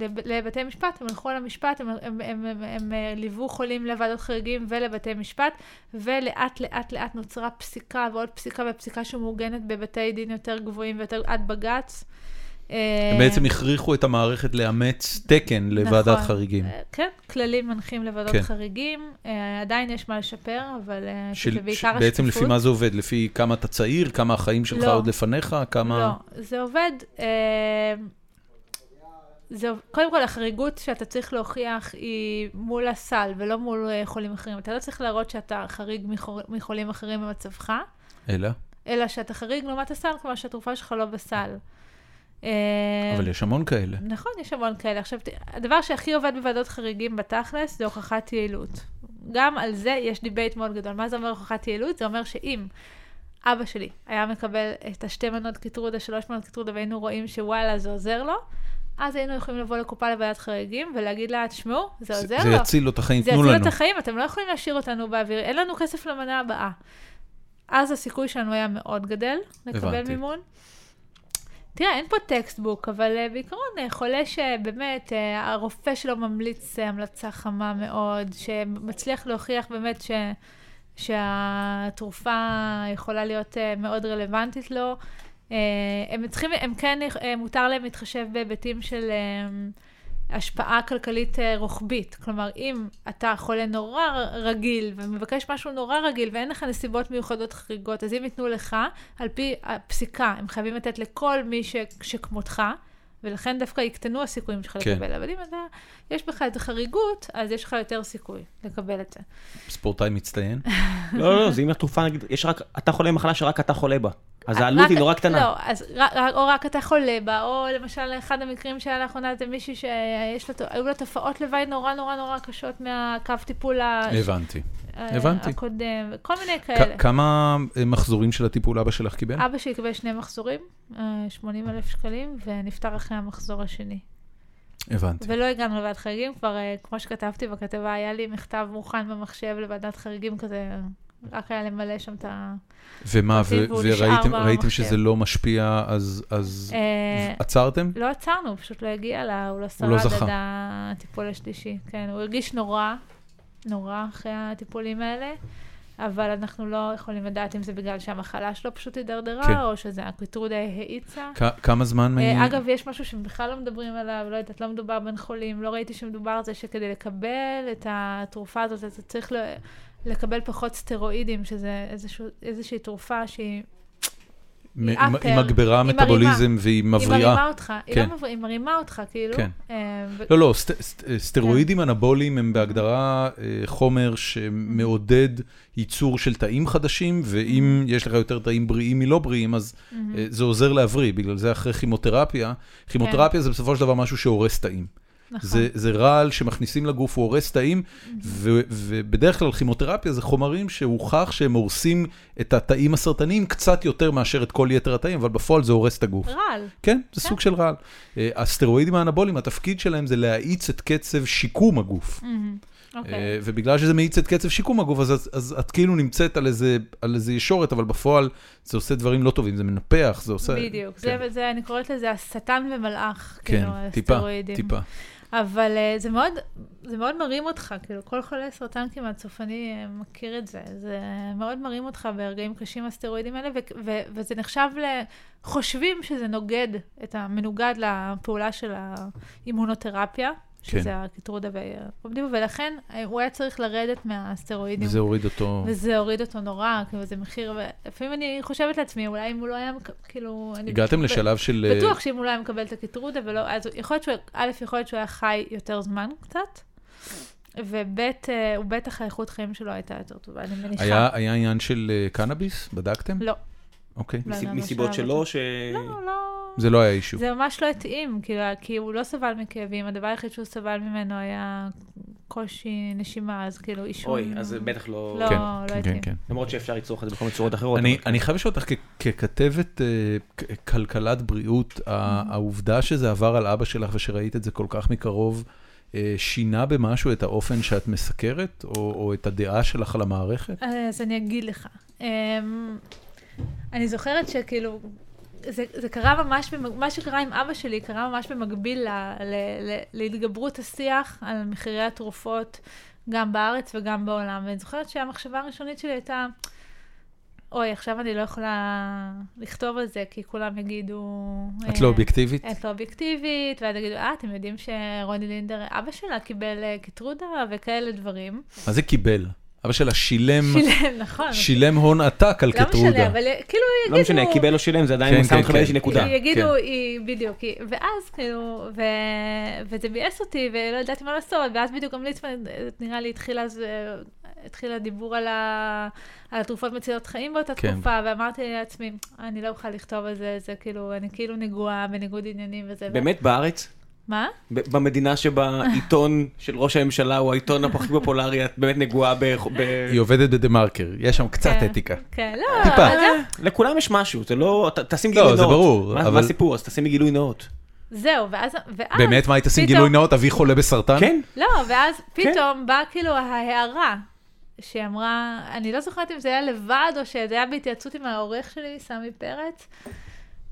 C: לב- לבתי משפט, הם הלכו על המשפט, הם, הם, הם, הם, הם, אה, ליוו חולים לוועדות חריגים ולבתי משפט, ולאט לאט לאט נוצרה פסיקה ועוד פסיקה ופסיקה שמעוגנת בבתי דין יותר גבוהים ויותר עד בג"ץ.
A: הם בעצם הכריחו את המערכת לאמץ תקן לוועדת
C: נכון.
A: חריגים.
C: אה, כן, כללים מנחים לוועדות
A: כן.
C: חריגים, אה, עדיין יש מה לשפר, אבל אה,
A: של-
C: זה
A: ש-
C: בעיקר השקיפות.
A: בעצם לפי מה זה עובד? לפי כמה אתה צעיר, כמה החיים שלך
C: לא.
A: עוד לפניך,
C: לא,
A: כמה...
C: זה עובד. אה, זה, עוב- קודם כל, החריגות שאתה צריך להוכיח היא מול הסל ולא מול אה, חולים אחרים. אתה לא צריך להראות שאתה חריג מחור- מחולים אחרים במצבך,
A: אלא?
C: אלא שאתה חריג לעומת הסל, כלומר שהתרופה שלך לא בסל. אה,
A: אבל יש המון כאלה.
C: נכון, יש המון כאלה. עכשיו, ת- הדבר שהכי עובד בוועדות חריגים בתכלס זה הוכחת יעילות. גם על זה יש דיבייט מאוד גדול. מה זה אומר הוכחת יעילות? זה אומר שאם אבא שלי היה מקבל את השתי מנות קיטרודה, שלוש מנות קיטרודה, והיינו רואים שוואלה, זה עוזר לו, אז היינו יכולים לבוא לקופה לוועדת חריגים ולהגיד לה, תשמעו, לא, זה
A: זה
C: עוזר
A: זה
C: לו.
A: יציל לו את החיים,
C: זה
A: תנו
C: יציל את
A: לנו.
C: החיים, אתם לא יכולים להשאיר אותנו באוויר, אין לנו כסף למנה הבאה. אז הסיכוי שלנו היה מאוד גדל לקבל
A: הבנתי.
C: מימון. תראה, אין פה טקסטבוק, אבל uh, בעיקרון uh, חולה שבאמת uh, הרופא שלו ממליץ uh, המלצה חמה מאוד, שמצליח להוכיח באמת ש, שהתרופה יכולה להיות uh, מאוד רלוונטית לו. Uh, הם צריכים, הם כן, uh, מותר להם להתחשב בהיבטים של uh, השפעה כלכלית uh, רוחבית. כלומר, אם אתה חולה נורא רגיל ומבקש משהו נורא רגיל ואין לך נסיבות מיוחדות חריגות, אז אם ייתנו לך, על פי הפסיקה, הם חייבים לתת לכל מי ש, שכמותך, ולכן דווקא יקטנו הסיכויים שלך
A: כן.
C: כן. לקבל. אבל אם אתה, יש בך איזו חריגות, אז יש לך יותר סיכוי לקבל את זה.
A: ספורטאי מצטיין.
B: לא, לא, זה אם התרופה, נגיד, יש רק, אתה חולה במחלה שרק אתה חולה בה. אז העלות היא נורא קטנה.
C: לא, אז רק, רק, או רק אתה חולה בה, או למשל אחד המקרים שהיה לאחרונה זה מישהי שיש לה, היו לה תופעות לוואי נורא נורא נורא קשות מהקו טיפול ה-
A: הבנתי.
C: אה,
A: הבנתי.
C: הקודם, כל מיני
A: כ-
C: כאלה.
A: כמה אה, מחזורים של הטיפול אבא שלך קיבל?
C: אבא שלי קיבל שני מחזורים, אה, 80 אלף שקלים, ונפטר אחרי המחזור השני.
A: הבנתי.
C: ולא הגענו לוועדת חריגים, כבר אה, כמו שכתבתי בכתבה, היה לי מכתב מוכן במחשב לוועדת חריגים כזה, רק היה למלא שם את ה...
A: ומה, ו-
C: והוא נשאר
A: וראיתם ראיתם
C: במחשב.
A: שזה לא משפיע, אז- אז
C: אה,
A: עצרתם?
C: לא עצרנו, הוא פשוט לא הגיע לה, הוא לא שרד
A: לא זכה.
C: עד הטיפול השלישי. כן, הוא הרגיש נורא, נורא אחרי הטיפולים האלה, אבל אנחנו לא יכולים לדעת אם זה בגלל שהמחלה שלו פשוט הידרדרה,
A: כן.
C: או שזה הקטרודה האיצה.
A: כ- כמה זמן מ...
C: אה, אגב, יש משהו שבכלל לא מדברים עליו, לא יודעת, לא מדובר בין חולים, לא ראיתי שמדובר על זה שכדי לקבל את התרופה הזאת, אתה צריך ל- לקבל פחות סטרואידים, שזה איזשהו, איזושהי תרופה שהיא
A: מ-
C: היא
A: היא
C: upper,
A: היא מגבירה
C: היא
A: מטאבוליזם והיא
C: היא
A: מבריאה.
C: מרימה אותך, היא
A: כן.
C: לא מבריאה, היא מרימה אותך, כאילו.
A: כן.
C: אה, ו-
A: לא, לא, סט- סט- סטרואידים
C: כן.
A: אנבוליים הם בהגדרה אה, חומר שמעודד ייצור של תאים חדשים, ואם
C: Mm-hmm.
A: יש לך יותר תאים בריאים מלא בריאים, אז אה, זה עוזר להבריא, בגלל זה אחרי כימותרפיה.
C: כן.
A: כימותרפיה זה בסופו של דבר משהו שהורס תאים.
C: נכון.
A: זה, זה רעל שמכניסים לגוף, הוא הורס תאים, ו, ובדרך כלל כימותרפיה זה חומרים שהוכח שהם הורסים את התאים הסרטניים קצת יותר מאשר את כל יתר התאים, אבל בפועל זה הורס את הגוף.
C: רעל.
A: כן, זה סוג של רעל. אה, הסטרואידים האנבוליים, התפקיד שלהם זה להאיץ את קצב שיקום הגוף.
C: אוקיי.
A: אה, ובגלל שזה מאיץ את קצב שיקום הגוף, אז, אז, אז את כאילו נמצאת על איזה, על איזה ישורת, אבל בפועל זה עושה דברים לא טובים, זה מנפח, זה עושה...
C: בדיוק.
A: כן,
C: זה, זה, אני קוראת לזה השטן ומלאך,
A: כן,
C: כאילו,
A: טיפה,
C: הסטרואידים.
A: טיפה.
C: אבל אה, זה מאוד, זה מאוד מרים אותך, כאילו, כל חולה סרטן כמעט סופני אה, מכיר את זה. זה מאוד מרים אותך ברגעים קשים, הסטרואידים האלה, ו- ו- וזה נחשב ל... חושבים שזה נוגד, את המנוגד לפעולה של האימונותרפיה, שזה
A: כן.
C: הקטרודה והעובדים, ולכן אה, הוא היה צריך לרדת מהסטרואידים.
A: וזה הוריד אותו.
C: וזה הוריד אותו נורא, כאילו זה מחיר, ולפעמים אני חושבת לעצמי, אולי אם הוא לא היה, מק- כאילו... אני
A: הגעתם
C: ב-
A: לשלב של... אה,
C: בטוח שאם הוא לא היה מקבל את הקטרודה ולא, אז יכול להיות שהוא, א', יכול להיות שהוא היה חי יותר זמן קצת, וב', אה, הוא בטח האיכות חיים שלו הייתה יותר טובה, אני מניחה.
A: היה, היה עניין של אה, קנאביס? בדקתם?
C: לא,
A: אוקיי.
C: לא.
B: מסיב-
C: לא, לא,
B: מסיבות
C: לא,
B: שלו,
C: לא.
B: ש...
C: לא, לא,
A: זה לא היה אישו.
C: זה ממש לא התאים, כאילו, כי הוא לא סבל מכאבים, הדבר היחיד שהוא סבל ממנו היה קושי נשימה, אז כאילו עישון.
B: אוי, אז זה בטח לא...
C: לא.
A: כן,
C: לא
A: כן,
C: התאים.
A: כן.
B: למרות שאפשר לצרוך את זה בכל מיני צורות אחרות.
A: אני,
B: אבל-
A: אני חייב לשאול אותך, כ- ככתבת אה, כ- כלכלת בריאות,
C: Mm-hmm.
A: ה- העובדה שזה עבר על אבא שלך ושראית את זה כל כך מקרוב, אה, שינה במשהו את האופן שאת מסקרת, או, או את הדעה שלך על המערכת?
C: אז אני אגיד לך. אמ, אני זוכרת שכאילו, זה, זה קרה ממש, במ- מה שקרה עם אבא שלי קרה ממש במקביל ל, ל, ל, להתגברות השיח על מחירי התרופות, גם בארץ וגם בעולם. ואני זוכרת שהמחשבה הראשונית שלי הייתה, אוי, עכשיו אני לא יכולה לכתוב על זה, כי כולם יגידו...
A: את
C: אה,
A: לא אובייקטיבית?
C: את לא אובייקטיבית, ואז יגידו, אה, אתם יודעים שרוני לינדר, אבא שלה קיבל אה, קטרודה וכאלה דברים.
A: מה זה קיבל? אבא שלה שילם,
C: שילם, נכון.
A: שילם הון עתק על
C: לא משנה,
A: קטרודה.
C: אבל אה, כאילו יגידו...
D: לא משנה, קיבל או שילם, זה
A: כן,
D: עדיין שם
A: כן,
D: אותך
A: כן.
D: באיזושהי נקודה.
A: כן.
C: יגידו, היא, בדיוק, היא, ואז כאילו, ו, וזה ביאס אותי, ולא ידעתי מה לעשות, ואז בדיוק גם ליצמן, נראה לי, התחיל אז, אה, התחיל הדיבור על, ה, על התרופות מצילות חיים באותה
A: כן.
C: כן. תקופה, ואמרתי לעצמי, אני לא אוכל לכתוב על זה, זה כאילו, אני כאילו נגועה בניגוד עניינים וזה.
D: כן. באמת בארץ?
C: ו... מה?
D: ב- במדינה שבה עיתון של ראש הממשלה הוא העיתון הכי פופולרי, את באמת נגועה ב...
C: אה,
D: ב-
A: היא עובדת בדה מרקר, יש שם קצת
C: כן.
A: אתיקה.
C: כן, לא,
A: טיפה.
C: אבל גם-
D: לכולם יש משהו, זה לא... ת- תשים
A: לא,
D: גילוי נאות.
A: זה ברור,
D: מה-
A: אבל-
D: מה הסיפור? אז תשימי גילוי נאות.
C: זהו, ואז, ואז...
A: באמת, מה, היית עושים
C: פתאום-
A: גילוי נאות, אבי חולה בסרטן?
D: כן?
C: לא, ואז פתאום באה כאילו ההערה, שהיא אמרה, אני לא זוכרת אם זה היה לבד או שזה היה בהתייעצות עם העורך שלי, סמי פרץ.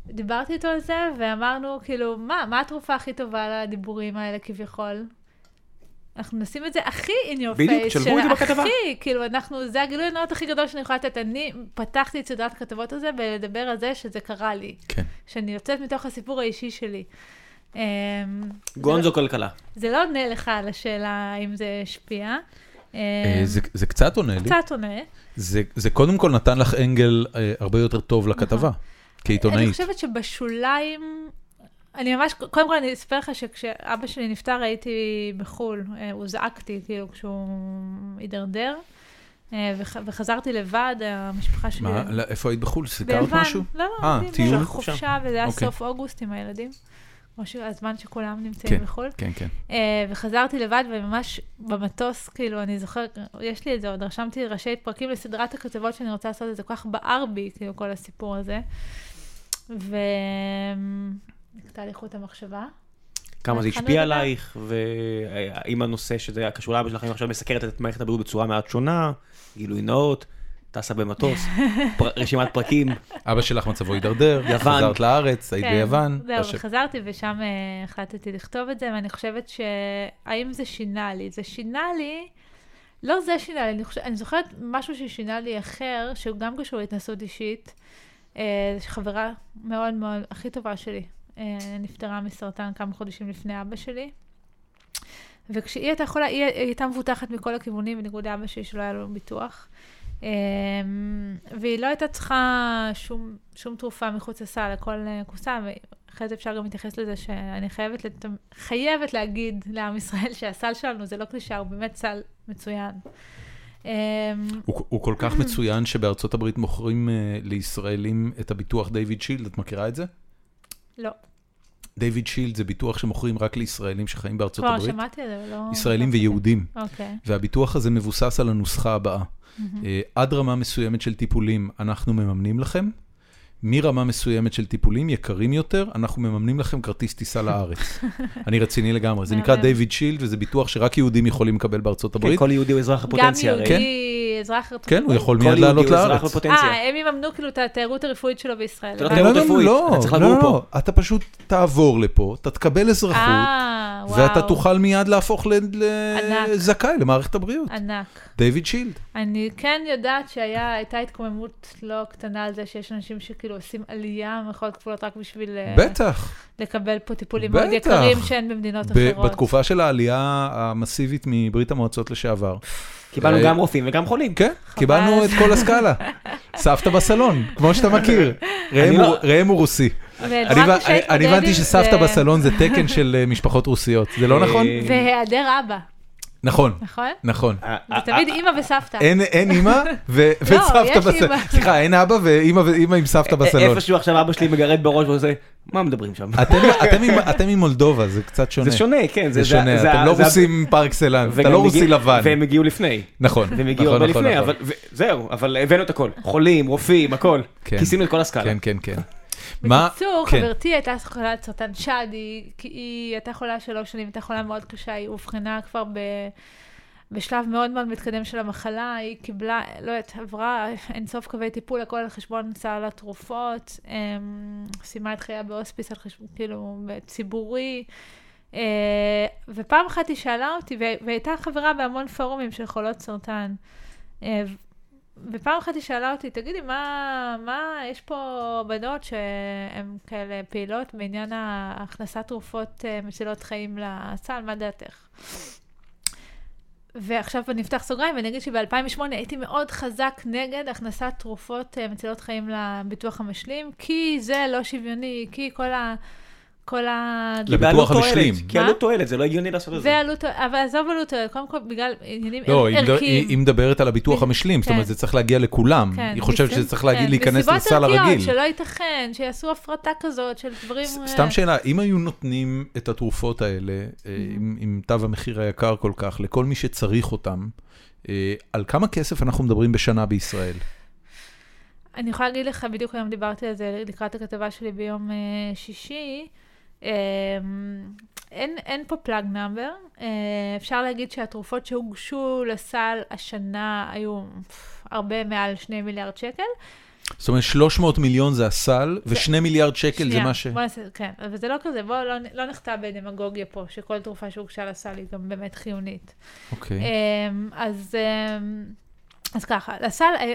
C: דיברתי איתו על זה, ואמרנו, כאילו, מה, מה התרופה הכי טובה לדיבורים האלה כביכול? אנחנו נשים את זה הכי in your
D: בדיוק,
C: face,
D: תשלבו את זה בכתבה.
C: הכי, כאילו, אנחנו, זה הגילוי הנאות הכי גדול שאני יכולה לתת. אני פתחתי את סדרת הכתבות הזה בלדבר על זה שזה קרה לי,
A: כן.
C: שאני יוצאת מתוך הסיפור האישי שלי. אמ, זה
D: גונזו כלכלה.
C: זה לא עונה לך על השאלה האם זה השפיע.
A: אה, זה- זה קצת עונה לי.
C: קצת עונה.
A: זה זה קודם כל נתן לך אנגל אה, הרבה יותר טוב לכתבה,
C: נכון. אני
A: כעיתונאית.
C: חושבת שבשוליים... אני ממש, קודם כל אני אספר לך שכשאבא שלי נפטר הייתי בחו"ל, אה, הוזעקתי כאילו כשהוא הידרדר, אה, וח- וחזרתי לבד, המשפחה שלי...
A: מה, לא, איפה היית בחו"ל? סיכרת
C: ביוון.
A: משהו?
C: לא, לא,
A: אה,
C: הייתי
A: טיול?
C: בחופשה, וזה היה
A: אוקיי.
C: סוף אוגוסט עם הילדים, כמו שהזמן שכולם
A: כן.
C: נמצאים בחו"ל.
A: כן, כן.
C: אה, וחזרתי לבד, וממש במטוס, כאילו, אני זוכרת, יש לי את זה, עוד רשמתי ראשי פרקים לסדרת הכתבות שאני רוצה לעשות, את זה כל כך בער בי, כאילו, כל הסיפור הזה. ו... נקטע לי חוט המחשבה.
D: כמה זה
C: התחלנו
D: השפיע
C: לדבר.
D: עלייך, והאם הנושא שזה היה קשור לאבא שלכם עכשיו מסקרת את מערכת הבריאות בצורה מעט שונה, גילוי נאות, טסה במטוס, פר- רשימת פרקים, כן,
A: אבא שלך מצבו הידרדר,
D: יוון.
A: חזרת לארץ, היית
C: כן,
A: ביוון.
C: זהו,
A: עכשיו-
C: וחזרתי, ושם אה, החלטתי לכתוב את זה, ואני חושבת ש... האם זה שינה לי? זה שינה לי... לא זה שינה לי, אני, חושבת, אני זוכרת משהו ששינה לי אחר, שהוא גם קשור להתנסות אישית. אה, חברה מאוד מאוד, הכי טובה שלי, אה, נפטרה מסרטן כמה חודשים לפני אבא שלי. וכשהיא הייתה חולה, היא הייתה מבוטחת מכל הכיוונים, בניגוד לאבא שלי שלא היה לו ביטוח. אמ, והיא לא הייתה צריכה שום, שום תרופה מחוץ לסל, הכל אה, כוסה, ואחרי זה אפשר גם להתייחס לזה שאני חייבת, לת... חייבת להגיד לעם ישראל שהסל שלנו זה לא קלישאה, הוא באמת סל מצוין. אמ,
A: הוא הוא כל כך מצוין שבארצות הברית מוכרים אה, לישראלים את הביטוח דיוויד שילד, את מכירה את זה?
C: לא,
A: דיוויד שילד זה ביטוח שמוכרים רק לישראלים שחיים בארצות
C: כבר
A: הברית,
C: שמעתי על זה, אבל לא...
A: ישראלים
C: לא
A: ויהודים.
C: אוקיי.
A: והביטוח הזה מבוסס על הנוסחה הבאה. אה, עד רמה מסוימת של טיפולים אנחנו מממנים לכם, מרמה מסוימת של טיפולים יקרים יותר, אנחנו מממנים לכם כרטיס טיסה לארץ. אני רציני לגמרי, זה נקרא
C: מהמם.
A: דיוויד שילד, וזה ביטוח שרק יהודים יכולים לקבל בארצות
D: כן,
A: הברית.
D: כל יהודי הוא אזרח
C: גם
D: הפוטנציה הרי.
C: יהודי, אזרח ארצות
A: כן, הוא
C: הברית?
A: יכול
D: כל
A: מיד
D: יהודי
A: לעלות
D: הוא אזרח
A: לארץ.
D: בפוטנציה.
C: אה, הם יממנו כאילו את התיירות הרפואית שלו בישראל.
D: אתה לא
C: הבנתי.
D: תיירות רפואית,
A: לא,
D: אתה צריך
A: לא,
D: לגור פה.
A: לא, אתה פשוט תעבור לפה, אתה תקבל אזרחות,
C: אה, וואו.
A: ואתה תוכל מיד להפוך ל-
C: ענק.
A: לזכאי למערכת הבריאות.
D: אה.
C: ענק.
A: דיוויד שילד.
C: אני כן יודעת שהייתה התקוממות לא קטנה על זה שיש אנשים שכאילו עושים עלייה ממחאות כפולות רק בשביל
D: כן.
C: אה,
A: בטח,
C: לקבל פה טיפולים מאוד
A: בטח.
C: יקרים שאין במדינות
A: ב-
C: אחרות.
A: בתקופה של העלייה המסיבית מברית המועצות לשעבר.
D: קיבלנו
A: אה,
D: גם רופאים וגם חולים.
A: כן, קיבלנו את כל הסקאלה. סבתא בסלון, כמו שאתה מכיר. ראם
D: אני
A: הוא-
D: לא-
A: ראם הוא רוסי.
C: ונורא
A: אני הבנ-
C: קשה
A: אני-
C: להתמודד
A: אני הבנתי
C: עם
A: שסבתא
C: זה.
A: בסלון זה תקן של אה, משפחות רוסיות, זה לא נכון?
D: אה,
C: והיעדר אבא,
A: נכון,
C: נכון?
A: נכון.
D: אה,
C: זה תמיד אימא וסבתא.
A: אין, אין אימא ו- וסבתא
C: יש
A: בסלון.
C: אימא.
A: סליחה, אין אבא ואימא ואימא עם
D: אה,
A: סבתא אה, בסלון.
D: איפשהו עכשיו אבא שלי מגרד בראש ועושה, מה מדברים שם?
A: אתם, אתם, עם, אתם עם מולדובה, זה קצת שונה.
D: זה שונה, כן.
A: זה שונה, אתם לא
D: זה-
A: רוסים פר אקסלנס, אתה
D: וגם
A: לא רוסי
D: הגיעו-
A: לבן.
D: והם הגיעו לפני.
A: נכון,
D: והם הגיעו
A: נכון,
D: הרבה
A: נכון,
D: לפני,
A: נכון.
D: אבל ו- זהו, אבל הבאנו את הכל. חולים, רופאים, הכל.
A: כן.
D: כיסינו את כל הסקאלה.
A: כן, כן, כן. מה,
C: בקיצור,
A: כן,
C: חברתי הייתה חולת סרטן שד, היא כי היא הייתה חולה שלוש שנים, הייתה חולה מאוד קשה, היא אובחנה כבר ב... בשלב מאוד מאוד מתקדם של המחלה, היא קיבלה, לא יודעת, עברה אינסוף קווי טיפול, הכל על חשבון סל התרופות, אמ, סיימה את חייה בהוספיס, על חשבון, כאילו, ציבורי. אה, ופעם אחת היא שאלה אותי, וה- והייתה חברה בהמון פורומים של חולות סרטן. אה, ופעם אחת היא שאלה אותי, תגידי, מה, מה יש פה בנות שהן כאלה פעילות בעניין הכנסת תרופות אה, מצילות חיים לסל, מה דעתך? ועכשיו אני אפתח סוגריים ואני אגיד שב-2008 הייתי מאוד חזק נגד הכנסת תרופות אה, מצילות חיים לביטוח המשלים, כי זה לא שוויוני, כי כל ה... כל ה...
A: לב- לביטוח
B: בעלות תועלת,
A: המשלים.
B: כי
C: מה?
B: עלות תועלת, זה לא הגיוני לעשות את זה.
C: ועלות, אבל עזוב עלות, קודם כל בגלל עניינים
A: לא, היא מד-
C: ערכיים.
A: היא היא מדברת על הביטוח המשלים, זאת
C: כן.
A: אומרת, זה צריך להגיע לכולם.
C: כן,
A: היא חושבת
C: מסיב-
A: שזה צריך להגיד-
C: כן,
A: להיכנס לסל
C: מסיבות
A: הרגיל.
C: ערכיות, שלא ייתכן, שיעשו הפרטה כזאת של דברים...
A: ס-
C: אה,
A: סתם שאלה, אם היו נותנים את התרופות האלה, אה, עם- עם תו המחיר היקר כל כך, לכל מי שצריך אותם, אה, על כמה כסף אנחנו מדברים בשנה בישראל?
C: אני יכולה להגיד לך, בדיוק היום דיברתי על זה לקראת הכתבה שלי ביום אה, שישי. אה, אין, אין פה פלאג נאמבר. אה, אפשר להגיד שהתרופות שהוגשו לסל השנה היו פף, הרבה מעל שני מיליארד שקל.
A: זאת אומרת, 300 מיליון זה הסל, ו2 מיליארד שקל זה
C: שנייה,
A: מה ש...
C: בוא נעשה, כן, אבל זה לא כזה, בואו לא, נ- לא נחטא בדמגוגיה פה, שכל תרופה שהוגשה לסל היא גם באמת חיונית.
A: אוקיי.
C: אמ, אז, אמ, אז ככה, לסל, אה,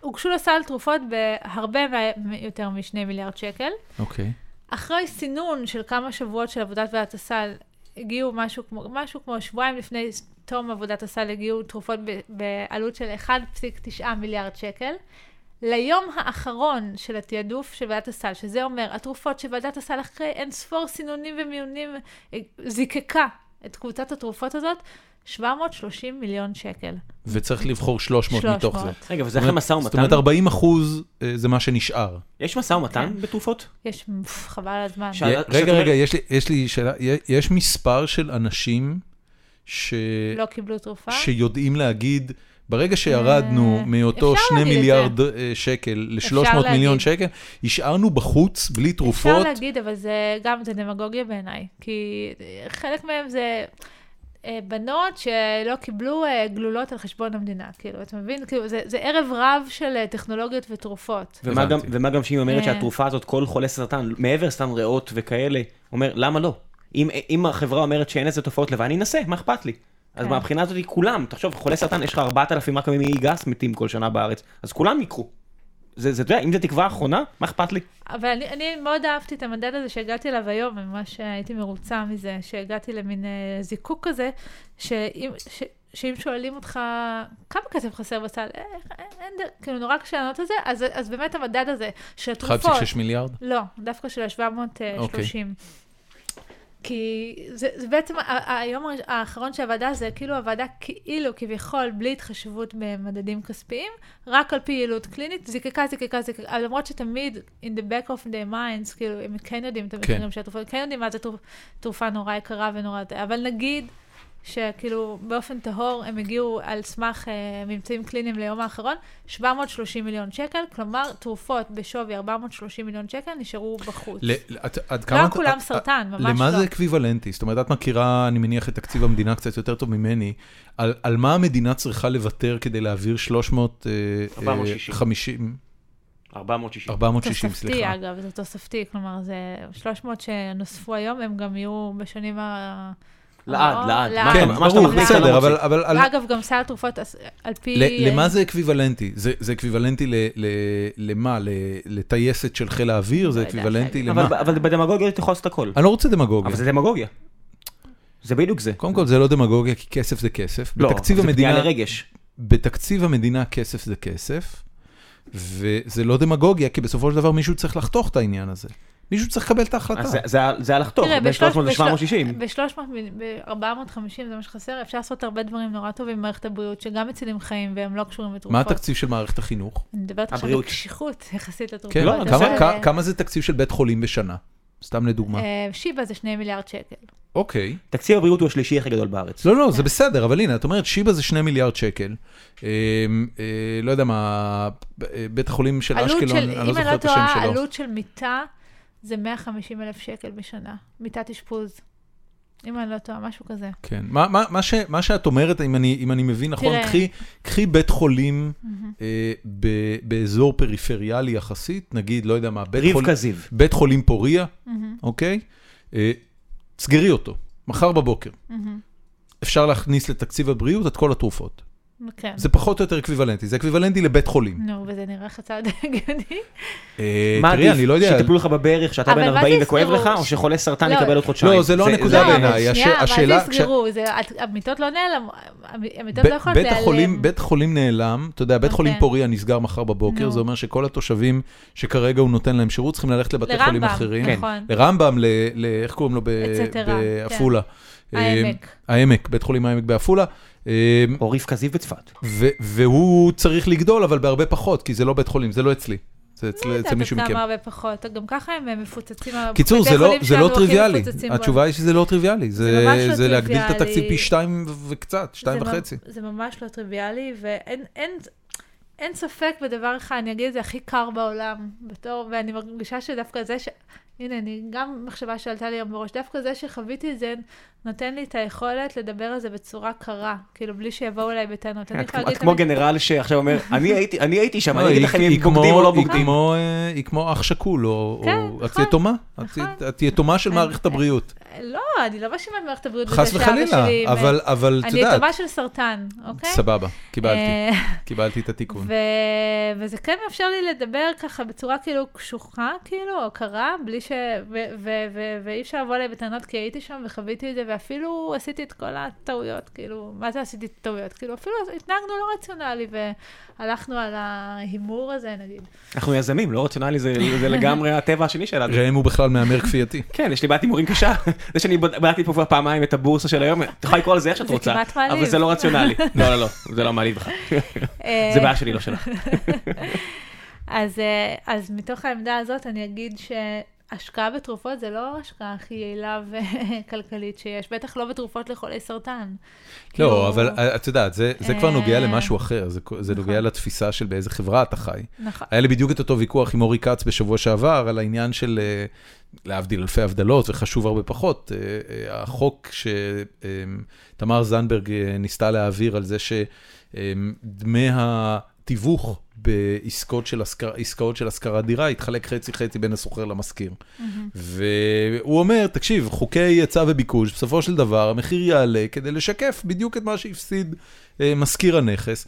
C: הוגשו לסל תרופות בהרבה מה- יותר משני מיליארד שקל.
A: אוקיי.
C: אחרי סינון של כמה שבועות של עבודת ועדת הסל, הגיעו משהו כמו, משהו כמו שבועיים לפני תום עבודת הסל, הגיעו תרופות ב, בעלות של 1.9 מיליארד שקל. ליום האחרון של התעדוף של ועדת הסל, שזה אומר, התרופות שוועדת הסל אחרי אין ספור סינונים ומיונים אה, זיקקה את קבוצת התרופות הזאת, 730 מיליון שקל.
A: וצריך לבחור 300 מתוך זה.
B: רגע, וזה אחרי משא
A: זאת אומרת,
B: ומתן.
A: 40 אחוז אה, זה מה שנשאר.
B: יש משא ומתן
C: כן.
B: בתרופות?
C: יש, פף, חבל על הזמן.
B: ש-
A: רגע,
B: שאתה
A: רגע,
B: אומר-
A: רגע, יש לי- יש לי שאלה, יה- יש מספר של אנשים ש...
C: לא קיבלו תרופה.
A: שיודעים להגיד, ברגע שירדנו
C: אה,
A: מאותו
C: אפשר
A: 2
C: להגיד את
A: מיליארד אה, שקל ל-300
C: להגיד.
A: מיליון שקל, השארנו בחוץ בלי
C: אפשר
A: תרופות.
C: להגיד, אבל זה גם, זה דמגוגיה בעיניי. כי חלק מהם זה אה, בנות שלא קיבלו אה, גלולות על חשבון המדינה. כאילו, אתה מבין? כאילו, זה, זה ערב רב של אה, טכנולוגיות ותרופות.
B: ומה גם,
A: הבנתי.
B: ומה גם שהיא אומרת
C: אה.
B: שהתרופה הזאת, כל חולה סרטן, מעבר סתם ריאות וכאלה, אומר, למה לא? אם, אם החברה אומרת שאין לזה תופעות לוואי, אני אנסה, מה אכפת לי? אז
C: כן.
B: מהבחינה הזאת, כולם, תחשוב, חולי סרטן, יש לך 4,000 רק ממעי גס מתים כל שנה בארץ, אז כולם ייקחו. זה, זה, אתה יודע, אם זו תקווה אחרונה, מה אכפת לי?
C: אבל אני, אני מאוד אהבתי את המדד הזה שהגעתי אליו היום, ממש אה, הייתי מרוצה מזה, שהגעתי למין אה, זיקוק כזה, שאם, ש, שאם שואלים אותך כמה כסף חסר בסל, "אה, אין, אין, ד-", כאילו נורא קשה לענות על זה, אז, אז באמת המדד הזה של התרופות,
A: 1.6 מיליארד?
C: לא, דווקא של ה-730.
A: אוקיי.
C: כי זה, זה בעצם, ה- ה- היום הראש- האחרון של הוועדה זה כאילו הוועדה כאילו כביכול בלי התחשבות במדדים כספיים, רק על פי יעילות קלינית, זיקקה, זיקקה, זיקקה, למרות שתמיד in the back of their minds, כאילו הם כן יודעים את המחירים
A: כן.
C: של התרופה, כן יודעים מה זה תרופ- תרופה נורא יקרה ונורא, זה, אבל נגיד שכאילו באופן טהור הם הגיעו על סמך אה, ממצאים קליניים ליום האחרון, 730 מיליון שקל, כלומר תרופות בשווי 430 מיליון שקל נשארו בחוץ.
A: ל- את- עד
C: לא
A: כמה-
C: כולם
A: את-
C: סרטן, ממש לא.
A: למה זה אקוויוולנטי? זאת אומרת, את מכירה, אני מניח, את תקציב המדינה קצת יותר טוב ממני. על, על מה המדינה צריכה לוותר כדי להעביר אה,
B: 460.
A: 350,
B: 460.
A: 460, סליחה.
C: תוספתי, אגב, זה תוספתי, כלומר, זה 300 שנוספו היום, הם גם יהיו בשנים ה...
B: לעד,
C: לא,
B: לעד.
C: לעד.
B: מה
A: כן,
B: אתה- מה שאתה
A: ברור,
B: מכניס, אתה לא
A: בסדר,
B: מוציא.
A: אבל, אבל על,
C: ואגב, גם סל התרופות אז, על פי...
A: ל-
C: אה,
A: למה זה אקוויוולנטי? זה, זה אקוויוולנטי ל, ל, למה? ל, לטייסת של חיל האוויר? זה
C: לא יודעת
A: אקוויוולנטי
C: להגיד.
A: למה?
B: אבל- אבל בדמגוגיה אתה יכול לעשות הכל.
A: אני לא רוצה דמגוגיה.
B: אבל זה דמגוגיה. זה בדיוק זה.
A: קודם כל, זה לא דמגוגיה, כי כסף זה כסף.
B: לא,
A: בתקציב
B: זה פנייה
A: המדינה,
B: לרגש.
A: בתקציב המדינה כסף זה כסף, וזה לא דמגוגיה, כי בסופו של דבר מישהו צריך לחתוך את העניין הזה. מישהו צריך לקבל את ההחלטה.
B: אז זה- זה ה- זה הלחתוך,
C: תראה,
B: בין
C: בשלוש-
B: 300 ל-760.
C: בשלוש- ב-300, ב-450, זה מה שחסר, אפשר לעשות הרבה דברים נורא טובים במערכת הבריאות, שגם מצילים חיים והם לא קשורים לתרופות.
A: מה התקציב של מערכת החינוך?
C: אני מדברת עכשיו על
B: הבריאות.
C: קשיחות יחסית לתרופות.
A: כן,
B: לא,
C: אבל-
A: כמה-
C: אה,
A: כ- כמה זה תקציב של בית חולים בשנה? סתם לדוגמה.
C: אה, שיבא זה 2 מיליארד שקל.
A: אוקיי.
B: תקציב הבריאות הוא השלישי הכי גדול בארץ.
A: לא, לא, זה בסדר, אבל הנה, את אומרת, שיבא זה 2 מיליארד שקל. אה, אה, לא יודע מה, ב- אה, בית החולים של
C: עלות
A: אשקלון,
C: של,
A: אני לא
C: אם אני
A: זוכר
C: לא
A: את השם
C: טועה,
A: שלו.
C: עלות של מיטה זה 150 אלף שקל בשנה, מיטת אשפוז. אם אני לא טועה, משהו כזה.
A: כן, מה- מה- מה ש- מה שאת אומרת, אם אני אם אני מבין נכון,
C: תראה.
A: קחי- קחי בית חולים אה, ב- באזור פריפריאלי יחסית, נגיד, לא יודע מה, בית חול-
B: רבקה זיו.
A: בית חולים פוריה, אוקיי? אה, סגרי אותו, מחר בבוקר. אפשר להכניס לתקציב הבריאות את כל התרופות.
C: כן.
A: זה פחות או יותר אקוויוולנטי, זה אקוויוולנטי לבית חולים.
C: נו, וזה נראה לך צעד הגיוני.
A: אה,
B: מה
A: תראי, אני לא יודע,
B: שיטפלו לך בברך שאתה
C: אבל
B: בן
C: מה זה
B: 40 וכואב
C: יסגרו?
B: לך, או שחולה סרטן
C: לא.
B: יקבל עוד חודשיים?
A: לא, זה לא הנקודה
C: לא, אבל
A: בעיניי, הש-
C: שנייה,
A: השאלה-
C: מה זה יסגרו? זה- את- המיטות לא נעלמות, המיטות לא
A: ב-
C: יכולות
A: בית
C: להיעלם.
A: החולים, בית חולים נעלם, אתה יודע, בית
C: אוקיי.
A: חולים פוריה נסגר מחר בבוקר,
C: נו.
A: זה אומר שכל התושבים שכרגע הוא נותן להם שירות צריכים ללכת לבתי חולים
C: לרמב"ם,
A: אחרים.
C: נכון.
A: לרמב"ם, ל... ל- איך קוראים לו? ב-
C: אצטרה,
A: בעפולה.
C: כן. העמק.
A: אה, העמק, בית חולים העמק בעפולה. אה,
B: או רבקה זיו בצפת.
A: ו- והוא צריך לגדול, אבל בהרבה פחות, כי זה לא בית חולים, זה לא אצלי. זה אצל-
C: אתה
A: אצל מישהו
C: יודע
A: מכם.
C: הרבה פחות, גם ככה הם הם מפוצצים,
A: קיצור,
C: בתי
A: זה לא,
C: החולים
A: זה
C: שלנו
A: לא
C: הכי
A: טריוויאלי.
C: מפוצצים בו.
A: התשובה היא שזה לא טריוויאלי. זה,
C: ממש לא
A: זה להגדיל את
C: טריוויאלי.
A: התקציב פי שתיים וקצת, שתיים
C: זה ממ-
A: וחצי.
C: זה ממש לא טריוויאלי, ואין אין- אין ספק בדבר אחד, אני אגיד את זה הכי קר בעולם, בתור, ואני מרגישה שדווקא זה ש... הנה, אני גם מחשבה שעלתה לי היום בראש, דווקא זה שחוויתי את זה נותן לי את היכולת לדבר על זה בצורה קרה, כאילו בלי שיבואו אליי בטענות. אני
B: את
C: יכולה
B: כמו-
C: להגיד
B: את כמו
C: תמיד,
B: גנרל שעכשיו אומר, "אני הייתי- אני הייתי שם, אני
A: לא,
B: אגיד
A: היא-
B: לכם
A: היא
B: אם
A: כמו-
B: בוגדים או לא
A: היא
B: בוגדים.
A: כמו, אה, היא כמו אח שכול, או...
C: כן,
A: או- את
C: נכון,
A: יתומה. את-
C: נכון.
A: את יתומה של
C: אה,
A: מערכת
C: אה,
A: הבריאות.
C: לא, אני לא מאשימה את מערכת הבריאות
A: חס
C: בזה שאבא
A: וחלילה,
C: שלי-
A: אבל אבל את
C: אני
A: יודעת,
C: יתומה של סרטן, אוקיי?
A: סבבה, קיבלתי,
C: אה,
A: קיבלתי את התיקון.
C: ו- וזה כן מאפשר לי לדבר ככה בצורה כאילו קשוחה, כאילו, או קרה, בלי ש... ו- ו- ו- ואי אפשר לבוא אליי בטענות, כי הייתי שם וחוויתי את זה, ואפילו עשיתי את כל הטעויות, כאילו, מה זה עשיתי את הטעויות? כאילו, אפילו התנהגנו לא רציונלי, והלכנו על ההימור הזה, נגיד.
D: אנחנו יזמים, לא רציונלי, זה זה לגמרי הטבע השני שלנו.
A: ראם הוא בכלל מהמר כפייתי.
D: כן, יש לי בעיית הימורים קשה. זה שאני בד- בדקתי פה כבר פעמיים את הבורסה של היום, אתה יכול לקרוא לזה איך שאת
C: זה
D: רוצה.
C: כמעט מעליב.
D: אבל זה לא רציונלי. לא, לא, לא, זה לא מעליב בכלל.
C: אה,
D: זה בעיה שלי, לא שלך.
C: אז, אה, אז מתוך העמדה הזאת אני אגיד שהשקעה בתרופות זה לא ההשקעה הכי יעילה וכלכלית שיש, בטח לא בתרופות לחולי סרטן. כאילו-
A: לא, אבל אה, את יודעת, זה זה כבר נוגע
C: אה,
A: למשהו אחר, זה- זה נוגע
C: נכון.
A: לתפיסה של באיזה חברה אתה חי.
C: נכון.
A: היה לי בדיוק את אותו ויכוח עם אורי כץ בשבוע שעבר, על העניין של, אה, להבדיל אלפי הבדלות, וחשוב הרבה פחות, אה, אה, החוק שתמר זנדברג אה, ניסתה להעביר על זה שדמי אמ, התיווך בעסקאות של, השכר, עסקאות של השכרת דירה יתחלק חצי-חצי בין השוכר למשכיר. והוא אומר, תקשיב, חוקי היצע וביקוש, בסופו של דבר המחיר יעלה כדי לשקף בדיוק את מה שהפסיד אה, משכיר הנכס.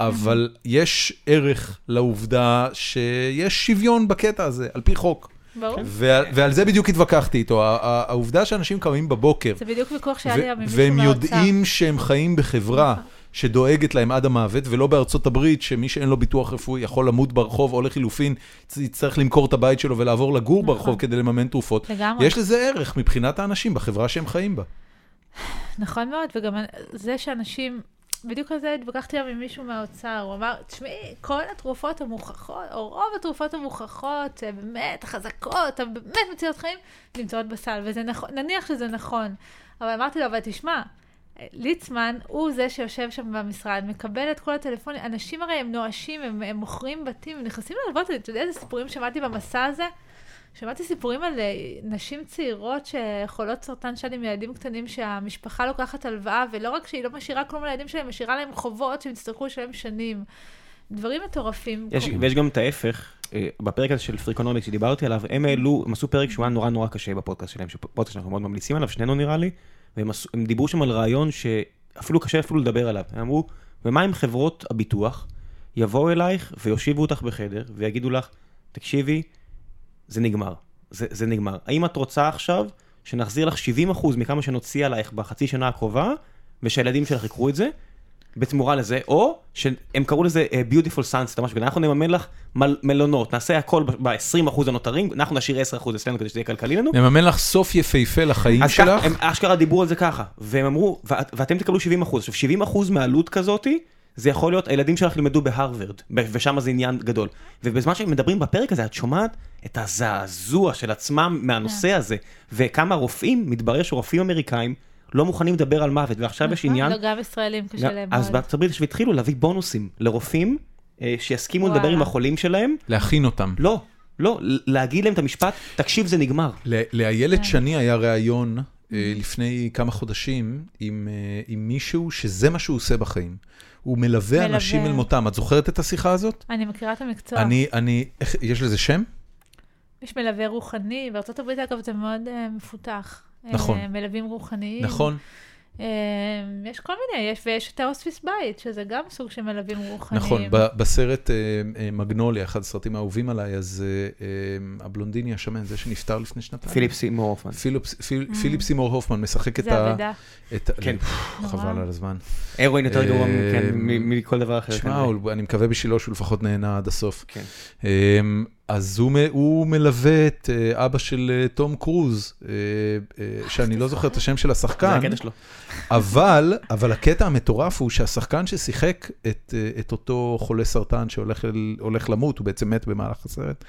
A: אבל יש ערך לעובדה שיש שוויון בקטע הזה, על פי חוק.
C: ברור.
A: ועל, ועל זה בדיוק התווכחתי איתו. ה- ה- העובדה שאנשים קמים בבוקר,
C: זה בדיוק ויכוח שהיה לי
A: ו-
C: היום עם מישהו
A: והם
C: מהאוצר. נכון.
A: יודעים שהם חיים בחברה שדואגת להם עד המוות, ולא בארצות הברית, שמי שאין לו ביטוח רפואי יכול למות ברחוב, או לחילופין, צ- יצטרך למכור את הבית שלו ולעבור לגור
C: נכון.
A: ברחוב כדי לממן תרופות.
C: לגמרי.
A: יש לזה ערך מבחינת האנשים בחברה שהם חיים בה.
C: נכון מאוד, וגם זה שאנשים, בדיוק על זה התווכחתי היום עם מישהו מהאוצר, הוא אמר, תשמעי, כל התרופות המוכחות, או רוב התרופות המוכחות, אה, באמת, החזקות, הבאמת מצילות חיים, נמצאות בסל, וזה נכון, נניח שזה נכון. אבל אמרתי לו, אבל תשמע, ליצמן הוא זה שיושב שם במשרד, מקבל את כל הטלפונים, אנשים הרי הם נואשים, הם, הם מוכרים בתים, הם נכנסים ללוות, אתה יודע איזה סיפורים שמעתי במסע הזה? שמעתי סיפורים על אה, נשים צעירות שחולות סרטן שד עם ילדים קטנים שהמשפחה לוקחת הלוואה, ולא רק שהיא לא משאירה כלום לילדים שלהם, משאירה להם חובות שהם יצטרכו לשלם שנים. דברים מטורפים.
B: יש- ויש גם את ההפך, אה, בפרק הזה של פריקונומיקס שדיברתי עליו, הם העלו, הם עשו פרק שהוא היה נורא נורא קשה בפודקאסט שלהם, שהוא פודקאסט שאנחנו מאוד ממליצים עליו, שנינו נראה לי, והם עשו- הם דיברו שם על רעיון שאפילו קשה אפילו לדבר עליו. הם אמרו, ומה אם חברות הביטוח יבואו אלייך ויושיבו אותך בחדר ויגידו לך, תקשיבי, זה נגמר. זה, זה נגמר. האם את רוצה עכשיו שנחזיר לך 70% מכמה שנוציא עלייך בחצי שנה הקרובה, ושהילדים שלך יקחו את זה, בתמורה לזה, או שהם קראו לזה אה, Beautiful Sunset, משהו כזה, אנחנו נממן לך מל, מלונות, נעשה הכל ב-20% הנותרים, אנחנו נשאיר 10% אצלנו כדי שזה יהיה כלכלי לנו.
A: נממן לך סוף יפהפה לחיים
B: לא. אז ככה,
A: שלך.
B: הם אשכרה דיברו על זה ככה, והם אמרו, "ואת- ואתם תקבלו 70%. עכשיו, 70% מהעלות כזאתי, זה יכול להיות, הילדים שלך ילמדו בהרווארד, ו- ושם זה עניין גדול. ובזמן שהם מדברים בפרק הזה, את שומעת את הזעזוע של עצמם
C: כן.
B: מהנושא הזה, וכמה רופאים, מתברר שרופאים אמריקאים לא מוכנים לדבר על מוות, ועכשיו יש עניין...
C: לא, גם ישראלים קשה להם
B: אז
C: מאוד.
B: בארצות הברית עכשיו התחילו להביא בונוסים לרופאים אה, שיסכימו לדבר
C: וואלה.
B: עם החולים שלהם.
A: להכין אותם.
B: לא, לא, להגיד להם את המשפט, תקשיב, זה נגמר.
C: כן.
A: ל- לאיילת שני היה ראיון אה, לפני כמה חודשים עם, אה, עם מישהו שזה מה שהוא עושה בחיים. הוא מלווה
C: מלווה.
A: אנשים אל מותם. את זוכרת את השיחה הזאת?
C: אני מכירה את המקצוע.
A: אני, אני, איך- יש לזה שם?
C: יש מלווה רוחני, בארצות הברית אגב זה מאוד אה, מפותח.
A: נכון.
C: אה, מלווים רוחניים.
A: נכון.
C: אמ, יש כל מיני, יש, ויש את ההוספיס בית, שזה גם סוג של מלווים רוחניים.
A: נכון, ב- בסרט אה, אה, מגנוליה, אחד הסרטים האהובים עליי, אז אה, אה, הבלונדיני השמן, זה שנפטר לפני שנתיים.
B: פיליפ סימור הופמן.
A: פיליפ, פיל, פיליפ סימור הופמן משחק את
C: זה
A: ה...
C: אבדה.
A: את ה...
B: כן.
A: פו, חבל
C: נורא.
A: על הזמן.
B: הרואין יותר גרוע מ- כן,
A: אמ,
B: מ- מכל דבר אחר. כן.
A: תשמע,
B: כנראה.
A: הוא- אני מקווה בשבילו שהוא לפחות נהנה עד הסוף.
B: כן.
A: אמ, אז הוא, מ- הוא מלווה את אה, אבא של אה, תום קרוז, אה, אה, שאני לא זוכר את השם של
B: זה
A: השחקן,
B: הקטע שלו.
A: אבל, אבל הקטע המטורף הוא שהשחקן ששיחק את, אה, את אותו חולה סרטן שהולך אל- הולך למות, הוא בעצם מת במהלך הסרט,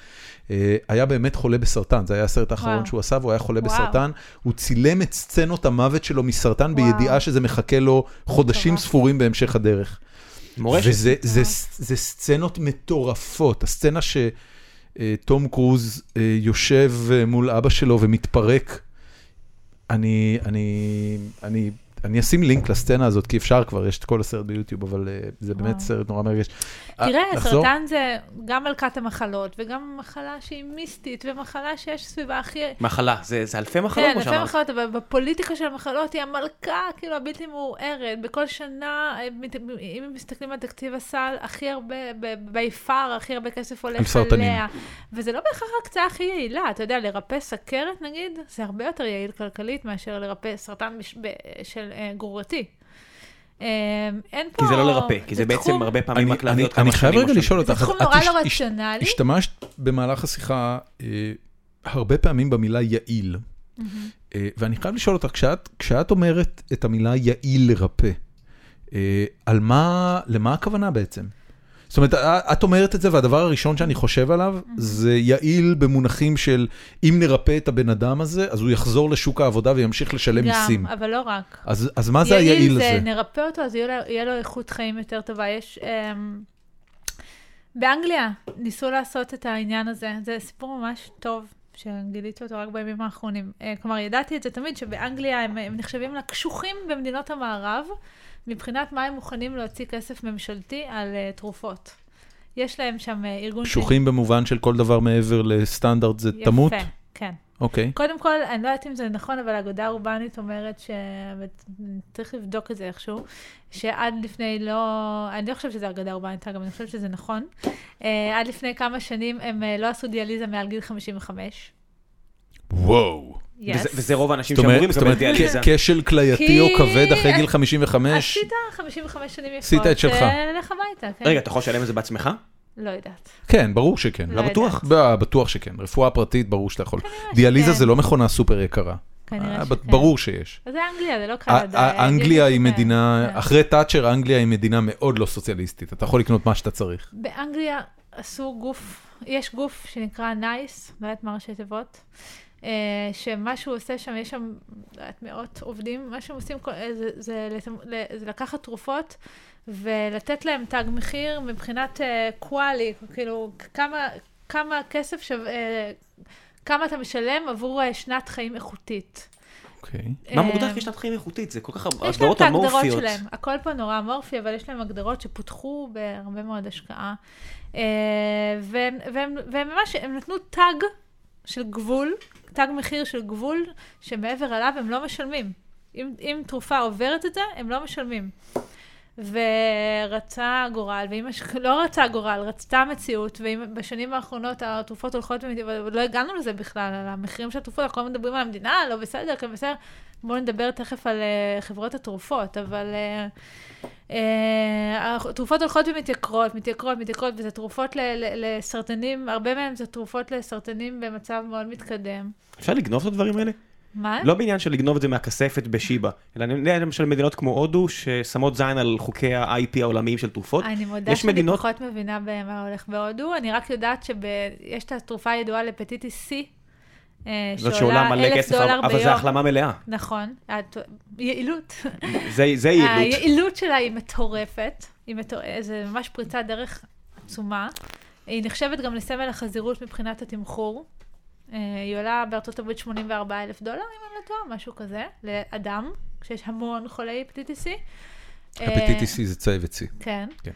A: אה, היה באמת חולה בסרטן, זה היה הסרט האחרון
C: וואו.
A: שהוא עשה והוא היה חולה
C: וואו.
A: בסרטן, הוא צילם את סצנות המוות שלו מסרטן
C: וואו.
A: בידיעה שזה מחכה לו חודשים
C: מטורף.
A: ספורים בהמשך הדרך.
B: מורשת.
A: וזה זה, זה סצנות מטורפות. הסצנה שתום קרוז אה, יושב אה, מול אבא שלו ומתפרק, אני, אני, אני, אני אשים לינק לסצנה הזאת, כי אפשר כבר, יש את כל הסרט ביוטיוב, אבל אה, זה באמת
C: וואו.
A: סרט נורא מרגש. אה,
C: תראה,
A: נחזור?
C: סרטן זה גם מלכת המחלות, וגם מחלה שהיא מיסטית, ומחלה שיש סביבה הכי...
B: מחלה, זה זה אלפי מחלות,
C: כן,
B: כמו
C: לפעמים
B: שאמרת.
C: מחלות, אבל בפוליטיקה של המחלות היא המלכה, כאילו, הבלתי מעורערת. בכל שנה, אה, מת- אם מסתכלים על תקציב הסל, הכי הרבה, ביפר, הכי הרבה כסף הולך
A: על סרטנים.
C: עליה. וזה לא בהכרח ההקצאה הכי יעילה. אתה יודע, לרפא סכרת, נגיד, זה הרבה יותר יעיל כלכלית מאשר לרפא סרטן בש- ב- של אה, גרורתי. אה, אין פה...
B: כי זה לא לרפא, כי זה בעצם
C: תחום-
B: הרבה פעמים
A: אני,
B: רק
A: אני,
B: להביא עוד כמה
A: אני
B: שנים.
A: חייב
B: או
A: רגע
B: שלוש.
A: לשאול
C: זה
A: אותך,
C: תחום
A: את
C: נורא
A: הש-
C: לא
A: הש-
C: רציונלי.
A: השתמשת במהלך השיחה אה, הרבה פעמים במילה יעיל,
C: מהמם.
A: אה, ואני חייב לשאול אותך, כשאת, כשאת אומרת את המילה יעיל לרפא, אה, על מה, למה הכוונה בעצם? זאת אומרת, אה, את אומרת את זה, והדבר הראשון שאני חושב עליו, זה יעיל במונחים של אם נרפא את הבן אדם הזה, אז הוא יחזור לשוק העבודה וימשיך לשלם מיסים.
C: גם, אבל לא רק.
A: אז, אז מה זה היעיל
C: יעיל
A: הזה?
C: זה, נרפא אותו, אז יהיה לו- יהיה לו איכות חיים יותר טובה. יש... אמ, באנגליה ניסו לעשות את העניין הזה. זה סיפור ממש טוב, שגיליתי אותו רק בימים האחרונים. אה, כלומר, ידעתי את זה תמיד, שבאנגליה הם, הם נחשבים לקשוחים במדינות המערב, מבחינת מה הם מוכנים להוציא כסף ממשלתי על אה, תרופות. יש להם שם אה, ארגון...
A: קשוחים במובן של כל דבר מעבר לסטנדרט זה
C: יפה,
A: תמות?
C: כן.
A: אוקיי.
C: קודם כל, אני לא יודעת אם זה נכון, אבל האגודה האורבנית אומרת ש... צריך לבדוק את זה איכשהו, שעד לפני לא... אני לא חושבת שזה אגדה אורבנית, אגב, אני חושבת שזה נכון. אה, עד לפני כמה שנים הם אה, לא עשו דיאליזה מעל גיל 55.
A: וואו.
C: יס.
B: וזה- וזה רוב האנשים
A: זאת אומרת,
B: שאמורים
A: זאת
B: לקבל
A: אומרת,
B: דיאליזה.
A: כ- כשל כלייתי
C: כי-
A: או כבד אחרי גיל 55?
C: עשית 55 שנים יפות.
A: עשית את שלך.
C: אה, לך הביתה, כן.
B: רגע, אתה יכול לשלם את זה בעצמך?
C: לא יודעת.
A: כן, ברור שכן.
C: לא בטוח.
A: ב- בטוח שכן, רפואה פרטית ברור שאתה יכול. דיאליזה
C: שכן.
A: זה לא מכונה סופר יקרה.
C: כנראה
A: אה, ב-
C: שכן.
A: ברור שיש.
C: אז זה אנגליה, זה לא קל.
A: ה-
C: עדיין.
A: ה- אנגליה היא
C: כן,
A: מדינה,
C: כן.
A: אחרי תאצ'ר, אנגליה היא מדינה מאוד לא סוציאליסטית. אתה יכול לקנות מה שאתה צריך.
C: באנגליה עשו גוף, יש גוף שנקרא נייס, לא יודעת מה ראשי תיבות, אה, שמה שהוא עושה שם, יש שם לא יודעת, מאות עובדים, מה שהם עושים כל- אה, זה, זה, לתמ- ל- זה לקחת תרופות ולתת להם תג מחיר מבחינת קואלי, כאילו כמה, כמה כסף שווה, אה, כמה אתה משלם עבור אה, שנת חיים איכותית.
A: אוקיי.
B: מה
C: אה,
B: מוגדר כשנת חיים איכותית? זה כל כך
C: יש להם
B: הגדרות
C: את ההגדרות
B: אמורפיות.
C: שלהם. הכל פה נורא אמורפי, אבל יש להם הגדרות שפותחו בהרבה מאוד השקעה. אה, והם, והם, והם ממש, הם נתנו תג של גבול, תג מחיר של גבול, שמעבר אליו הם לא משלמים. אם, אם תרופה עוברת את זה, הם לא משלמים. ורצה הגורל, ואם הש... לא רצה הגורל, רצתה המציאות, ואם בשנים האחרונות התרופות הולכות ומת... ועוד לא הגענו לזה בכלל, על המחירים של התרופות, אנחנו כל הזמן מדברים על המדינה, לא בסדר, כן בסדר. בואו נדבר תכף על אה, חברות התרופות, אבל אה, אה, התרופות הולכות ומתייקרות, מתייקרות, מתייקרות, וזה תרופות ל- ל- לסרטנים, הרבה מהן זה תרופות לסרטנים במצב מאוד מתקדם.
B: אפשר לגנוב את הדברים האלה?
C: אה? מה?
B: לא בעניין של לגנוב את זה מהכספת בשיבא, אלא אני יודע למשל מדינות כמו הודו ששמות זין על חוקי ה-IP העולמיים של תרופות.
C: אני מודה
B: יש
C: שאני
B: מדינות-
C: פחות מבינה במה הולך בהודו, אני רק יודעת שיש את התרופה הידועה לפטיטיס C, אה,
B: זאת
C: שעולה אלף דולר
B: אבל זה
C: ביום.
B: החלמה מלאה.
C: נכון, הת- יעילות.
B: זה זה יעילות.
C: היעילות שלה היא מטורפת, היא מטור... זה ממש פריצת דרך עצומה. היא נחשבת גם לסמל החזירות מבחינת התמחור. אה, היא עולה בארצות הברית 84 אלף דולר, אם אני לא טועה, משהו כזה, לאדם, כשיש המון חולי הפטיטיס C. אה,
A: הפטיטיס C זה צוות C.
C: כן.
A: כן.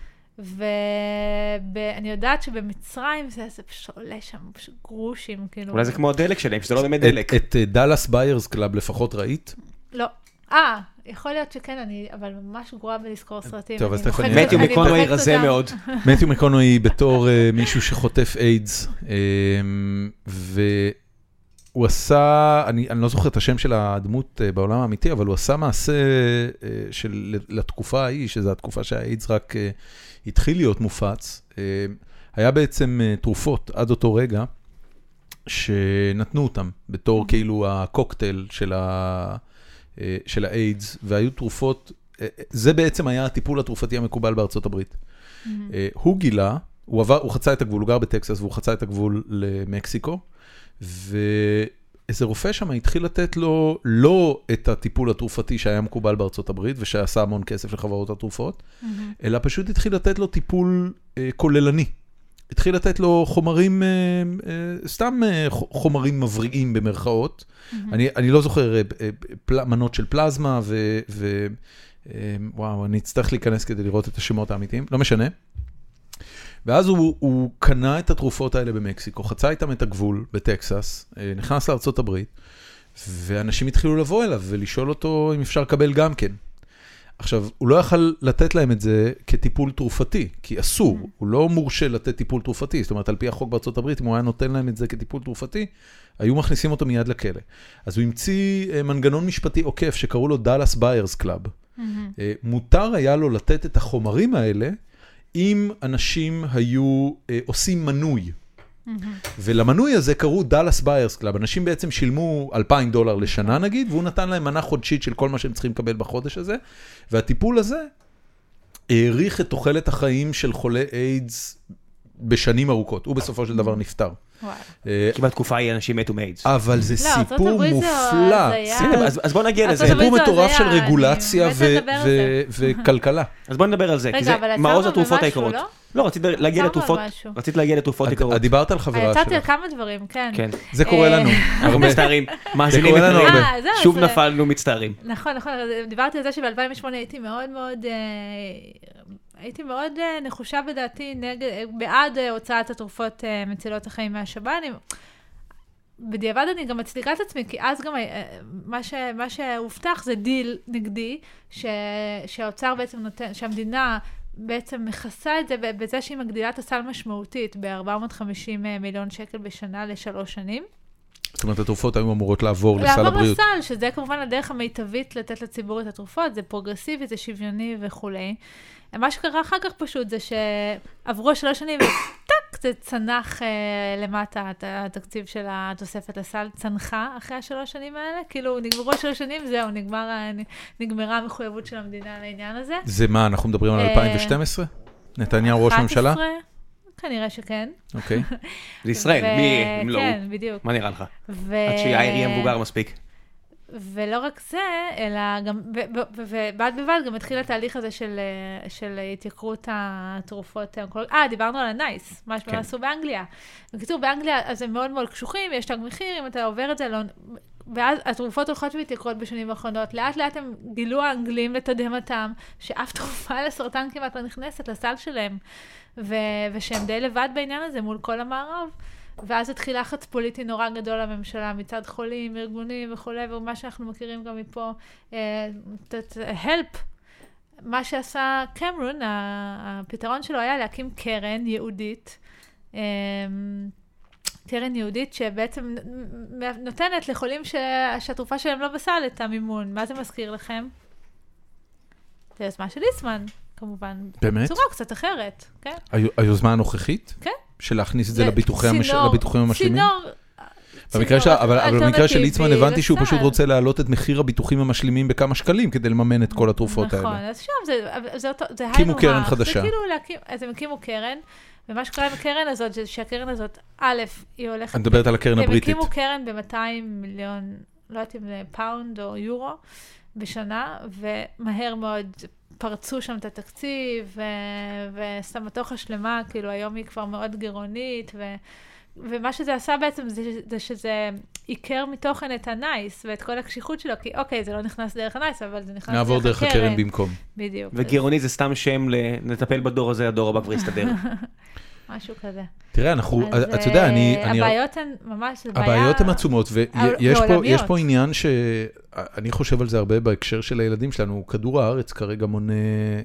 C: ואני יודעת שבמצרים זה, זה פשוט עולה שם פשוט גרושים, כאילו.
B: אולי זה כמו הדלק שלהם, שזה לא באמת
A: את- אה,
B: דלק.
A: את דאלאס ביירס קלאב לפחות ראית?
C: לא. אה, יכול להיות שכן, אני אבל ממש גרועה בלזכור סרטים.
A: טוב, אז
C: אני
A: תכף אני-
C: מוחקת-
B: מתיו
C: אני
B: מקונוי
C: מוחקת
B: רזה
C: אותם.
B: מאוד.
A: מתיו מקונוי בתור אה, מישהו שחוטף איידס, אה, והוא עשה, אני, אני לא זוכר את השם של הדמות אה, בעולם האמיתי, אבל הוא עשה מעשה אה, של לתקופה ההיא, שזו התקופה שהאיידס רק אה, התחיל להיות מופץ. אה, היה בעצם אה, תרופות עד אותו רגע, שנתנו אותם בתור כאילו הקוקטייל של, ה, אה, של האיידס, והיו תרופות, אה, אה, זה בעצם היה הטיפול התרופתי המקובל בארצות הברית. אה, הוא גילה, הוא, עבר, הוא חצה את הגבול, הוא גר בטקסס והוא חצה את הגבול למקסיקו, ואיזה רופא שם התחיל לתת לו לא את הטיפול התרופתי שהיה מקובל בארצות הברית ושעשה המון כסף לחברות התרופות, אלא פשוט התחיל לתת לו טיפול אה, כוללני. התחיל לתת לו חומרים, אה, אה, סתם אה, ח- חומרים מבריאים במרכאות. אני, אני לא זוכר אה, אה, פל, מנות של פלזמה, ו, ו, אה, וואו, אני אצטרך להיכנס כדי לראות את השמות האמיתיים, לא משנה. ואז הוא, הוא קנה את התרופות האלה במקסיקו, חצה איתם את הגבול בטקסס, אה, נכנס לארצות הברית, ואנשים התחילו לבוא אליו ולשאול אותו אם אפשר לקבל גם כן. עכשיו, הוא לא יכל לתת להם את זה כטיפול תרופתי, כי אסור, הוא לא מורשה לתת טיפול תרופתי. זאת אומרת, על פי החוק בארצות הברית, אם הוא היה נותן להם את זה כטיפול תרופתי, היו מכניסים אותו מיד לכלא. אז הוא המציא אה, מנגנון משפטי עוקף שקראו לו דאלאס ביירס קלאב. אה, מותר היה לו לתת את החומרים האלה אם אנשים היו אה, עושים מנוי. ולמנוי הזה קראו דאלאס ביירס קלאב. אנשים בעצם שילמו 2,000 דולר לשנה נגיד, והוא נתן להם מנה חודשית של כל מה שהם צריכים לקבל בחודש הזה, והטיפול הזה האריך את תוחלת החיים של חולי איידס בשנים ארוכות. הוא בסופו של דבר נפטר.
C: וואי.
A: אה,
B: כי בתקופה ההיא אנשים מתו מאיידס.
A: אבל זה
C: לא, ארצות
A: סיפור
C: הברית זה
A: מופלא.
C: הזיה.
A: סיפור-
B: אז אז בוא נגיע
C: אז
B: לזה.
C: אתה
A: סיפור
C: אבל זה
A: מטורף
C: הזיה,
A: של
C: אני
A: רגולציה
C: מתה
A: ו-
C: לדבר על
A: ו- וכלכלה.
B: אז בוא נדבר על זה, כי
C: רגע,
B: זה
C: אבל עצרנו
B: מעוז התרופות
C: במשהו,
B: היקרות.
C: לא?
B: לא, רצית להגיע
C: עצרנו על
B: לתרופות,
C: משהו.
B: רצית להגיע לתרופות
A: את
B: יקרות.
A: דיברת על חברה
C: יצאתי על
A: שלך.
C: כמה דברים, כן.
B: כן,
A: זה קורה
C: אה,
A: לנו.
B: אנחנו מצטערים. מאזינים
A: זה קורה לנו
B: יקרים,
A: הרבה.
C: אה, זהו,
B: שוב
C: זה-
B: נפלנו, מצטערים.
C: נכון, נכון, אז דיברתי על זה שב-2008 הייתי מאוד מאוד, אה, הייתי מאוד אה, נחושה בדעתי נגד, אה, בעד אה, הוצאת התרופות אה, מצילות החיים מהשב"ן. אני- בדיעבד אני גם מצדיקה את עצמי, כי אז גם אה, מה, ש, מה שהובטח זה דיל נגדי, ש, שהאוצר בעצם נותן, שהמדינה בעצם מכסה את זה ב- בזה שהיא מגדילה את הסל משמעותית ב-450 אה, מיליון שקל בשנה לשלוש שנים.
A: זאת אומרת, התרופות היו אמורות לעבור לסל
C: לעבור
A: הבריאות.
C: לסל, שזה כמובן הדרך המיטבית לתת לציבור את התרופות, זה פרוגרסיבי, זה שוויוני וכולי. מה שקרה אחר כך פשוט זה שעברו השלוש שנים וטאק, זה צנח אה, למטה, הת- התקציב של התוספת לסל צנחה אחרי השלוש שנים האלה, כאילו נגמרו השלוש שנים, זהו, נגמר, ה- נגמרה המחויבות של המדינה לעניין הזה.
A: זה מה, אנחנו מדברים על
C: אה,
A: 2012? נתניהו ראש ממשלה?
C: 11? כנראה שכן.
A: אוקיי.
B: זה ישראל,
C: ו-
B: מי אם לא הוא?
C: כן, בדיוק.
B: מה נראה לך?
C: ו-
B: עד שיאיר יהיה מבוגר מספיק.
C: ולא רק זה, אלא גם, ב- ב- ובד בבד גם התחיל התהליך הזה של, אה, של התייקרות התרופות האונקולוגיות. אה, דיברנו על הנייס, מה שהם
B: כן.
C: עשו באנגליה. בקיצור, באנגליה אז הם מאוד מאוד קשוחים, יש תג מחיר, אם אתה עובר את זה, לא... ואז התרופות הולכות ומתייקרות בשנים האחרונות. לאט לאט הם גילו האנגלים לתדהמתם, שאף תרופה לסרטן כמעט לא נכנסת לסל שלהם, ו... ושהם די לבד בעניין הזה מול כל המערב. ואז התחיל לחץ פוליטי נורא גדול לממשלה מצד חולים, ארגונים וכולי, ומה שאנחנו מכירים גם מפה, אה, ת- ת- help. מה שעשה קמרון, ה- הפתרון שלו היה להקים קרן ייעודית, אה, קרן ייעודית שבעצם נ- נותנת לחולים ש... שהתרופה שלהם לא בסל את המימון. מה זה מזכיר לכם? זה יוזמה של ליצמן, כמובן.
A: באמת?
C: בצורה קצת אחרת, כן?
A: היו- היוזמה הנוכחית?
C: כן.
A: של להכניס את זה
C: ל-
A: לביטוחי המש-
C: צינור-
A: לביטוחים המשלימים?
C: צינור,
A: במקרה של- אבל- אבל במקרה של ליצמן
C: אלטרנטיבי
A: הבנתי שהוא פשוט
C: לסל.
A: רוצה להעלות את מחיר הביטוחים המשלימים בכמה שקלים כדי לממן את כל התרופות
C: נכון,
A: האלה.
C: אז שם זה, אבל זה אותו, זה
A: הקימו
C: היינו
A: קרן
C: הך,
A: חדשה.
C: זה כאילו להקים, אז הם הקימו קרן, ומה שקרה עם הקרן הזאת, זה שהקרן הזאת, א', היא הולכת...
A: את מדברת על הקרן הבריטית.
C: הם הקימו קרן ב-200 מיליון, לא יודעת אם זה פאונד או יורו בשנה, ומהר מאוד פרצו שם את התקציב, ו- וסמטוחה שלמה, כאילו היום היא כבר מאוד גירעונית, ו... ומה שזה עשה בעצם זה, ש- זה שזה עיקר מתוכן את הנייס ואת כל הקשיחות שלו, כי אוקיי, זה לא נכנס דרך הנייס, אבל זה נכנס דרך הקרן.
A: נעבור דרך הקרן במקום.
C: בדיוק,
B: וגירעוני זה סתם שם לנטפל בדור הזה, הדור הבא כבר יסתדר.
C: משהו כזה.
A: תראה, אנחנו,
C: אז,
A: אתה יודע, אני...
C: אה,
A: אני-
C: הבעיות הן ממש, זה בעיה...
A: הבעיות הן עצומות,
C: אבל-
A: ויש פה,
C: ועולמיות.
A: יש פה עניין ש... אני חושב על זה הרבה בהקשר של הילדים שלנו, כדור הארץ כרגע מונה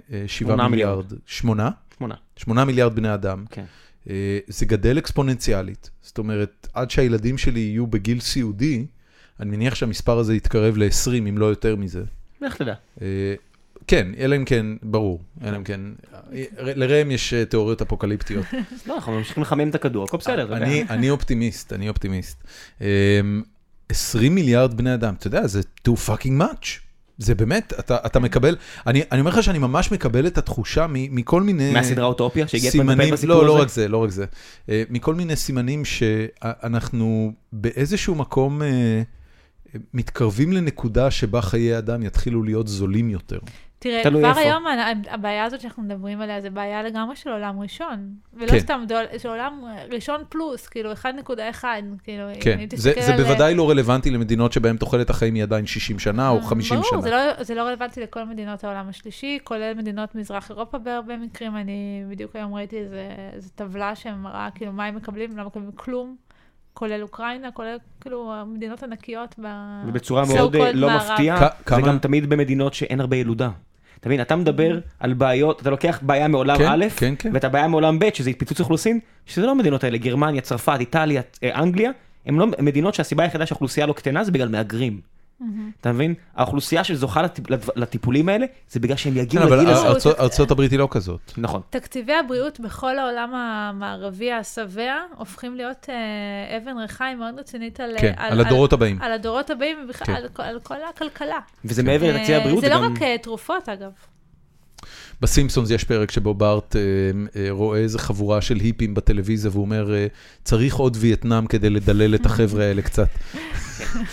A: 7
B: שמונה
A: מיליארד, 8?
B: שמונה.
A: 8 מיליארד בני אדם.
B: כן.
A: אה, זה גדל אקספוננציאלית. זאת אומרת, עד שהילדים שלי יהיו בגיל סיעודי, אני מניח שהמספר הזה יתקרב ל-20, אם לא יותר מזה.
B: לך תדע.
A: אה, כן, אלא אם כן, ברור, אלא אם כן, אה, לראם יש אה, תיאוריות אפוקליפטיות.
B: לא, אנחנו ממשיכים לחמם את הכדור, הכל בסדר. אתה יודע.
A: אני, אני אופטימיסט, אני אופטימיסט. אמ, 20 מיליארד בני אדם, אתה יודע, זה too fucking much. זה באמת, אתה, אתה מקבל, אני, אני אומר לך שאני ממש מקבל את התחושה מ, מכל מיני...
B: מהסדרה אוטופיה שהגיעה
A: אה, סימנים,
B: לטפל בסיפור
A: לא,
B: הזה?
A: לא רק זה, לא רק זה. אה, מכל מיני סימנים שאנחנו באיזשהו מקום אה, מתקרבים לנקודה שבה חיי אדם יתחילו להיות זולים יותר.
C: תראה,
B: תלוי
C: כבר
B: איפה.
C: היום ה- הבעיה הזאת שאנחנו מדברים עליה, זה בעיה לגמרי של עולם ראשון. ולא
A: כן.
C: סתם, דול- של עולם ראשון פלוס, כאילו 1.1, כאילו,
A: כן,
C: אם
A: זה,
C: תסתכל
A: זה
C: על-
A: בוודאי לא רלוונטי למדינות שבהן תוחלת החיים היא עדיין 60 שנה או 50
C: ברור,
A: שנה.
C: זה לא, זה לא רלוונטי לכל מדינות העולם השלישי, כולל מדינות מזרח אירופה בהרבה מקרים. אני בדיוק היום ראיתי איזה, איזה טבלה שמראה כאילו מה הם מקבלים, לא מקבלים כלום, כולל אוקראינה, כולל כאילו מדינות ענקיות ב...
B: ובצורה
C: so
B: מאוד אה,
C: called
B: לא
C: מערב.
B: מפתיעה,
A: כ-
B: זה
A: כמה-
B: גם תמיד במדינות שאין הרבה ילודה. אתה מבין, אתה מדבר
C: Mm-hmm.
B: על בעיות, אתה לוקח בעיה מעולם
A: כן,
B: א',
A: כן, כן.
B: ואת הבעיה מעולם ב', שזה התפיצוץ אוכלוסין, שזה לא המדינות האלה, גרמניה, צרפת, איטליה, אה, אנגליה, הן לא הן מדינות שהסיבה היחידה שהאוכלוסייה לא קטנה זה בגלל מהגרים. אתה מבין? האוכלוסייה שזוכה לטיפ- לדו- לטיפולים האלה, זה בגלל שהם
A: כן,
B: יגיעו
A: אבל
B: לגיל הזה.
C: הזהות.
A: ארצות- ארצות הברית היא לא כזאת.
C: אה,
B: נכון.
C: תקציבי הבריאות בכל העולם המערבי השבע הופכים להיות אה, אבן ריחיים מאוד רצינית על,
A: כן, על הדורות הבאים.
C: על הדורות הבאים ובכלל
A: כן.
C: על, כל- על כל הכלכלה.
B: וזה מעבר לתקציב הבריאות,
C: זה
B: זה
C: לא
B: גם...
C: רק אה, תרופות אגב.
A: בסימפסונס יש פרק שבו בארט אה, אה, רואה איזה חבורה של היפים בטלוויזיה, והוא אומר, אה, צריך עוד וייטנאם כדי לדלל את החבר'ה האלה קצת.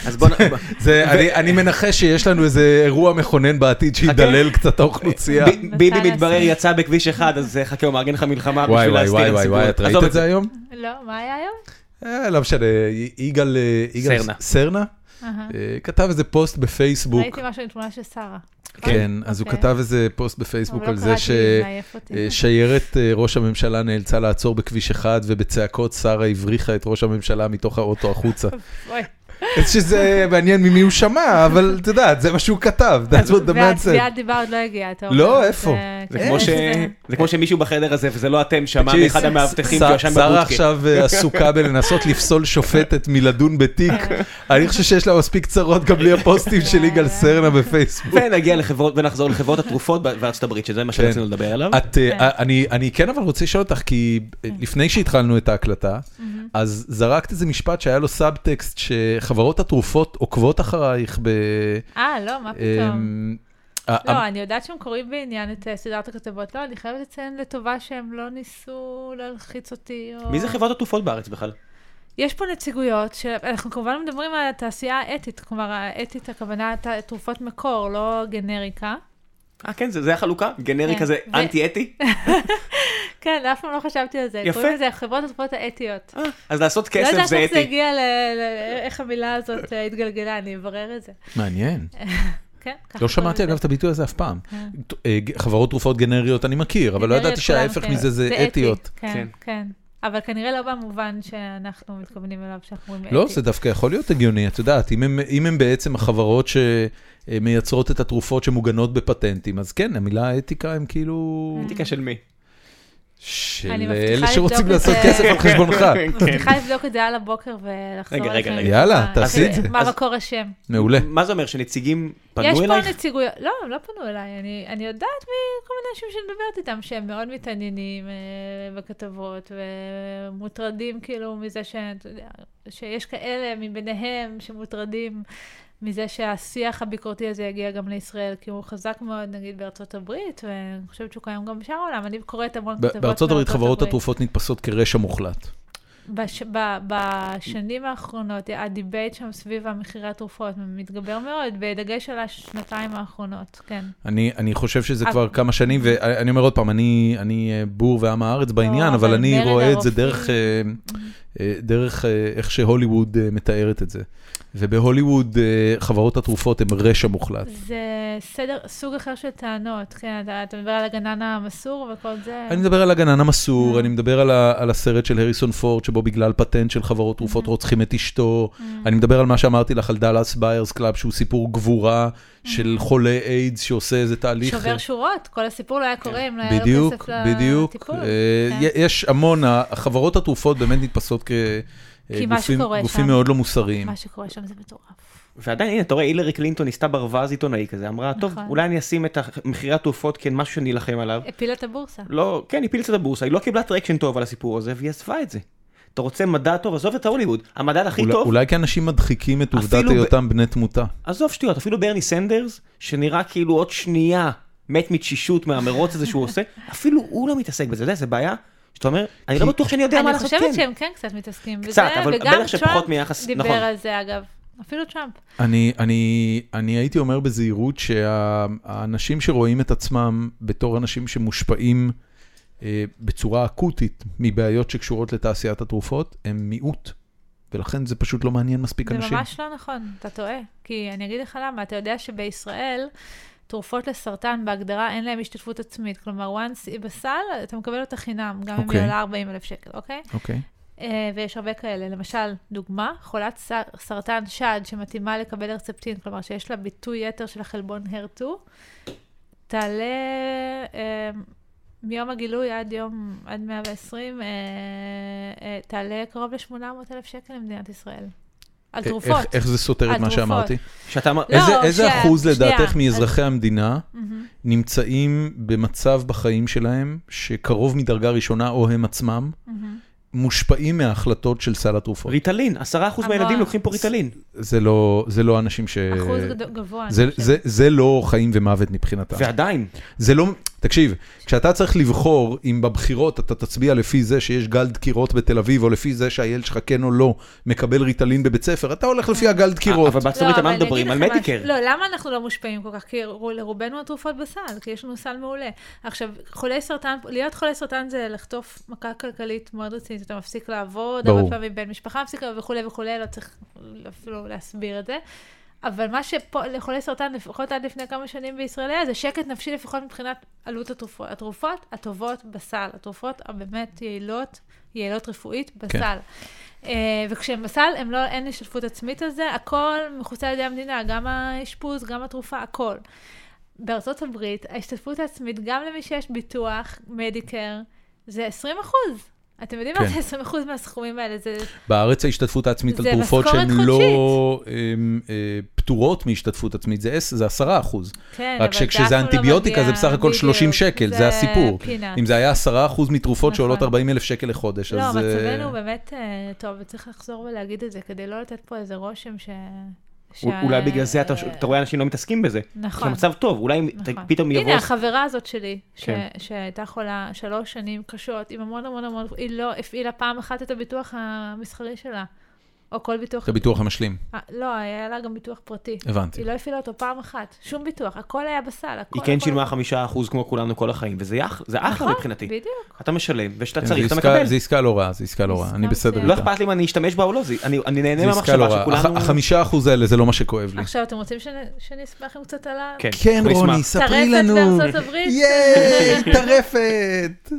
B: אז בוא נ...
A: זה, אני, אני מנחש שיש לנו איזה אירוע מכונן בעתיד שידלל קצת האוכלוסייה.
B: ב- ביבי
C: מתי
B: מתברר
C: עשו?
B: יצא בכביש אחד, אז אה, חכה, הוא מארגן לך מלחמה
A: וואי
B: בשביל
A: וואי
B: להסתיר
A: וואי
B: את
A: וואי
B: הסיפור.
A: וואי, את ראית
B: עזוב
A: את זה היום?
C: לא, מה היה היום?
A: אה, לא משנה, י- יגאל אה, יגאל
B: סרנה.
A: סרנה
C: אהה.
A: אה, כתב איזה פוסט בפייסבוק.
C: ראיתי משהו עם תמונה של שרה.
A: כן, אז הוא
C: אוקיי.
A: כתב איזה פוסט
C: אבל
A: בפייסבוק
C: לא
A: על זה
C: קראתי,
A: ש...
C: זה מעייף אותי.
A: אה, שיירת אה, ראש הממשלה נאלצה לעצור בכביש אחד, ובצעקות שרה הבריחה את ראש הממשלה מתוך האוטו החוצה.
C: אוי.
A: אז שזה מעניין ממי הוא שמע, אבל את יודעת, זה מה שהוא כתב, that's what the man
C: והתביעת
A: said.
C: דיבה עוד לא הגיעה, אתה
A: לא,
C: אומר,
A: איפה?
B: זה
C: זה- כן,
B: כמו ש-
C: זה-
B: זה כמו שמישהו בחדר הזה, וזה לא אתם, שמע
A: תקשיב,
B: מאחד המאבטחים
A: ש-
B: שישן
A: שרה
B: בבודקה.
A: עכשיו אה, עסוקה בלנסות לפסול שופטת מלדון בתיק. אני חושב שיש לה מספיק צרות גם בלי הפוסטים של יגאל סרנה בפייסבוק.
B: ונגיע לחברות, ונחזור לחברות התרופות ב- בארצות הברית, שזה מה שרצינו לדבר עליו.
A: כן. את, אה,
C: אוקיי.
A: אה, אני, אני כן אבל רוצה לשאול אותך, כי אה,
C: כן.
A: לפני שהתחלנו את ההקלטה, אז זרקת איזה משפט שהיה לו סאבטקסט שחברות התרופות עוקבות אחרייך ב...
C: אה, לא, מה פתאום.
A: אמ, ה-
C: לא, אני יודעת שהם קוראים בעניין את אה, סדרת הכתבות. לא, אני חייבת לציין לטובה שהם לא ניסו להלחיץ אותי. או-
B: מי זה חברות התרופות בארץ בכלל?
C: יש פה נציגויות, שאנחנו כמובן מדברים על התעשייה האתית, כלומר, האתית הכוונה ת- תרופות מקור, לא גנריקה.
B: אה, כן, זה זה החלוקה? גנרי
C: כן.
B: כזה
C: ו-
B: אנטי-אתי?
C: כן, אף פעם לא חשבתי על זה.
B: יפה.
C: קוראים לזה חברות התרופות האתיות.
B: אה, אז לעשות
C: לא
B: כסף
C: יודעת
B: זה
C: איך זה
B: אתי.
C: הגיע ל... ל- איך המילה הזאת אה, התגלגלה, אני אברר את זה.
A: מעניין.
C: כן, ככה
A: לא
C: קוראים
A: שמעתי
C: לזה.
A: אגב את הביטוי הזה אף פעם.
C: כן.
A: ת- אה, ג- חברות תרופות גנריות אני מכיר, אבל לא
C: גנריות
A: ידעתי שההפך
C: כולנו, כן.
A: מזה זה אתיות.
C: אתי, כן,
B: כן.
C: כן. אבל כנראה לא במובן שאנחנו מתכוונים אליו, שאנחנו אומרים אתי.
A: לא, זה דווקא יכול להיות הגיוני, את יודעת, אם הם- אם הם בעצם החברות שמייצרות את התרופות שמוגנות בפטנטים, אז כן, המילה אתיקה הם כאילו...
B: אתיקה של מי?
C: אני
A: של
C: מבטיחה
A: אלה שרוצים
C: לבדוק את
A: לעשות
C: זה.
A: כסף על חשבונך.
B: כן.
C: צריכה לבדוק את זה על הבוקר ולחזור
B: רגע, רגע,
C: אליכם.
B: רגע.
A: יאללה,
C: מה-
A: תעשי את זה.
C: מה
B: אז-
C: מקור השם.
A: מעולה.
B: מה זה אומר, שנציגים
C: יש
B: פנו
C: פה
B: אלייך?
C: נציגויות, לא, הם לא פנו אליי, אני, אני יודעת מכל מיני אנשים שאני מדברת איתם, שהם מאוד מתעניינים אה, בכתבות, ומוטרדים כאילו מזה ש... אתה יודע, שיש כאלה מביניהם שמוטרדים מזה שהשיח הביקורתי הזה יגיע גם לישראל, כי הוא חזק מאוד, נגיד, בארצות הברית, ואני חושבת שהוא קיים גם בשאר העולם, אני קוראת המון
A: ב-
C: כתבות
A: בארצות הברית
C: מארצות
A: חברות
C: הברית.
A: התרופות נתפסות כרשע מוחלט.
C: בש, ב, בשנים האחרונות, הדיבייט שם סביב המחירי התרופות מתגבר מאוד, בדגש על השנתיים האחרונות, כן.
A: אני, אני חושב שזה
C: אבל-
A: כבר כמה שנים, ואני אומר עוד פעם, אני, אני אה, בור ועם הארץ בעניין,
C: לא,
A: אבל
C: אבל
A: אני
C: מרד
A: רואה את זה
C: הרופאים-
A: דרך אה, אה, דרך אה, איך שהוליווד אה, מתארת את זה. ובהוליווד אה, חברות התרופות הן רשע מוחלט.
C: זה סדר, סוג אחר של טענות, כן, אתה, אתה מדבר על הגנן המסור וכל זה.
A: אני מדבר על הגנן
C: אה.
A: המסור, אני מדבר על, ה, על הסרט של הריסון פורד, שבו בגלל פטנט של חברות
C: אה.
A: תרופות רוצחים את אשתו. אני מדבר על מה שאמרתי לך, על דאלאס ביירס קלאב, שהוא סיפור גבורה של חולה איידס שעושה איזה תהליך.
C: אה.
A: אה,
C: שובר שורות, כל הסיפור לא היה
B: כן.
C: קורה אם לא היה לו
A: בדיוק,
C: כסף
A: בדיוק.
C: לטיפול.
A: אה,
C: כן.
A: י- יש המון, ה- החברות התרופות באמת נתפסות כ... אה,
C: כי מה
A: גופים-
C: שקורה
A: גופים
C: שם-
A: מאוד לא
B: אה,
A: מוסריים.
C: מה שקורה שם זה מטורף.
B: ועדיין, הנה, אתה רואה, הילרי קלינטון ניסתה ברווז עיתונאי כזה, אמרה, טוב,
C: נכון.
B: אולי אני אשים את הח- מחירי התרופות כמשהו שנילחם עליו.
C: הפילה את הבורסה.
B: לא, כן, היא פילצה את הבורסה, היא לא קיבלה טרקשן טוב על הסיפור הזה, והיא עזבה את זה. אתה רוצה מדע טוב, עזוב את ההוליווד, המדד הכי
A: אולי-
B: טוב,
A: אולי כי אנשים מדחיקים את עובדת
B: אפילו ב-
A: היותם בני תמותה.
B: עזוב שטויות, אפילו ברני סנדרס, שנראה כאילו עוד שנייה מת מתשישות מהמרוץ הזה שהוא עושה, אפילו הוא לא מתעסק בזה, אתה יודע, זה בעיה, שאתה אומר, אני לא בטוח שאני יודע מה
C: אני
B: לעשות,
C: חושבת
B: כן.
C: שהם כן קצת מתעסקים בזה,
B: קצת, אבל
C: וגם
B: בטח שפחות
C: טראמפ
B: מיחס-
C: דיבר
B: נכון.
C: על זה אגב, אפילו טראמפ.
A: אני, אני, אני הייתי אומר בזהירות שהאנשים שרואים את עצמם בתור אנשים שמושפעים אה, בצורה אקוטית מבעיות שקשורות לתעשיית התרופות, הם מיעוט, ולכן זה פשוט לא מעניין מספיק
C: זה
A: אנשים.
C: ממש לא נכון, אתה טועה. כי אני אגיד לך למה, אתה יודע שבישראל, תרופות לסרטן בהגדרה אין להן השתתפות עצמית. כלומר, once היא בסל, אתה מקבל אותה חינם, גם אם
A: אוקיי.
C: היא עולה 40 אלף שקל, אוקיי?
A: אוקיי.
C: אה, ויש הרבה כאלה. למשל, דוגמה, חולת ס- סרטן שד שמתאימה לקבל הרצפטין, כלומר שיש לה ביטוי יתר של החלבון הר2, תעלה אה, מיום הגילוי עד יום, עד 120, אה, אה, תעלה קרוב ל-800,000 שקל למדינת ישראל. על
A: א-
C: תרופות.
A: אה, איך, איך זה סותר את
C: על
A: מה
C: תרופות.
A: שאמרתי?
B: שאתה אמר,
C: לא,
A: איזה, איזה
C: שנייה,
A: אחוז
C: שנייה.
A: לדעתך
C: אז-
A: מאזרחי המדינה
C: מהמם.
A: נמצאים במצב בחיים שלהם שקרוב מדרגה ראשונה או הם עצמם
C: מהמם.
A: מושפעים מההחלטות של סל התרופות?
B: ריטלין, 10% מהילדים
C: המון.
B: לוקחים פה ריטלין.
A: זה לא, זה לא אנשים ש...
C: אחוז גדו- גבוה. אני
A: זה,
C: חושבת.
A: זה, זה לא חיים ומוות מבחינתם.
B: ועדיין,
A: זה לא, תקשיב, כשאתה צריך לבחור אם בבחירות אתה תצביע לפי זה שיש גל דקירות בתל אביב, או לפי זה שהילד שלך כן או לא מקבל ריטלין בבית ספר, אתה הולך
C: אה.
A: לפי הגל דקירות.
B: אבל בארצות הברית על
C: לא, אבל
B: מה
C: אני אגיד
B: מדברים? על
C: לך משהו.
B: מדיקר.
C: לא, למה אנחנו לא מושפעים כל כך? כי רו- לרובנו התרופות בסל, כי יש לנו סל מעולה. עכשיו, חולי סרטן, להיות חולה סרטן זה לחטוף מכה כלכלית מאוד רצינית, אתה מפסיק לעבוד,
A: ברור.
C: הרבה פעמים בן משפחה מפסיק לעבוד וכולי וכולי, לא צריך אפילו להסביר את זה. אבל מה שלחולי סרטן, לפחות עד לפני כמה שנים בישראל היה, זה שקט נפשי לפחות מבחינת עלות התרופות. התרופות הטובות בסל, התרופות הבאמת יעילות, יעילות רפואית בסל. אה, וכשהם בסל, הם לא, אין השתתפות עצמית על זה, הכל מכוסה על ידי המדינה, גם האשפוז, גם התרופה, הכל. בארצות הברית, ההשתתפות העצמית, גם למי שיש ביטוח, מדיקר, זה 20 אחוז. אתם יודעים מה
A: כן.
C: זה 20 אחוז מהסכומים האלה? זה
A: בארץ ההשתתפות העצמית על
C: זה
A: תרופות
C: משכורת
A: שהן לא אמ, אה, פטורות מהשתתפות עצמית, זה עש- זה 10 אחוז.
C: כן,
A: רק
C: אבל זה אף פעם
A: שכשזה
C: לא
A: אנטיביוטיקה
C: מגיע,
A: זה בסך הכל 30
C: בדיוק.
A: שקל,
C: זה
A: זה הסיפור.
C: peanuts.
A: אם זה היה 10 אחוז מתרופות
C: נכון.
A: שעולות 40 אלף שקל לחודש,
C: לא,
A: אז... אה,
C: מצבנו הוא באמת אה, טוב, וצריך לחזור ולהגיד את זה, כדי לא לתת פה איזה רושם ש... שה-
B: אולי בגלל זה אתה אתה רואה אנשים לא מתעסקים בזה.
C: לא, אה, נכון.
B: זה מצב טוב, אולי אם אתה-
C: נכון.
B: פתאום יבוא...
C: הנה, החברה הזאת שלי, ש...
B: כן.
C: שהייתה חולה שלוש שנים קשות, עם המון המון המון, היא לא הפעילה פעם אחת את הביטוח המסחרי שלה, או כל ביטוח...
A: את הביטוח המשלים,
C: אה, לא, היה לה גם ביטוח פרטי.
B: אה,
A: הבנתי.
C: היא לא הפעילה אותו פעם אחת, שום ביטוח, הכל היה בסל, הכל...
B: היא כן
C: הכל-
B: שילמה חמישה אחוז כמו כולנו כל החיים, וזה אח- זה אחלה
C: נכון,
B: מבחינתי.
C: בדיוק.
B: אתה משלם, וכשאתה
A: כן,
B: צריך
A: זה
B: אתה
A: עסקה-
B: מקבל.
A: זה עסקה לא רעה, זה עסקה לא רעה,
C: עסקה
A: אני בסדר
C: מצוינת.
B: לא
A: איתה.
B: אכפת לי אם אני אשתמש בה או לא, זה- אני אני נהנה
A: זה עסקה לא
B: מהמחשבה
A: רעה.
B: שכולנו...
A: הח- החמישה אחוז האלה זה לא מה שכואב
B: כן.
A: לי.
C: עכשיו, אתם רוצים שנ- שנסמך עם קצת על ה...
A: כן,
B: אני אשמח.
A: רוני, ספרי לנו.
C: טרפת בארצות הברית.
A: ייי, טרפת.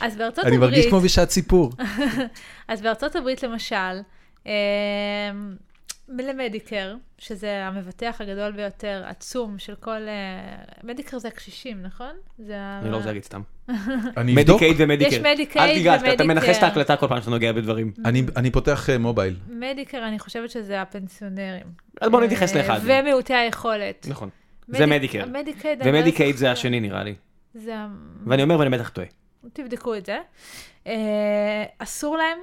C: אז בארצות
A: אני מרגיש
C: הברית,
A: כמו בשעת סיפור.
C: אז בארצות הברית למשל, אמ, למדיקר, שזה המבטח הגדול ביותר, עצום של כל... אה, מדיקר זה הקשישים, נכון? זה ה-
B: אני לא רוצה להגיד סתם.
A: אה, אני אבדוק,
B: מדיקייד ומדיקר.
C: יש Medicaid
B: אל תיגע, אתה- אתה
C: ומדיקר.
B: מנכס את ההקלטה כל פעם שאתה נוגע בדברים.
A: אני- אני פותח אה, מובייל.
C: מדיקר, אני חושבת שזה הפנסיונרים.
B: לא- אז בואו נתייחס
C: אה,
B: לאחד.
C: ומעוטי היכולת.
B: נכון. זה מדיקר.
C: המדיקייד, אני לא
B: ומדיקייד זה
C: זוכרת.
B: השני נראה לי.
C: זה ה-
B: ואני אומר ואני בטח טועה.
C: תבדקו את זה. אה, אסור להם,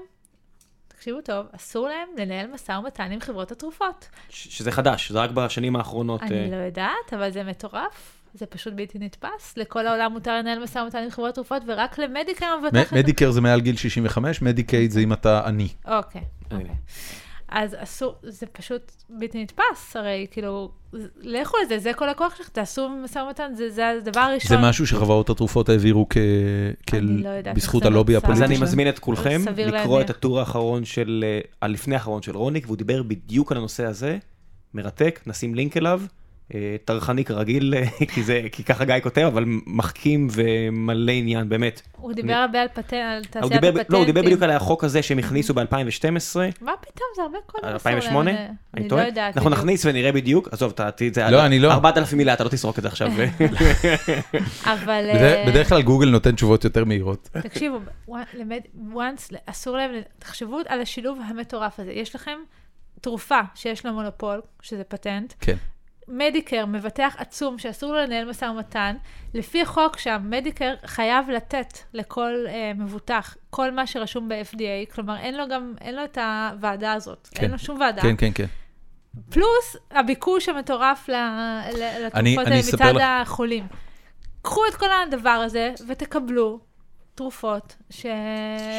C: תקשיבו טוב, אסור להם לנהל משא ומתן עם חברות התרופות.
B: ש- שזה חדש, זה רק בשנים האחרונות. אה,
C: אני לא יודעת, אבל זה מטורף. זה פשוט בלתי נתפס. לכל העולם מותר לנהל משא ומתן עם חברות תרופות, ורק למדיקה
A: מ-
C: מבטחת.
A: מדיקר זה מעל גיל 65, מדיקייד זה אם אתה עני.
C: אוקיי.
B: הנה.
C: אז אסור, זה פשוט בלתי נתפס, הרי כאילו, ז- לכו על זה, זה כל הכוח שלכם, תעשו משא ומתן, זה, זה הדבר
A: זה
C: הראשון.
A: משהו שחברות התרופות העבירו כ...
C: אני לא יודעת
A: בזכות
C: איך זה
A: הלובי
C: נוצר.
B: אז
A: הפוליטי
B: אני
A: שלהם?
B: מזמין את כולכם
C: סביר
B: לקרוא
C: להניח.
B: את הטור האחרון של, אה, הלפני האחרון של רוניק, והוא דיבר בדיוק על הנושא הזה, מרתק, נשים לינק אליו, אה, טרחני כרגיל, אה, כי זה, כי ככה גיא כותב, אבל מחכים ומלא עניין, באמת.
C: הוא דיבר הרבה על פטנט, על תעשיית
B: הוא דיבר, ב-
C: הפטנטים.
B: לא, הוא דיבר בדיוק על החוק הזה שהם הכניסו ב-2012.
C: מה פתאום, זה הרבה קודם. אסור
B: 2008?
C: להם,
B: אני
C: לא
B: טועה?
C: יודעת.
B: אנחנו
C: בדיוק.
B: נכניס ונראה בדיוק, עזוב, תעתי את זה,
A: לא,
B: עד-
A: אני לא.
B: 4,000 מילה, אתה לא תסרוק את זה עכשיו.
C: אבל...
A: בדרך-
C: אה,
A: בדרך כלל גוגל נותן תשובות יותר מהירות.
C: תקשיבו, one- למד- once, אסור להם, ל- תחשבו על השילוב המטורף הזה. יש לכם תרופה שיש לה מונופול, שזה פטנט.
A: כן.
C: מדיקר, מבטח עצום, שאסור לו לנהל משא ומתן. לפי חוק שם, מדיקר חייב לתת לכל אה, מבוטח כל מה שרשום ב-FDA, כלומר, אין לו גם, אין לו את הוועדה הזאת.
A: כן.
C: אין לו שום ועדה.
A: כן, כן, כן.
C: פלוס הביקוש המטורף ל- ל-
A: אני-
C: לתרופות
A: אני
C: האלה
A: אספר
C: מצד
A: לך-
C: החולים. קחו את כל הדבר הזה ותקבלו תרופות ש...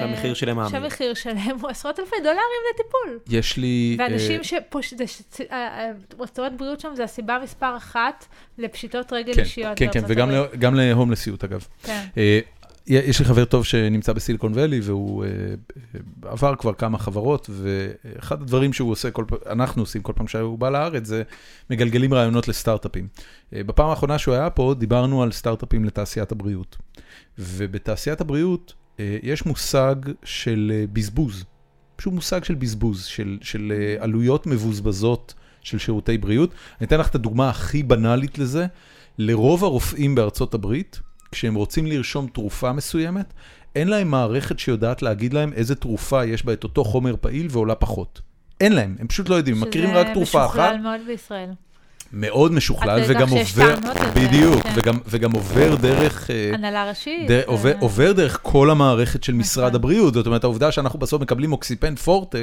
B: שהמחיר שלהם מאמין.
C: שהמחיר שלהם הוא עשרות אלפי דולרים לטיפול.
A: יש לי...
C: ואנשים
A: אה,
C: שפוש... זה ש... אה, אה, רצועות בריאות שם זה הסיבה מספר אחת לפשיטות רגל
A: כן,
C: אישיות.
A: כן, כן,
C: בארצות
A: וגם
C: הברית.
A: ל- גם להומלסיות, אגב.
C: כן.
A: אה, יש לי חבר טוב שנמצא בסיליקון ואלי, והוא אה, אה, עבר כבר כמה חברות, ואחד הדברים שהוא עושה, כל, פ- אנחנו עושים כל פעם שהוא בא לארץ, זה מגלגלים רעיונות לסטארט-אפים. אה, בפעם האחרונה שהוא היה פה, דיברנו על סטארט-אפים לתעשיית הבריאות. ובתעשיית הבריאות אה, יש מושג של אה, בזבוז, פשוט מושג של בזבוז, של, של אה, עלויות מבוזבזות של שירותי בריאות. אני אתן לך את הדוגמה הכי בנאלית לזה. לרוב הרופאים בארצות הברית, כשהם רוצים לרשום תרופה מסוימת, אין להם מערכת שיודעת להגיד להם איזה תרופה יש בה את אותו חומר פעיל ועולה פחות. אין להם, הם פשוט לא יודעים, הם מכירים רק תרופה
C: שזה
A: אחת. אה,
C: משוכלל מאוד בישראל.
A: מאוד משוכלל,
C: עד כדי
A: וגם
C: כך שיש
A: עובר,
C: טענות לזה,
A: בדיוק,
C: כן.
A: וגם- וגם עובר דרך... אה,
C: הנהלה ראשית.
A: דר-
C: אה,
A: עובר- עובר דרך כל המערכת של משרד
C: נכון.
A: הבריאות, זאת אומרת העובדה שאנחנו בסוף מקבלים מוקסיפן פורטה,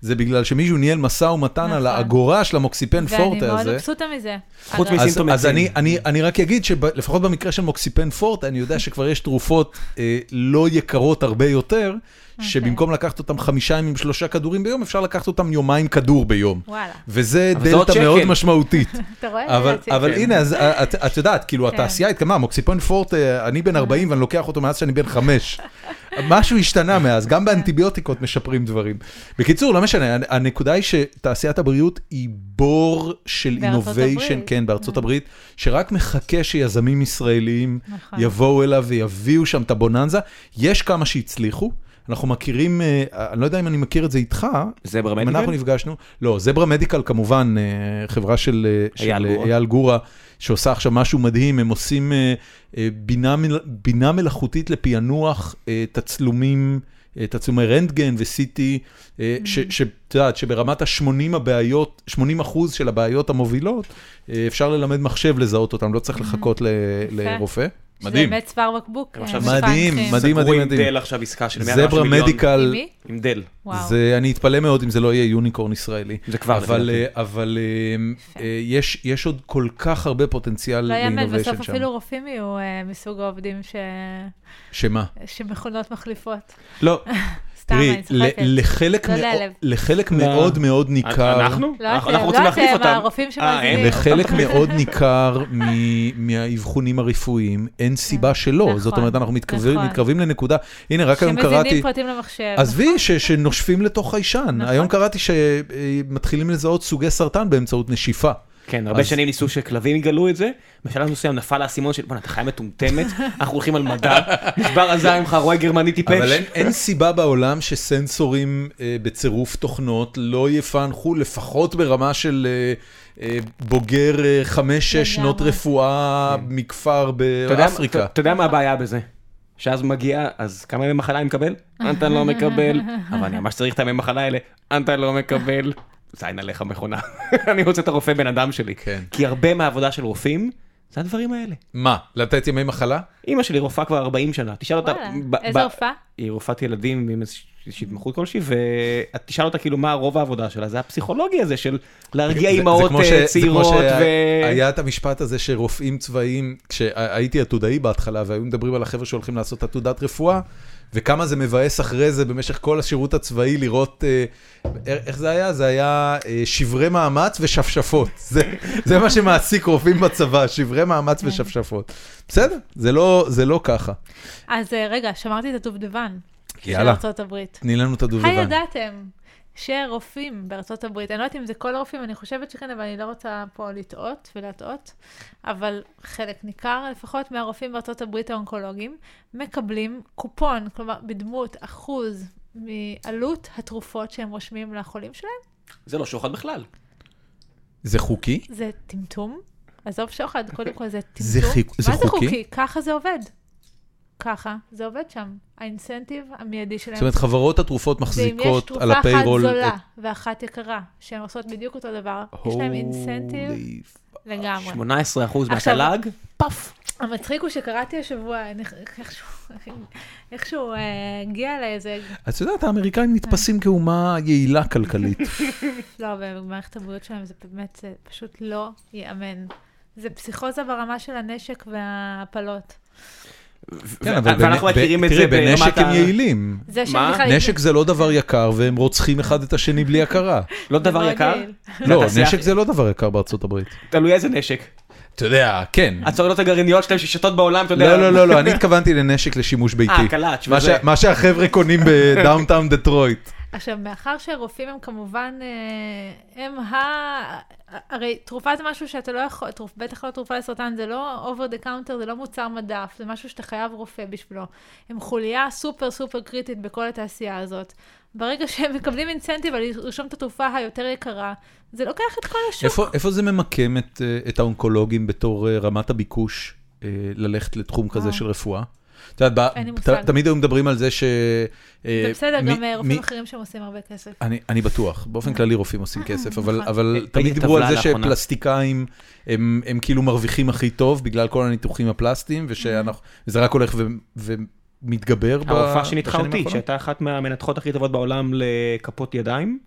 A: זה בגלל שמישהו ניהל משא ומתן על
C: נכון.
A: האגורה של המוקסיפן
C: ואני
A: פורטה
C: מאוד
A: הזה.
B: אוקיי,
C: מבסוטה מזה.
B: חוץ
C: אגב.
B: מזה-
A: אז,
B: סימפטומצין.
A: אז אני, אני, אני רק אגיד שלפחות במקרה של מוקסיפן פורטה, אני יודע שכבר יש תרופות אה, לא יקרות הרבה יותר,
C: אוקיי.
A: שבמקום לקחת אותם חמישה ימים, שלושה כדורים ביום, אפשר לקחת אותם יומיים כדור ביום.
C: וואלה,
A: וזה
B: אבל זה עוד
A: דלתא מאוד
B: שקל.
A: משמעותית.
C: אתה רואה?
A: אבל,
C: רציתי.
A: אבל הנה, אז אה, את, את יודעת, כאילו,
C: כן.
A: התעשייה התקדמה, מוקסיפן פורט, אה, אני בן 40 ואני לוקח אותו מאז שאני בן 5. משהו השתנה מאז,
C: כן.
A: גם באנטיביוטיקות משפרים דברים. בקיצור, לא משנה, הנ- הנקודה היא שתעשיית הבריאות היא בור של
C: בארצות
A: אינוביישן,
C: הברית. אה.
A: כן, בארצות הברית, שרק מחכה שיזמים ישראלים
C: נכון.
A: יבואו אליו ויביאו שם את הבוננזה. יש כמה שהצליחו. אנחנו מכירים, אה, אני לא יודע אם אני מכיר את זה איתך,
B: זה ברמה
A: אם אנחנו נפגשנו, לא, זברה מדיקל כמובן, אה, חברה של אה, של,
B: אייל
A: אה,
B: גורה.
A: אייל גורה, שעושה עכשיו משהו מדהים, הם עושים אה, אה, בינה מל- בינה מלאכותית לפענוח אה, תצלומים, אה, תצלומי רנטגן ו-CT, אה,
B: Mm-hmm.
A: ש- שאת יודעת, שברמת ה-80 הבעיות, 80 אחוז של הבעיות המובילות, אה, אפשר ללמד מחשב לזהות אותם, לא
B: Mm-hmm.
A: צריך לחכות ל-
C: יפה.
A: לרופא.
C: זה באמת צוואר בקבוק.
B: הם
C: אה,
B: עכשיו
C: מפענחים.
A: מדהים, מדהים, מדהים,
B: עם
A: מדהים.
B: דל עכשיו עסקה של 100
A: זברה
B: מיליון.
A: מדיקל,
C: עם מי?
B: עם דל.
C: וואו.
A: זה, אני אתפלא מאוד אם זה לא יהיה יוניקורן ישראלי.
B: זה כבר,
A: אבל,
B: לפי
A: אה, אבל אה,
C: יפה.
A: אה, יש, יש עוד כל כך הרבה פוטנציאל
C: לא יאמן,
A: לאינוביישן
C: בסוף
A: שם.
C: אפילו רופאים יהיו אה, מסוג העובדים ש...
A: שמה?
C: שמכונות מחליפות.
B: לא,
C: סתם,
A: תראי,
C: אני צוחקת.
A: ל- לחלק
C: לא
A: מאוד-
C: ללב.
A: לחלק
B: לא. אה,
A: מאוד מאוד ניכר...
B: אנחנו?
C: לא
B: אנחנו
C: אתם,
B: אנחנו רוצים
C: לא
B: להחליף
C: אתם,
B: אותם.
C: הרופאים שמאזינים.
B: אה,
A: לחלק מאוד ניכר מ- מהאבחונים הרפואיים, אין סיבה שלא.
C: נכון,
A: זאת אומרת, אנחנו מתקרבים-
C: נכון.
A: מתקרבים לנקודה, הנה, רק היום
C: שמזינים
A: קראתי...
C: פרטים למחשב.
A: עזבי, ש- שנושפים לתוך
C: נכון.
A: האישן. היום קראתי שמתחילים לזהות סוגי סרטן באמצעות נשיפה.
B: כן, הרבה
A: אז-
B: שנים ניסו שכלבים יגלו את זה, בשלב מסוים נפל האסימון של בוא'נה, אתה חיה מטומטמת, אנחנו הולכים על מדע, נשבר הזין שלך, רואה גרמני טיפש.
A: אבל אין, אין סיבה בעולם שסנסורים אה, בצירוף תוכנות לא יפענחו לפחות ברמה של אה, אה, בוגר אה, חמש-שש
C: לגמרי.
A: שנות רפואה מכפר
B: כן. אתה יודע-
A: באפריקה.
B: אתה- אתה יודע מה הבעיה בזה? שאז מגיע, אז כמה ימי מחלה אני מקבל? אתה לא מקבל. אבל אני ממש צריך את הימי מחלה האלה, אתה לא מקבל. זין עליך מכונה. אני רוצה את הרופא בן אדם שלי.
A: כן.
B: כי הרבה מהעבודה של רופאים, זה הדברים האלה.
A: מה, לתת ימי מחלה?
B: אימא שלי רופאה כבר 40 שנה, תשאל אותה...
C: וואלה,
B: ב- ב-
C: איזה הופעה?
B: היא רופאת ילדים עם איזושהי יש התמחות כלשהי, ואת תשאל אותה כאילו מה רוב העבודה שלה, זה הפסיכולוגי הזה של להרגיע
A: זה- זה
B: אימהות
A: כמו ש-
B: אה,
A: זה כמו
B: צעירות ו...
A: שהיה את המשפט הזה שרופאים צבאיים, כשהייתי עתודאי בהתחלה והיו מדברים על החבר'ה שהולכים לעשות עתודת רפואה, וכמה זה מבאס אחרי זה במשך כל השירות הצבאי לראות, אה, איך איך זה היה? זה היה אה, שברי מאמץ ושפשפות. זה, זה מה שמעסיק רופאים בצבא, שברי מאמץ
C: כן.
A: ושפשפות. בסדר, זה לא, זה לא ככה.
C: אז אה, רגע, שמרתי את הדובדבן. של
A: יאללה,
C: ארצות הברית.
A: תני לנו את הדובדבן.
C: הידעתם שרופאים בארצות הברית, אני לא יודעת אם זה כל הרופאים, אני חושבת שכן, אבל אני לא רוצה פה לטעות ולהטעות, אבל חלק ניכר לפחות מהרופאים בארצות הברית האונקולוגיים מקבלים קופון, כלומר בדמות אחוז מעלות התרופות שהם רושמים לחולים שלהם,
D: זה לא שוחד בכלל.
A: זה חוקי?
C: זה טמטום. עזוב שוחד, קודם כל זה טמטום.
A: זה חיק- זה
C: מה זה
A: חוקי?
C: חוקי? ככה זה עובד. ככה, זה עובד שם. האינסנטיב המיידי שלהם.
A: זאת אומרת, חברות התרופות מחזיקות על
C: ואם יש תרופה
A: הפיירול אה,
C: אחת זולה
A: את...
C: ואחת יקרה, שהן עושות בדיוק אותו דבר, יש להם אינסנטיב
A: Holy
C: לגמרי.
D: 18%
C: עכשיו-
D: מהתל"ג, פאף.
C: המצחיק הוא שקראתי השבוע, אני- איכשהו- איכשהו אה, הגיע אליי איזה,
A: את יודעת, האמריקאים
C: כן.
A: נתפסים כאומה יעילה כלכלית.
C: לא, במערכת הבריאות שלהם זה באמת, זה פשוט לא ייאמן. זה פסיכוזה ברמה של הנשק וההפלות.
A: כן,
B: ו-
A: אבל
B: ואנחנו
A: בנ-
B: מכירים
A: ב-
B: את זה
A: תראה, בנשק
B: ברמת
A: הם
B: ה-
A: יעילים.
C: זה שהם
D: מה?
C: בכלל-
A: נשק זה לא דבר יקר, והם רוצחים אחד את השני בלי הכרה.
B: לא
C: זה
B: דבר
C: מאוד
B: יקר,
C: יעיל.
A: לא,
B: התעשייה-
A: נשק זה לא דבר יקר בארצות הברית.
B: תלוי איזה נשק.
A: אתה יודע, כן.
B: הצוללות הגרעיניות שלהם ששתות בעולם, אתה יודע.
A: לא, לא, לא, לא, אני התכוונתי לנשק לשימוש ביתי.
B: אה, קלאץ',
A: מה
B: וזה.
A: שה- מה שהחבר'ה קונים בדאונטאון דטרויט.
C: עכשיו, מאחר שהרופאים הם כמובן, אה, הם ה... הרי תרופה זה משהו שאתה לא יכול, תרופ, בטח לא תרופה לסרטן, זה לא over the counter, זה לא מוצר מדף, זה משהו שאתה חייב רופא בשבילו. הם חוליה סופר סופר קריטית בכל התעשייה הזאת. ברגע שהם מקבלים אינסנטיב על לרשום את התרופה היותר יקרה, זה לוקח את כל השוק.
A: איפה- איפה זה ממקם את, אה, את האונקולוגים בתור אה, רמת הביקוש אה, ללכת לתחום כזה
C: אה.
A: של רפואה? את יודעת, ב-
C: אין לי
A: ת-
C: מושג.
A: תמיד היו מדברים על זה ש... אה,
C: זה בסדר,
A: מי-
C: גם אה, רופאים
A: מי-
C: אחרים שם עושים הרבה כסף.
A: אני, אני בטוח, באופן כללי רופאים עושים כסף, אבל,
B: אה,
C: נכון.
A: אבל
D: ראיתי
A: תמיד דיברו על
D: טבלה
A: זה
D: לאחרונה.
A: שפלסטיקאים הם, הם כאילו מרוויחים הכי טוב בגלל כל הניתוחים הפלסטיים, וזה רק הולך ו, ומתגבר ב-
B: הרופאה שניתחה
A: בשנים
B: אותי,
A: האחרונות.
B: שהייתה אחת מהמנתחות הכי טובות בעולם לכפות ידיים,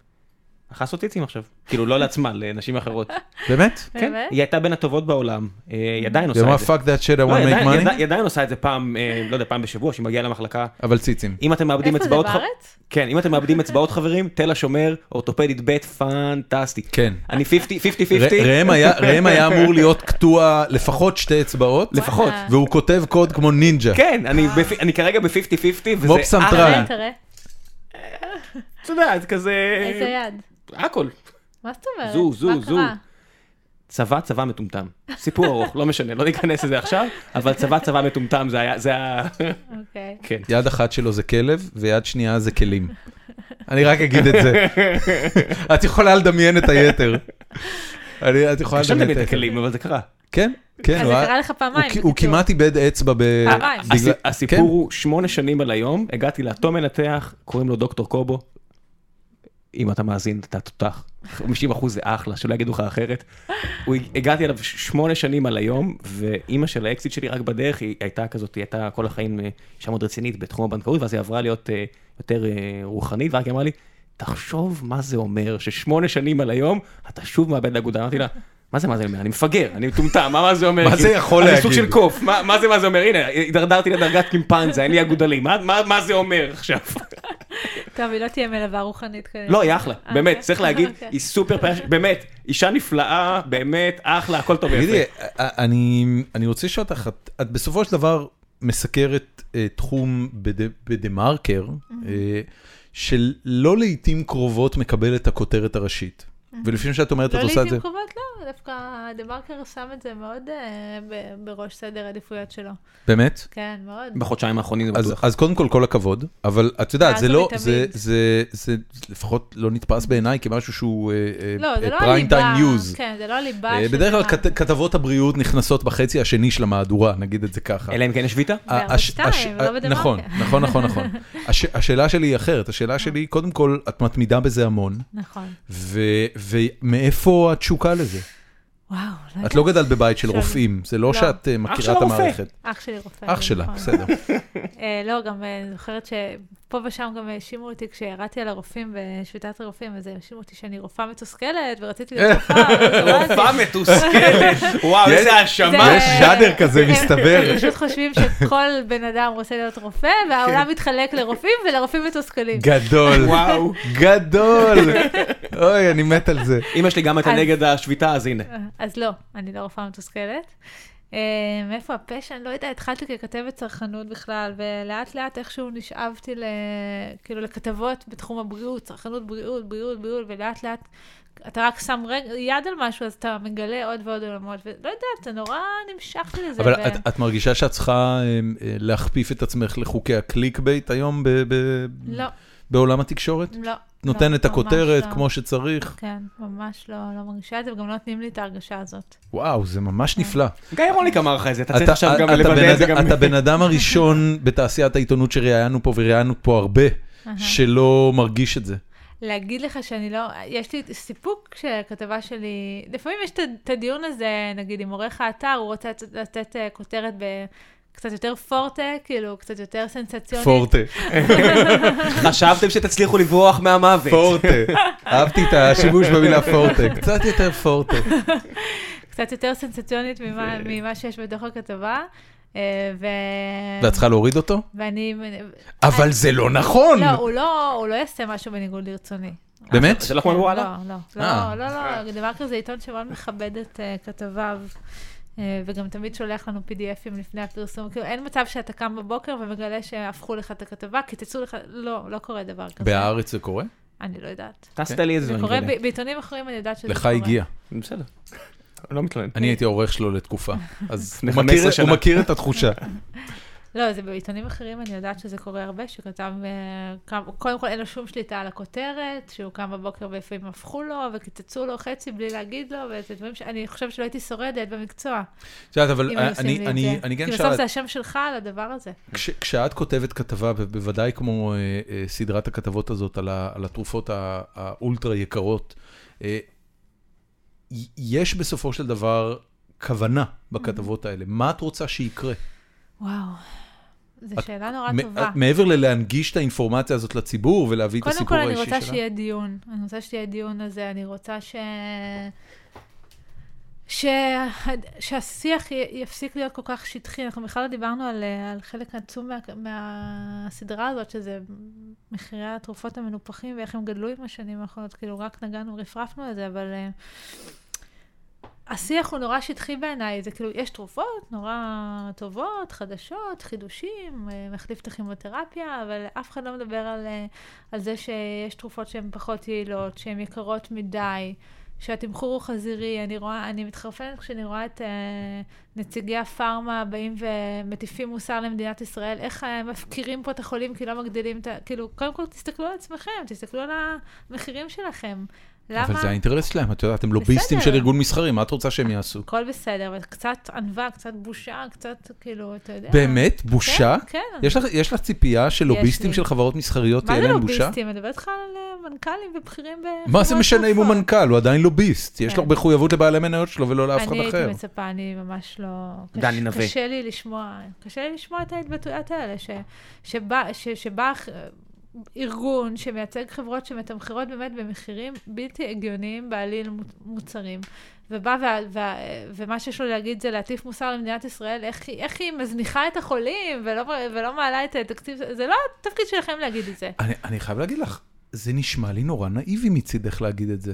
B: אחת עשו ציצים עכשיו. כאילו, לא לעצמה, לנשים אחרות.
A: באמת?
B: כן,
C: באמת?
B: היא הייתה בין הטובות בעולם. אה, היא עדיין
A: זה
B: עושה
A: מה
B: את זה.
A: fuck that shit I
B: לא,
A: want
B: היא
A: to make
B: עדיין-
A: money,
B: היא עדיין עושה את זה פעם, אה, לא יודע, פעם בשבוע, שהיא מגיעה למחלקה.
A: אבל ציצים.
B: אם אתם מאבדים
C: איפה זה
B: אצבעות... ח-
C: בארץ?
B: כן, אם אתם מאבדים אצבעות חברים, תל השומר, אורתופדית ב' פנטסטי.
A: כן.
B: אני 50-50-50.
A: ר- ראם היה- ראם היה אמור להיות קטוע לפחות שתי אצבעות,
B: לפחות.
C: וואלה.
A: והוא כותב קוד כמו נינג'ה.
B: כן, אני בפ- אני כרגע ב-50-50,
A: כמו
B: וזה
A: פסנתרן.
B: אחלה.
C: תראה, תראה.
B: אתה יודע, זה כזה...
C: איזה יד.
B: הכל.
C: מה זאת אומרת?
B: אה, זו, זו,
C: מה
B: זו.
C: קרה?
B: צבא, צבא מטומטם. סיפור ארוך, לא משנה, לא ניכנס לזה עכשיו, אבל צבא, צבא מטומטם, זה היה... זה היה...
C: אוקיי.
B: כן.
A: יד אחת שלו זה כלב, ויד שנייה זה כלים. אני רק אגיד את זה. את יכולה לדמיין את היתר. אני, את יכולה
B: קשה
A: לדמיין את
B: לדמיין את
A: היתר.
B: הכלים, אבל זה קרה.
A: כן, כן.
C: אז
A: הוא
C: זה
A: היה-
C: קרה לך
A: הוא
C: פעמיים.
A: כ- הוא
C: בקיצור.
A: כמעט איבד אצבע ב...
C: פעמיים.
A: בגלל-
B: הס- הסיפור
A: כן.
B: הוא שמונה שנים על היום, הגעתי לאותו מנתח, קוראים לו דוקטור קובו. אם אתה מאזין, אתה תותח. 50 אחוז זה אחלה, שלא יגידו לך אחרת. הוא, הגעתי אליו ש- שמונה שנים על היום, ואימא של האקזיט שלי רק בדרך, היא הייתה כזאת, היא הייתה כל החיים אה, אישה מאוד רצינית בתחום הבנקאות, ואז היא עברה להיות אה, יותר אה, רוחנית, ורק היא אמרה לי, תחשוב מה זה אומר ששמונה שנים על היום, אתה שוב מאבד אגודה. אמרתי לה, מה זה מה זה אומר? אני מפגר, אני מטומטם, מה מה זה אומר?
A: מה זה
B: כאילו,
A: יכול
B: אני סוג
A: להגיד?
B: של קוף, מה מה זה מה זה אומר? הנה, הידרדרתי לדרגת קימפנזה, אין לי אגודלים, מה- מה מה זה אומר עכשיו?
C: אוקיי. טוב, היא לא תהיה מלווה רוחנית כנראה.
B: לא, היא אחלה,
C: אה,
B: באמת,
C: אוקיי.
B: צריך להגיד,
C: אוקיי.
B: היא סופר פרש, באמת, אישה נפלאה, באמת, אחלה, הכל טוב
A: תגידי,
B: ויפה.
A: א- א- אני, אני רוצה לשאול אותך, את, את בסופו של דבר מסקרת אה, תחום בד, בדה-מרקר, אה, שלא לעיתים קרובות מקבל את הכותרת הראשית. ולפעמים שאת אומרת, את
C: לא
A: עושה את זה...
C: לעיתים קרובות, לא, דווקא דה מרקר שם את זה מאוד אה, ב- בראש סדר העדיפויות שלו.
A: באמת?
C: כן, מאוד.
B: בחודשיים האחרונים זה
A: אז, אז קודם כל, כל הכבוד, אבל את יודעת,
C: מאז
A: זה לא,
C: ומתמיד.
A: זה, זה, זה, לפחות לא נתפס בעיניי כמשהו שהוא אה,
C: לא, זה לא
A: פריים
C: הליבה.
A: טיים ניוז.
C: כן, זה לא הליבה של...
A: אה, בדרך כלל
C: דה
A: כת,
C: מרקר.
A: כתבות הבריאות נכנסות בחצי השני של המהדורה, נגיד את זה ככה. אה,
B: אלא אם כן יש שביתה?
C: בערוץ
A: הש-
C: שתיים,
A: הש-
C: ולא בדה-מרקר.
A: נכון, נכון, נכון, נכון. הש- השאלה שלי היא אחרת, השאלה שלי היא, קודם כל, את מתמידה בזה המון,
C: נכון.
A: ו- ומאיפה התשוקה לזה?
C: וואו, לא
A: את לא גדלת בבית של
C: שאני-
A: רופאים, זה לא
C: לא.
A: שאת אה,
B: של
A: מכירה את
B: הרופא.
A: המערכת.
C: אח שלי רופא.
A: אח שלה,
C: נכון.
A: בסדר.
C: אה, לא, גם אה, זוכרת שפה ושם גם האשימו אותי כשהרעתי על הרופאים בשביתת הרופאים, אז האשימו אותי שאני רופאה מתוסכלת, ורציתי להיות רופאה, לא אז הרעתי.
D: רופאה מתוסכלת, וואו,
A: יש-
D: איזה האשמה.
A: יש ז'אנר כזה,
C: הם-
A: מסתבר.
C: הם פשוט חושבים שכל בן אדם רוצה להיות רופא, והעולם
A: כן.
C: מתחלק לרופאים ולרופאים מתוסכלים.
A: גדול,
D: וואו.
A: גדול. אוי, אני מת על זה.
B: אמא שלי גם הייתה
C: אז-
B: נגד השביתה, אז הנה.
C: אז לא, אני לא רופאה מתוסכלת. אה, מאיפה הפשע? אני לא יודעת, התחלתי ככתבת צרכנות בכלל, ולאט לאט איכשהו נשאבתי ל... כאילו לכתבות בתחום הבריאות, צרכנות בריאות, בריאות, בריאות, ולאט לאט אתה רק שם רג... יד על משהו, אז אתה מגלה עוד ועוד עולמות, ולא יודעת, אתה נורא נמשכתי לזה.
A: אבל
C: ו-
A: את- את מרגישה שאת צריכה אה, אה, להכפיף את עצמך לחוקי הקליק בייט היום ב- ב-
C: לא,
A: בעולם התקשורת?
C: לא.
A: נותן
C: לא,
A: את הכותרת
C: ממש לא.
A: כמו שצריך?
C: כן, ממש לא, לא מרגישה את זה, וגם לא נותנים לי את ההרגשה הזאת.
A: וואו, זה ממש נפלא.
B: גיא רוליק אמר לך את זה, אתה צריך
A: אתה-
B: עכשיו גם
A: אתה בן
B: לוודא את זה
A: אד-
B: גם.
A: אתה בן אדם הראשון בתעשיית העיתונות שראיינו פה, וראיינו פה הרבה, שלא מרגיש את זה.
C: להגיד לך שאני לא, יש לי סיפוק כשהכתבה שלי, לפעמים יש את ה- את הדיון הזה, נגיד עם עורך האתר, הוא רוצה לצ- לתת אה, כותרת ב... קצת יותר פורטה, כאילו, קצת יותר סנסציונית.
A: פורטה,
B: חשבתם שתצליחו לברוח מהמוות.
A: פורטה. אהבתי את השימוש במילה פורטה. קצת יותר פורטה.
C: קצת יותר סנסציונית ממה, ממה שיש בתוך הכתבה. אה, ו...
A: ואת צריכה לא, להוריד אותו?
C: ואני...
A: אבל זה לא נכון!
C: לא, הוא לא, הוא לא יעשה משהו בניגוד לרצוני.
A: באמת?
D: זה לא כמו וואלה?
C: לא, לא,
A: אה.
C: לא, לא, לא, דה-מרקר זה עיתון שמאוד מכבד את אה, כתביו, אה, וגם תמיד שולח לנו PDFים לפני הפרסום. כאילו, אין מצב שאתה קם בבוקר ומגלה שהפכו לך את הכתבה, קיצצו לך, לא, לא קורה דבר כזה.
A: בהארץ זה קורה?
C: אני לא יודעת.
B: טסת לי איזה
C: זה
B: דברים
C: קורה
B: כאלה.
C: ב- בעיתונים אחרים, אני יודעת שזה קורה.
A: לא לך הגיע.
D: בסדר. לא מתלונן.
A: אני הייתי העורך שלו לתקופה, אז
D: לפני
A: הוא
D: 15
A: מכיר-
D: שנה.
A: הוא מכיר את התחושה.
C: לא, זה בעיתונים אחרים, אני יודעת שזה קורה הרבה, שכתב, אה, קם- קודם כל אין לו שום שליטה על הכותרת, שהוא קם בבוקר ולפעמים הפכו לו, וקיצצו לו חצי בלי להגיד לו, וזה דברים שאני חושבת שלא הייתי שורדת במקצוע.
A: את יודעת, אבל אה,
C: אם היו
A: אני-
C: עושים לי את
A: אני-
C: זה. כאילו,
A: אני
C: כי
A: כן
C: בסוף
A: שאלת,
C: זה השם שלך על הדבר הזה.
A: כש- כשאת כותבת כתבה, ב- בוודאי כמו אה, אה, סדרת הכתבות הזאת על ה- על התרופות ה- האולטרה יקרות, אה, י- יש בסופו של דבר כוונה
C: Mm-hmm.
A: בכתבות האלה. מה את רוצה שיקרה?
C: וואו, זו
A: את-
C: שאלה נורא
A: מ-
C: טובה.
A: מעבר ללהנגיש את האינפורמציה הזאת לציבור ולהביא את
C: קודם
A: הסיפור
C: כל, אני
A: האישי
C: רוצה
A: שלה?
C: שיהיה דיון. אני רוצה שיהיה דיון הזה, אני רוצה ש... ש... שהשיח י- יפסיק להיות כל כך שטחי. אנחנו בכלל לא דיברנו על, אה, על חלק עצום מה... מהסדרה הזאת, שזה מחירי התרופות המנופחים ואיך הם גדלו עם השנים האחרונות. כאילו, רק נגענו ורפרפנו את זה, אבל... אה, השיח הוא נורא שטחי בעיניי, זה כאילו, יש תרופות נורא טובות, חדשות, חידושים, אה, מחליף את הכימותרפיה, אבל אף אחד לא מדבר על, אה, על זה שיש תרופות שהן פחות יעילות, שהן יקרות מדי, שהתמחור הוא חזירי. אני רואה, אני מתחרפנת כשאני רואה את אה, נציגי הפארמה באים ומטיפים מוסר למדינת ישראל, איך הם מפקירים פה את החולים כי לא מגדילים את ה... כאילו, קודם כל תסתכלו על עצמכם, תסתכלו על המחירים שלכם. למה...
A: אבל זה האינטרס שלהם, את יודעת, הם לוביסטים
C: בסדר.
A: של ארגון מסחרי, מה את רוצה שהם יעשו?
C: הכל בסדר, אבל קצת ענווה, קצת בושה, קצת כאילו, אתה יודע.
A: באמת? בושה?
C: כן, כן.
A: יש לך- יש לך ציפייה שלוביסטים
C: לי.
A: של חברות מסחריות
C: מה
A: תהיה
C: זה
A: להם בושה?
C: לוביסטים? אני מדברת לך על אה, מנכ"לים ובכירים ב...
A: מה זה משנה אם הוא מנכ"ל? הוא עדיין לוביסט. יש
C: כן.
A: לו מחויבות לבעלי מניות שלו ולא לאף אחד
C: אני
A: אחר.
C: הייתי מצפה, אני ממש לא...
B: דני
C: קש-
B: נווה.
C: קשה לי לשמוע, קשה לי לשמוע את ההתבטאויות האלה, ש- שבא ש- שבא אח- ארגון שמייצג חברות שמתמחרות באמת במחירים בלתי הגיוניים בעליל מו- מוצרים, ובא וה- וה- ומה שיש לו להגיד זה להטיף מוסר למדינת ישראל, איך היא- איך היא מזניחה את החולים ולא- ולא מעלה את התקציב, זה לא התפקיד שלכם להגיד את זה.
A: אני- אני חייב להגיד לך, זה נשמע לי נורא נאיבי מצידך להגיד את זה.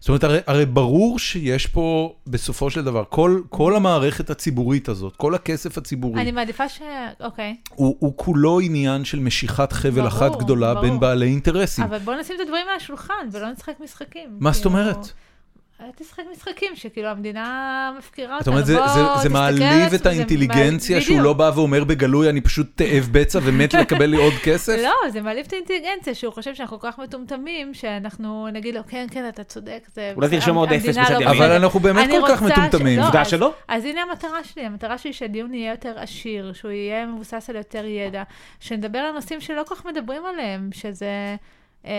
A: זאת אומרת, הרי, הרי ברור שיש פה, בסופו של דבר, כל, כל המערכת הציבורית הזאת, כל הכסף הציבורי,
C: אני מעדיפה ש... אוקיי.
A: הוא, הוא כולו עניין של משיכת חבל
C: ברור,
A: אחת גדולה
C: ברור.
A: בין בעלי אינטרסים.
C: אבל בואו נשים את הדברים על השולחן, ולא נשחק משחקים.
A: מה זאת
C: כאילו,
A: אומרת?
C: אל תשחק משחקים, שכאילו המדינה מפקירה אותנו.
A: זאת אומרת, זה,
C: בוא,
A: זה, זה
C: תסתכל על
A: מעליב
C: עצמך,
A: את
C: זה
A: האינטליגנציה
C: מעל-
A: שהוא לא
C: בדיוק.
A: בא ואומר בגלוי, אני פשוט תאב בצע ומת לקבל לי עוד כסף?
C: לא, זה מעליב את האינטליגנציה, שהוא חושב שאנחנו כל כך מטומטמים, שאנחנו נגיד לו, כן, כן, אתה צודק, זה...
B: אולי
C: בסדר,
B: תרשום עוד
C: המדינה
B: אפס
C: לא
B: בצד
C: בסדר."
A: אבל אנחנו באמת
C: אני
A: כל כך
C: רוצה ש-
A: מטומטמים.
C: לא,
B: עובדה
C: אז-
B: שלא.
C: אז הנה המטרה שלי, המטרה שלי שהדיון יהיה יותר עשיר, שהוא יהיה מבוסס על יותר ידע, שנדבר על נושאים שלא כל כך מדברים עליהם, שזה אה,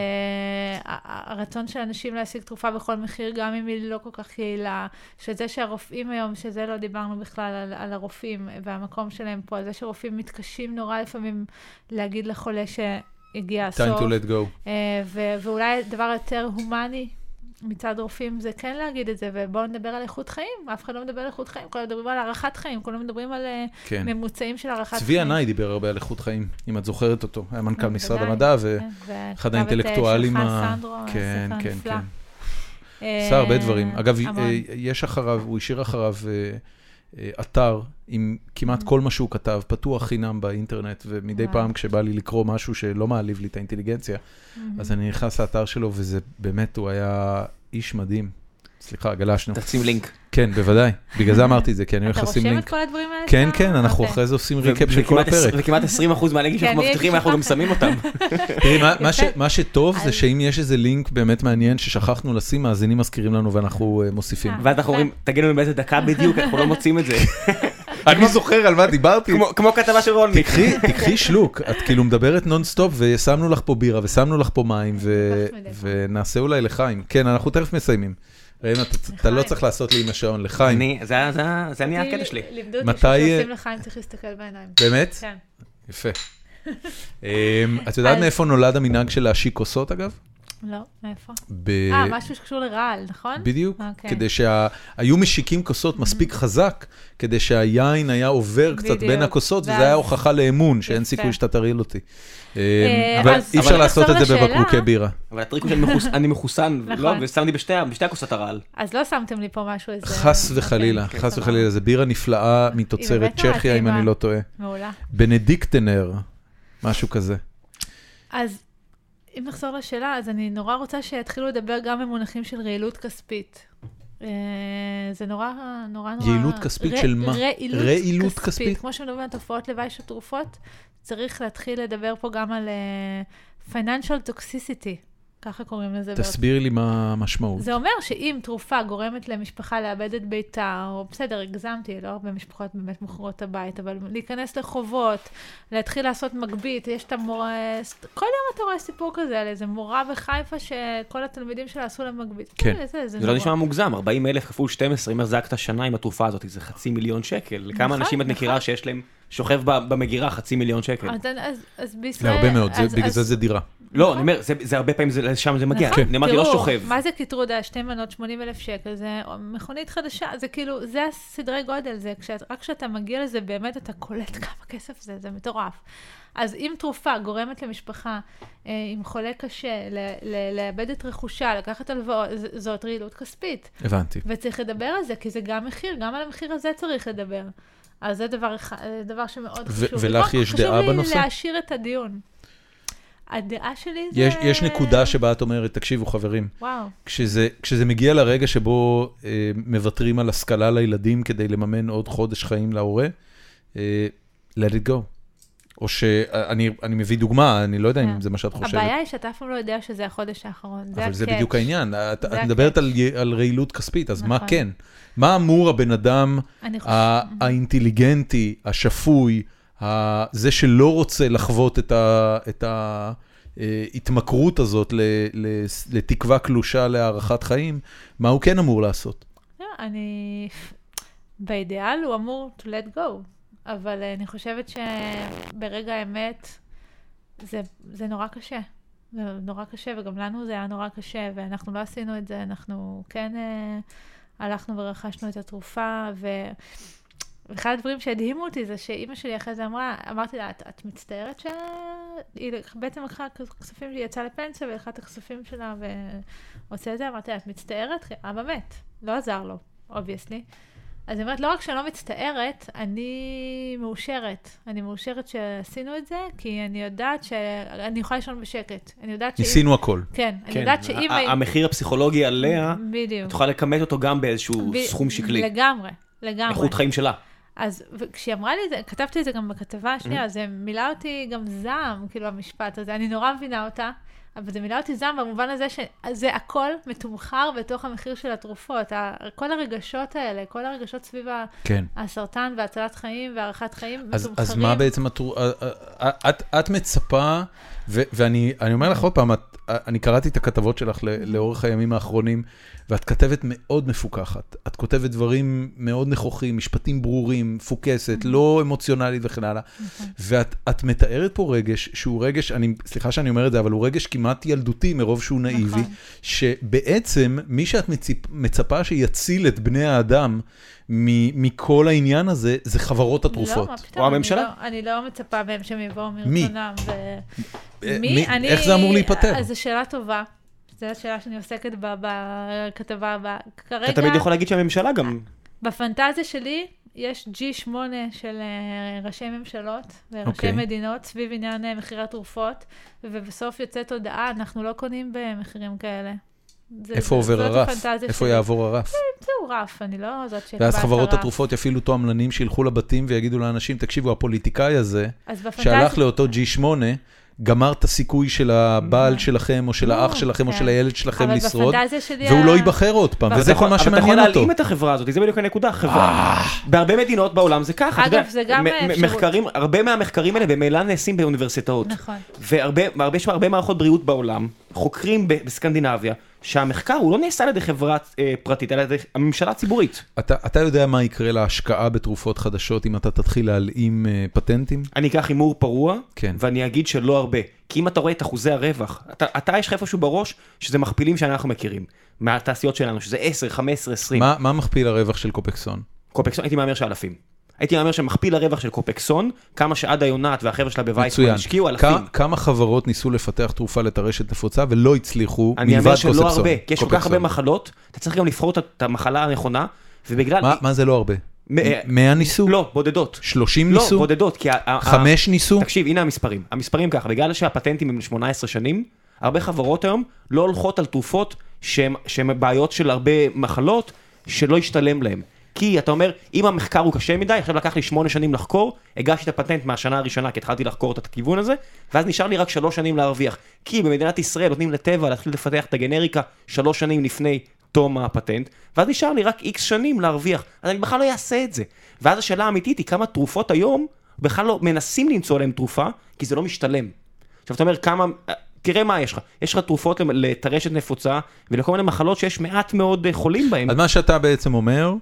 C: ה- הרצון של אנשים להשיג תרופה בכל מחיר, גם אם היא לא כל כך יעילה, שזה שהרופאים היום, שזה לא דיברנו בכלל על, על הרופאים והמקום שלהם פה, על זה שרופאים מתקשים נורא לפעמים להגיד לחולה שהגיע הסוף.
A: time to let go.
C: אה, ו- ואולי הדבר יותר הומני מצד רופאים זה כן להגיד את זה, ובואו נדבר על איכות חיים. אף אחד לא מדבר על איכות חיים, כולם מדברים על הארכת חיים, כולם מדברים על אה,
A: כן.
C: ממוצעים של הארכת חיים.
A: צבי ינאי דיבר הרבה על איכות חיים, אם את זוכרת אותו. היה מנכ"ל
C: בוודאי,
A: משרד המדע, ו...
C: כן, וכתב
A: אחד
C: את,
A: האינטלקטואלים
C: אה,
A: ה-
C: שלך, סנדרו,
A: כן,
C: הספר
A: כן,
C: הנפלא.
A: כן.
C: אה,
A: עשה הרבה דברים. אגב,
C: המון.
A: אה, יש אחריו, הוא השאיר אחריו אה, אה, אתר עם כמעט כל מה שהוא כתב, פתוח חינם באינטרנט, ומדי
C: Mm. וואו.
A: פעם כשבא לי לקרוא משהו שלא מעליב לי את האינטליגנציה,
C: Mm-hmm.
A: אז אני נכנס לאתר שלו, וזה באמת, הוא היה איש מדהים. סליחה, גלשנו.
D: תשים לינק.
A: כן, בוודאי. בגלל זה אמרתי את זה, כי אני הולך
C: אתה
A: לשים
C: רושם את
A: לינק.
C: כל הדברים האלה?
A: כן,
C: שם?
A: כן, אנחנו
C: אוקיי.
A: אחרי זה עושים ריקאפ של כל
D: וכמעט עש-
A: הפרק.
D: וכמעט 20% מהלינקים
C: כן,
D: שאנחנו
C: אני
D: מבטיחים, אנחנו גם
C: שכחתי.
D: שמים אותם.
A: תראי, מה- מה
C: יפה.
A: ש- מה שטוב זה
C: אז-
A: שאם יש איזה לינק באמת מעניין ששכחנו לשים, מאזינים מזכירים לנו ואנחנו אה, מוסיפים.
C: אה.
D: ואז אנחנו אומרים, תגידו לנו באיזה דקה בדיוק, אנחנו לא מוצאים את זה.
A: אני זוכר על מה דיברתי.
D: כמו- כמו כתבה של רון מיק.
A: תקחי, תקחי שלוק, את כאילו מדברת נונסטופ ושמנו לך פה בירה ושמנו לך פה מים ו-
C: מדי פעם.
A: ונעשה אולי לחיים. כן, אנחנו תכף מסיימים. ראם, אתה- אתה
C: לחיים.
A: לא צריך לעשות לי עם השעון, לחיים.
D: אני- זה היה- זה היה- זה היה הקטע שלי.
C: לימדו אותי
A: מתי,
C: שעושים
A: אה,
C: לך אם צריך להסתכל בעיניים.
A: באמת?
C: כן.
A: יפה. אמ, את יודעת
C: אז-
A: מאיפה נולד המנהג של להשיק כוסות אגב?
C: לא, מאיפה?
A: ב-
C: אה, משהו שקשור לרעל, נכון?
A: בדיוק,
C: אוקיי.
A: כדי שהיו משיקים כוסות מספיק חזק, כדי שהיין היה עובר קצת בין
C: בדיוק.
A: הכוסות, וזה
C: ואז-
A: היה הוכחה לאמון, שאין
C: יפה. אה,
A: סיכוי שאתה תרעיל אותי. אמ, אבל
C: אז-
A: אי אפשר
C: אבל
A: לעשות
C: נחזור
A: את זה
C: לשאלה.
A: בבקבוקי בירה.
D: אבל הטריק הוא שאני מחוס- אני מחוסן, לא,
C: נכון.
D: ושמתי בשתי ה- בשתי הכוסות הרעל.
C: אז לא שמתם לי פה משהו איזה...
A: חס
C: אוקיי,
A: וחלילה,
C: כן,
A: חס
C: סבבה.
A: וחלילה, זה בירה נפלאה מתוצרת
C: באמת נורא
A: צ'כיה, אם
C: טעימה.
A: אני לא טועה.
C: אוקיי, מעולה.
A: בנדיקטנר, משהו כזה.
C: אז אם נחזור לשאלה, אז אני נורא רוצה שיתחילו לדבר גם במונחים של רעילות כספית. אה, זה נורא, נורא, נורא...
A: יעילות כספית של מה?
C: רעילות,
A: רעילות
C: כספית.
A: כספית?
C: כמו שמדברים על תופעות לוואי של תרופות, צריך להתחיל לדבר פה גם על אה, financial toxicity, ככה קוראים לזה. בארצות
A: תסבירי לי מה המשמעות.
C: לא- זה אומר שאם תרופה גורמת למשפחה לאבד את ביתה, או בסדר, הגזמתי, לא הרבה משפחות באמת מוכרות את הבית, אבל להיכנס לחובות, להתחיל לעשות מגבית, יש את המורה... כל יום אתה רואה סיפור כזה על איזה מורה בחיפה שכל התלמידים שלה עשו לה מגבית.
A: כן.
C: זה, זה,
D: זה לא
C: נורא.
D: נשמע מוגזם, 40 אלף כפול 12, אם החזקת שנה עם התרופה הזאת, זה חצי מיליון שקל. כמה
C: נכון,
D: אנשים את
C: נכון.
D: מכירה שיש להם, שוכב ב- במגירה חצי מיליון שקל.
C: אז, אז, אז בישראל...
A: להרבה מאוד, זה-
C: אז-
A: בגלל
C: אז-
A: זה זה דירה.
D: לא, אני אומר, זה- זה הרבה פעמים, זה- שם זה מגיע.
C: נכון.
D: אני אמרתי, לא שוכב.
C: מה זה קטרודה, שתי מנות, 80 אלף שקל, זה מכונית חדשה, זה כאילו, זה הסדרי גודל, זה כשאת, רק כשאתה מגיע לזה, באמת אתה קולט כמה כסף זה, זה מטורף. אז אם תרופה גורמת למשפחה אה, עם חולה קשה, ל- ל- לאבד את רכושה, לקחת הלוואות, ז- זאת רעילות כספית.
A: הבנתי.
C: וצריך לדבר על זה, כי זה גם מחיר, גם על המחיר הזה צריך לדבר. אז זה דבר, אחד- זה דבר שמאוד
A: ו-
C: חשוב. לי.
A: ולך יש דעה
C: חשוב
A: בנושא?
C: לי להעשיר את הדיון. הדעה שלי זה...
A: יש, יש נקודה שבה את אומרת, תקשיבו חברים,
C: וואו.
A: כשזה, כשזה מגיע לרגע שבו אה, מוותרים על השכלה לילדים כדי לממן עוד חודש חיים להורה, אה, let it go. או שאני אני מביא דוגמה, אני לא יודע
C: כן.
A: אם זה מה שאת חושבת.
C: הבעיה היא שאתה אף פעם לא יודע שזה החודש האחרון.
A: אבל זה
C: הקאץ'.
A: בדיוק העניין, את את
C: הקאץ'.
A: מדברת על י- על רעילות כספית, אז מה
C: נכון.
A: כן? מה אמור הבן אדם
C: אני חושבת...
A: ה- האינטליגנטי, השפוי, ה- זה שלא רוצה לחוות את ה- את ההתמכרות הזאת ל- ל- לתקווה קלושה להארכת חיים, מה הוא כן אמור לעשות?
C: לא, אני... באידיאל הוא אמור to let go, אבל אה, אני חושבת שברגע האמת זה, זה נורא קשה. זה נורא קשה, וגם לנו זה היה נורא קשה, ואנחנו לא עשינו את זה, אנחנו כן אה, הלכנו ורכשנו את התרופה, ו... ואחד הדברים שהדהימו אותי זה שאימא שלי אחרי זה אמרה, אמרתי לה, את, את מצטערת ש... היא לק- בעצם לקחה כספים, היא יצאה לפנסיה ולקחה את הכספים שלה ועושה את זה, אמרתי לה, את מצטערת? כי אבא מת, לא עזר לו, אובייסלי. אז היא אומרת, לא רק שאני לא מצטערת, אני מאושרת. אני מאושרת שעשינו את זה, כי אני יודעת שאני יכולה לישון בשקט. אני יודעת שאם...
A: ניסינו הכל.
C: כן, אני
D: כן,
C: יודעת שאם...
D: ה- אה? ה-
C: הי-
D: המחיר הפסיכולוגי עליה,
C: בדיוק.
D: תוכל לכמת אותו גם באיזשהו
C: ב-
D: סכום שקלי.
C: לגמרי, לגמרי.
D: איכות חיים שלה.
C: אז ו- כשהיא אמרה לי את זה, כתבתי את זה גם בכתבה השנייה, אז זה מילא אותי גם זעם, כאילו המשפט הזה, אני נורא מבינה אותה, אבל זה מילא אותי זעם במובן הזה שזה הכל מתומחר בתוך המחיר של התרופות, ה- כל הרגשות האלה, כל הרגשות סביב ה-
A: כן.
C: הסרטן והצלת חיים והארכת חיים,
A: אז,
C: מתומחרים.
A: אז אה, מה בעצם את, את, את מצפה, ו, ואני אני אומר לך עוד פעם, את, אני קראתי את הכתבות שלך ל- לאורך הימים האחרונים, ואת כתבת מאוד מפוקחת. את כותבת דברים מאוד נכוחים, משפטים ברורים, מפוקסת,
C: Mm-hmm.
A: לא אמוציונלית וכן הלאה.
C: נכון.
A: ואת את מתארת פה רגש שהוא רגש, אני, סליחה שאני אומר את זה, אבל הוא רגש כמעט ילדותי מרוב שהוא נאיבי,
C: נכון.
A: שבעצם מי שאת מציפ, מצפה שיציל את בני האדם מ, מכל העניין הזה, זה חברות התרופות.
C: לא, מה פתאום.
B: או
C: אני
B: הממשלה.
C: לא- אני לא מצפה מהם שהם יבואו
A: מי?
C: מרצונם. ו-
A: אה,
C: מי?
A: מי-
C: אני...
A: איך זה אמור להיפתר?
C: אז זו שאלה טובה. זו השאלה שאני עוסקת בה בכתבה הבאה. כרגע,
B: אתה תמיד יכול להגיד שהממשלה גם...
C: בפנטזיה שלי, יש G8 של אה, ראשי ממשלות וראשי
A: אוקיי.
C: מדינות סביב עניין אה, מחירי התרופות, ובסוף יוצאת הודעה, אנחנו לא קונים במחירים כאלה. זה-
A: איפה
C: זאת
A: עובר הרף?
C: הפנטזיה
A: איפה
C: שלי. כן,
A: יעבור הרף?
C: זהו רף, אני לא זאת שקבעת
A: ואז חברות
C: הרף.
A: התרופות יפעילו תועמלנים שילכו לבתים ויגידו לאנשים, תקשיבו, הפוליטיקאי הזה,
C: אז בפנטזיה
A: שהלך לאותו G8, גמר את הסיכוי של הבעל שלכם, או של
C: לא,
A: האח שלכם, או
C: כן.
A: של הילד שלכם לשרוד,
C: אבל בפנטזיה נכון, שלי...
A: והוא
C: ה-
A: לא ייבחר עוד פעם,
B: אבל
A: וזה
B: אתה
A: כל
B: יכול-
A: מה
B: אבל
A: שמעניין
B: אתה יכול
A: אותו. אה.
B: להלאים את החברה הזאת, זה בדיוק הנקודה. חברה. בהרבה מדינות בעולם זה ככה. אתה
C: אגב,
B: יודע,
C: זה גם אה,
B: מ-
C: אפשרות.
B: מ- מחקרים, הרבה מהמחקרים האלה במילא נעשים באוניברסיטאות.
C: נכון.
B: והרבה הרבה- יש הרבה מערכות בריאות בעולם, חוקרים ב- בסקנדינביה, שהמחקר הוא לא נעשה על ידי חברה אה, פרטית, אלא על ידי הממשלה הציבורית.
A: אתה אתה יודע מה יקרה להשקעה בתרופות חדשות אם אתה תתחיל להלאים אה, פטנטים?
B: אני אקח הימור פרוע,
A: כן.
B: ואני אגיד שלא הרבה. כי אם אתה רואה את אחוזי הרווח, אתה, אתה יש לך איפשהו בראש שזה מכפילים שאנחנו מכירים, מהתעשיות שלנו, שזה 10, 15, 20.
A: מה מה מכפיל הרווח של קופקסון?
B: קופקסון, הייתי מהמר שאלפים. הייתי מהמר שמכפיל הרווח של קופקסון, כמה שעדה יונת והחבר'ה שלה בווייסמן
A: מצוין.
B: השקיעו
A: כ-
B: אלפים.
A: כמה חברות ניסו לפתח תרופה לטרשת נפוצה ולא הצליחו,
B: אני
A: מלבד
B: מהמר
A: קופקסון?
B: שלא הרבה, כי יש כל כך הרבה
A: קופקסון.
B: מחלות, אתה צריך גם לבחור את- את המחלה הנכונה, ובגלל...
A: מה- מה זה לא הרבה?
B: מ- אה,
A: 100 ניסו?
B: לא, בודדות.
A: 30
B: לא,
A: ניסו?
B: בודדות, כי... ה- ה- ה-
A: חמש ניסו?
B: תקשיב, הנה המספרים. המספרים ככה, בגלל שהפטנטים הם 18 שנים, הרבה חברות היום לא הולכות על תרופות שהן שהן בעיות של הרבה מחלות, שלא ישתלם להן. כי אתה אומר, אם המחקר הוא קשה מדי, עכשיו לקח לי שמונה שנים לחקור, הגשתי את הפטנט מהשנה הראשונה, כי התחלתי לחקור את הכיוון הזה, ואז נשאר לי רק שלוש שנים להרוויח. כי במדינת ישראל נותנים לטבע להתחיל לפתח את הגנריקה שלוש שנים לפני תום הפטנט, ואז נשאר לי רק איקס שנים להרוויח. אז אני בכלל לא אעשה את זה. ואז השאלה האמיתית היא כמה תרופות היום בכלל לא מנסים למצוא להם תרופה, כי זה לא משתלם. עכשיו אתה אומר כמה, אה, תראה מה יש לך, יש לך תרופות למ- לטרשת נפוצה ולכל מיני מחלות שיש מעט מאוד אה, חולים בהם.
A: אז מה שאתה בעצם אומר,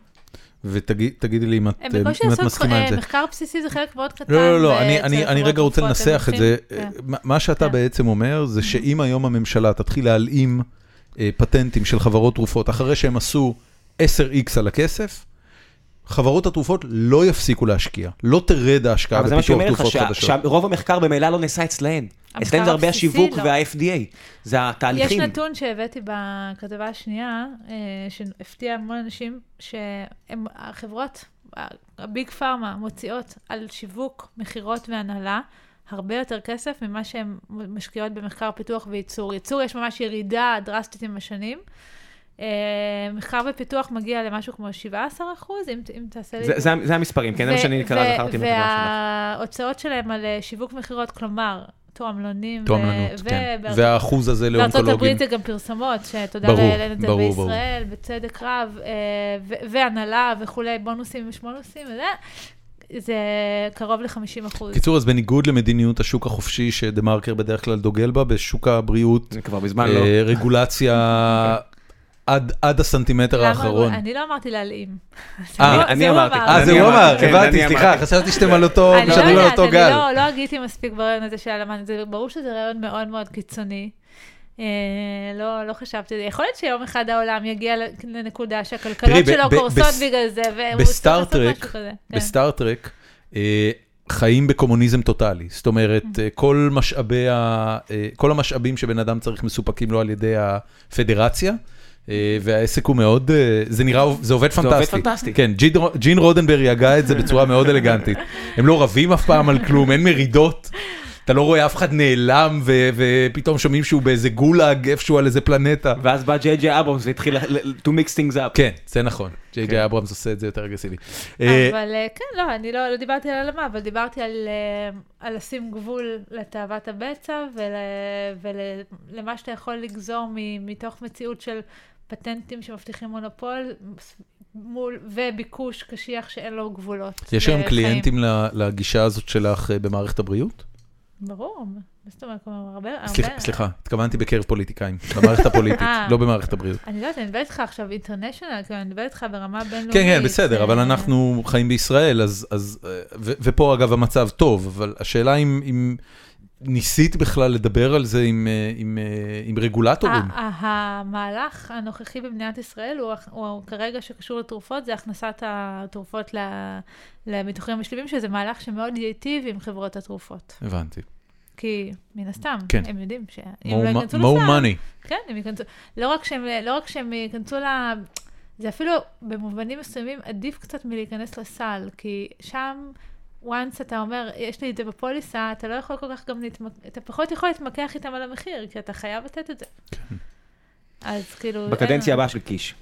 A: ותגידי לי אם את
C: הם
A: אם
C: בקושי
A: את
C: עשו
A: מסכימה עם
C: אה,
A: זה.
C: מחקר בסיסי זה חלק מאוד קטן.
A: לא, לא, לא, אני-
C: אצל
A: אני- אני
C: חברות
A: רגע רוצה
C: תרופות, הם
A: לנסח את זה. אה,
C: עושים- כן.
A: מה- מה שאתה
C: כן.
A: בעצם אומר זה שאם היום הממשלה תתחיל להלאים אה, פטנטים של חברות תרופות אחרי שהם עשו 10x על הכסף, חברות התרופות לא יפסיקו להשקיע, לא תרד ההשקעה
B: אבל זה מה
A: בפיתוח
B: שאומר לך,
A: תרופות
B: שה-
A: חדשות.
B: שרוב המחקר במילא לא נעשה אצלהן.
C: המחקר
B: אצלהן זה הרבה
C: הבסיסי
B: השיווק
C: לא.
B: וה-FDA, זה התהליכים.
C: יש נתון שהבאתי בכתבה השנייה, אה, שהפתיע המון אנשים, שהחברות, הביג פארמה, מוציאות על שיווק, מכירות והנהלה. הרבה יותר כסף ממה שהן משקיעות במחקר, פיתוח וייצור. ייצור יש ממש ירידה דרסטית עם השנים. אה, מחקר ופיתוח מגיע למשהו כמו 17 אחוז, אם, ת- אם תעשה לי...
B: זה- זה ה- זה המספרים, כן, זה מה
C: ו-
B: שאני
C: ו-
B: קלט- זכרתי מהחברה
C: וההוצאות שלהם על אה, שיווק מכירות, כלומר, תועמלנים, ו-
A: תועמלנות,
C: אה, ו-
A: כן.
C: בארצות
A: והאחוז הזה
C: בארצות
A: לאונקולוגים.
C: הברית זה גם פרסומות, שתודה
A: ברור,
C: לאל, אין את זה
A: ברור, ברור.
C: בישראל, בצדק רב, אה, ו- והנהלה וכולי, בונוסים ושמונוסים, וזה, זה קרוב ל-50 אחוז.
A: קיצור, אז בניגוד למדיניות השוק החופשי שדה מרקר בדרך כלל דוגל בה, בשוק הבריאות
B: שלך. זה כבר מזמן לא.
A: אה, רגולציה עד, עד הסנטימטר האחרון.
C: אני לא אמרתי להלאים.
A: אה,
C: זה הוא-
B: אני
C: זה הוא
B: אמרתי.
C: אמר.
A: אה, זה
B: אני
A: הוא אמר,
B: אמרתי, כן,
A: הבנתי,
B: אני
A: סליחה,
B: אמרתי.
A: חשבתי שאתם על אותו,
C: אני לא
A: משדרים על
C: יודעת,
A: אותו
C: אני
A: גל.
C: לא, לא הגיתי מספיק ברעיון הזה של הלמן, זה ברור שזה רעיון מאוד מאוד קיצוני. אה, לא, לא חשבתי, יכול להיות שיום אחד העולם יגיע ל- לנקודה שהכלכלות
A: תראי, ב-
C: שלו
A: ב-
C: קורסות
A: בס-
C: בגלל זה, והוא צריך לעשות
A: בסטארטרק,
C: משהו כזה. כן.
A: בסטארטרק, אה, חיים בקומוניזם טוטאלי. זאת אומרת, אה, כל משאבי, ה- אה, כל המשאבים שבן אדם צריך מסופקים לו על ידי הפדרציה. אה, והעסק הוא מאוד, אה, זה נראה, זה עובד פנטסטי.
B: פנטסטי.
A: כן, ג'ין רו- ג'ין רודנברג הגה את זה בצורה מאוד אלגנטית. הם לא רבים אף פעם על כלום, אין מרידות. אתה לא רואה אף אחד נעלם, ו- ופתאום שומעים שהוא באיזה גולאג, איפשהו על איזה פלנטה.
B: ואז בא ג'יי ג'יי אברמס והתחיל ל- ל- to mix things up.
A: כן, זה נכון. ג'יי ג'יי אברמס עושה את זה יותר אגרסיבי. אה,
C: אבל אה, כן, לא, אני לא, לא דיברתי על הלמה, אבל דיברתי על, אה, על לשים גבול לתאוות הבצע ולמה שאתה יכול לגזור מ, מתוך מציאות של פטנטים שמבטיחים מונופול מול, וביקוש קשיח שאין לו גבולות.
A: יש היום
C: לחיים.
A: קליינטים ל- לגישה הזאת שלך אה, במערכת הבריאות?
C: ברור, מה זאת אומרת, כלומר, הרבה...
A: סליחה,
C: הרבה-
A: סליחה, התכוונתי בקרב פוליטיקאים, במערכת הפוליטית,
C: אה.
A: לא במערכת הבריאות.
C: אני לא יודעת, אני מדברת איתך עכשיו אינטרנשיונל, כאילו, אני מדברת איתך ברמה בינלאומית.
A: כן, כן, בסדר,
C: אה,
A: אבל אנחנו חיים בישראל, אז, אז, אה, ו- ופה אגב המצב טוב, אבל השאלה אם, אם ניסית בכלל לדבר על זה עם, אה, עם, אה, עם רגולטורים.
C: ה- ה- המהלך הנוכחי במדינת ישראל הוא, הכ- הוא כרגע שקשור לתרופות, זה הכנסת התרופות ל- לביטוחים המשלימים, שזה מהלך שמאוד ייטיב עם חברות התרופות.
A: הבנתי.
C: כי מן הסתם,
A: כן.
C: הם יודעים שאם לא ייכנסו
A: more
C: לסל,
A: money.
C: כן, הם ייכנסו, לא רק שהם, לא רק שהם ייכנסו ל... זה אפילו במובנים מסוימים עדיף קצת מלהיכנס לסל, כי שם, once אתה אומר, יש לי את זה בפוליסה, אתה לא יכול כל כך גם להתמק... אתה פחות יכול להתמקח איתם על המחיר, כי אתה חייב לתת את זה. אז כאילו...
B: בקדנציה
C: אין-
B: הבאה של קיש.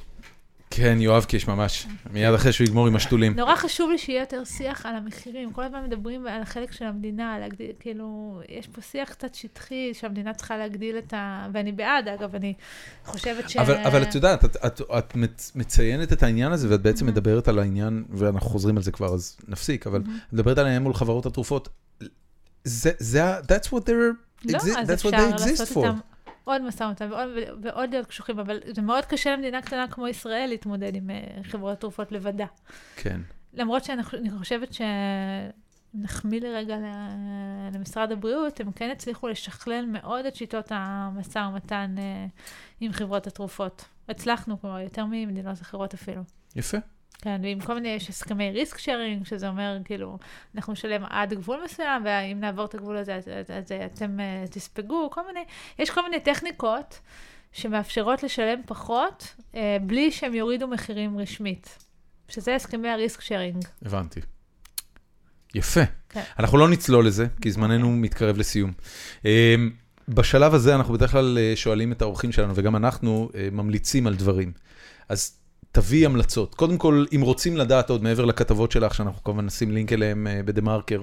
A: כן, יואב קיש ממש, מיד אחרי שהוא יגמור עם השתולים.
C: נורא חשוב לי שיהיה יותר שיח על המחירים. כל הזמן מדברים על החלק של המדינה, להגדיל, כאילו, יש פה שיח קצת שטחי, שהמדינה צריכה להגדיל את ה... ואני בעד, אגב, אני חושבת ש...
A: אבל, אבל את יודעת, את, את, את מצ- מציינת את העניין הזה, ואת בעצם מדברת על העניין, ואנחנו חוזרים על זה כבר, אז נפסיק, אבל
C: Mm-hmm.
A: את מדברת על העניין מול חברות התרופות. זה, זה, ה- that's what they're,
C: לא,
A: exi-
C: אז
A: that's what
C: אפשר
A: they exist
C: לעשות
A: for.
C: איתם עוד משא ומתן ועוד- ועוד להיות קשוחים, אבל זה מאוד קשה למדינה קטנה כמו ישראל להתמודד עם אה, חברות תרופות לבדה.
A: כן.
C: למרות שאני חושבת ש... נחמיא לרגע ל- למשרד הבריאות, הם כן הצליחו לשכלל מאוד את שיטות המשא ומתן אה, עם חברות התרופות. הצלחנו כבר יותר ממדינות אחרות אפילו.
A: יפה.
C: כן, ועם כל מיני, יש הסכמי ריסק שיירינג, שזה אומר, כאילו, אנחנו נשלם עד גבול מסוים, ואם נעבור את הגבול הזה, אז, אז, אז אתם אה, תספגו, כל מיני, יש כל מיני טכניקות שמאפשרות לשלם פחות, אה, בלי שהם יורידו מחירים רשמית. שזה הסכמי הריסק שיירינג.
A: הבנתי. יפה.
C: כן. אוקיי.
A: אנחנו לא נצלול לזה, כי זמננו מתקרב לסיום. אמ, בשלב הזה אנחנו בדרך כלל אה, שואלים את האורחים שלנו, וגם אנחנו אה, ממליצים על דברים. אז תביאי המלצות. קודם כל, אם רוצים לדעת עוד מעבר לכתבות שלך, שאנחנו כמובן נשים לינק אליהם אה, בדה-מרקר,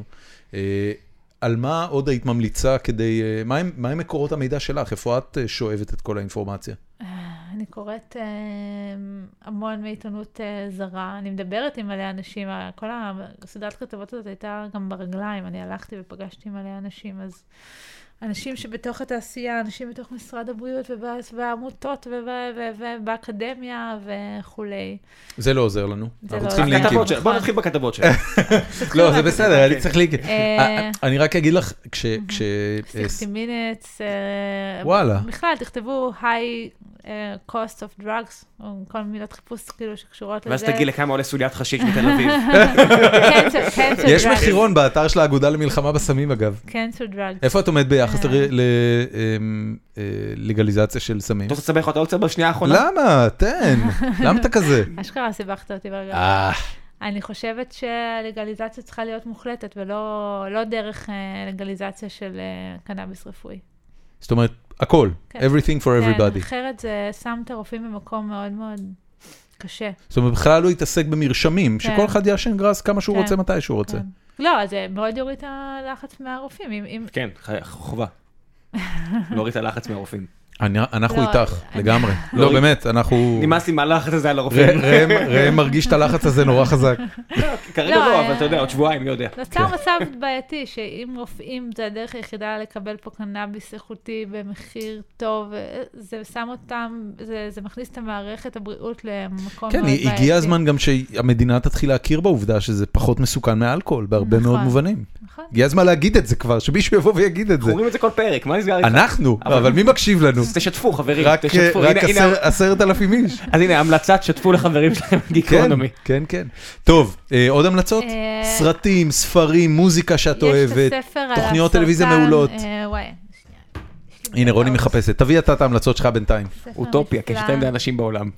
A: אה, על מה עוד היית ממליצה כדי... אה, מה הם- מה הם מקורות המידע שלך? איפה את אה, שואבת את כל האינפורמציה?
C: אני קוראת אה, המון מעיתונות אה, זרה, אני מדברת עם מלא אנשים, ה- כל הסדרת כתבות הזאת הייתה גם ברגליים, אני הלכתי ופגשתי מלא אנשים, אז אנשים שבתוך התעשייה, אנשים בתוך משרד הבריאות ובע- והעמותות וב- ו- ו- ובאקדמיה וכולי.
A: זה לא עוזר לנו.
C: זה
A: אנחנו
C: לא
A: צריכים
C: עוזר.
A: לינקים.
B: הכתבות שלה, בוא נתחיל בכתבות שלה.
A: לא, זה בסדר, אני צריך לינקים.
C: אה,
A: אני רק אגיד לך, כש... כש- אה,
C: סיקסטי מינטס,
A: וואלה.
C: אה, בכלל, תכתבו high אה, cost of drugs, או כל מילות חיפוש כאילו שקשורות לזה.
B: ואז תגיד לכמה עולה סוליית חשיש מתל אביב.
C: Cancer- cancer
A: יש
C: drugs.
A: מחירון באתר של האגודה למלחמה בסמים, אגב.
C: קנסל דרגס.
A: איפה את עומד ביחס
C: אה.
A: ללגליזציה אה, של סמים?
B: אתה רוצה לסבך אותה עוד קצת בשנייה האחרונה?
A: למה? תן, למה אתה כזה?
C: אשכרה סיבכת אותי ברגע.
A: אה,
C: אני חושבת שהלגליזציה צריכה להיות מוחלטת, ולא לא דרך אה, לגליזציה של אה, קנאביס רפואי.
A: זאת אומרת, הכל,
C: כן.
A: everything for
C: כן,
A: everybody.
C: אחרת זה שם את הרופאים במקום מאוד מאוד קשה.
A: זאת אומרת, בכלל לא יתעסק במרשמים,
C: כן.
A: שכל אחד יעשן גראס כמה שהוא
C: כן.
A: רוצה, מתי שהוא רוצה.
C: כן. לא, אז זה מאוד יוריד את הלחץ מהרופאים. אם- אם...
B: כן, ח- חובה. להוריד את הלחץ מהרופאים.
A: אני- אנחנו
C: לא,
A: איתך,
C: אני-
A: לגמרי. לא, באמת, אנחנו...
B: נמאס לי מהלחץ הזה על הרופאים.
A: ראם- ראם ראם מרגיש את הלחץ הזה נורא חזק.
B: כרגע
C: לא,
B: לא,
C: אה,
B: אבל אתה יודע, עוד שבועיים, מי יודע.
C: נוצר
A: כן.
C: מצב בעייתי, שאם רופאים זה הדרך היחידה לקבל פה קנאביס איכותי במחיר טוב, אה, זה שם אותם, זה, זה מכניס את המערכת הבריאות למקום
A: כן,
C: מאוד בעייתי.
A: הגיע הזמן גם שהמדינה תתחיל להכיר בעובדה שזה פחות מסוכן מאלכוהול, בהרבה מאוד
C: נכון.
A: מובנים.
C: נכון.
A: הגיע הזמן להגיד את זה כבר, שמישהו יבוא ויגיד את זה.
B: אנחנו אומרים את זה כל פרק, מה נסגר איתך?
A: אנחנו,
B: אבל-
A: אבל מי מקשיב לנו?
B: אז תשתפו, חברים,
A: רק
B: תשתפו.
A: רק
B: הנה, הנה,
A: עשר- עשרת אלפים איש.
B: אז הנה, המלצת שתפו לחברים שלכם
A: כן,
B: גיקונומי.
A: כן, כן. טוב, אה, עוד המלצות?
C: אה,
A: סרטים, ספרים, מוזיקה שאת
C: יש
A: אוהבת.
C: את הספר על
A: תוכניות
C: הסרטן,
A: טלוויזיה מעולות.
C: אה, וואי. שנייה, יש לי
A: הנה, רוני
C: בטעות.
A: מחפשת. תביא אתה את ההמלצות שלך בינתיים.
C: ספר
B: כן. אוטופיה,
C: נפלא.
B: כשאתה יודע אנשים בעולם.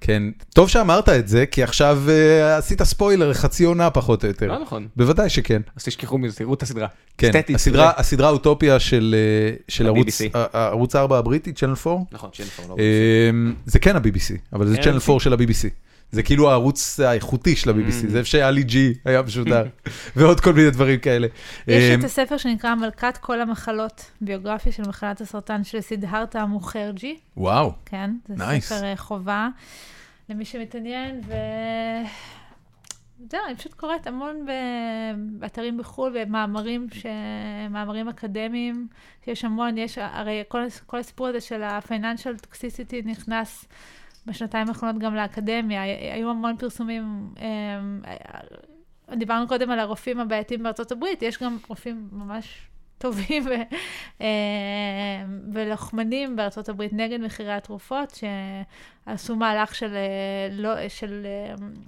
A: כן, טוב שאמרת את זה, כי עכשיו אה, עשית ספוילר חצי עונה פחות או יותר.
B: לא נכון.
A: בוודאי שכן.
B: אז תשכחו מזה, תראו את הסדרה.
A: כן,
B: אסתטית,
A: הסדרה, הסדרה אוטופיה של, אה, של ערוץ,
B: ה-BBC.
A: ה- ה- ערוץ 4 הבריטי, צ'אנל 4,
B: נכון, שיינפור, לא.
A: אמ, זה כן ה-BBC, אבל זה
B: כן,
A: צ'אנל
B: BBC.
A: 4 של ה-BBC. זה כאילו הערוץ האיכותי של
B: Mm.
A: ה-BBC, זה איפה שאלי ג'י היה משודר, ועוד כל מיני דברים כאלה.
C: יש את
A: אמ,
C: הספר שנקרא מלכת כל המחלות, ביוגרפיה של מחלת הסרטן של סידהרתה מוכרג'י,
A: וואו,
C: כן, זה
A: Nice.
C: ספר אה, חובה למי שמתעניין, ו... זהו, אני פשוט קוראת המון ב- באתרים בחו"ל, במאמרים, ש... מאמרים אקדמיים, יש המון, יש, הרי כל, הס- כל הסיפור הזה של ה-financial toxicity נכנס בשנתיים האחרונות גם לאקדמיה, הי- היו המון פרסומים, אמ, דיברנו קודם על הרופאים הבעייתיים בארצות הברית, יש גם רופאים ממש טובים ו, אמ, ולוחמנים בארצות הברית נגד מחירי התרופות, שעשו מהלך של, אה, לא, של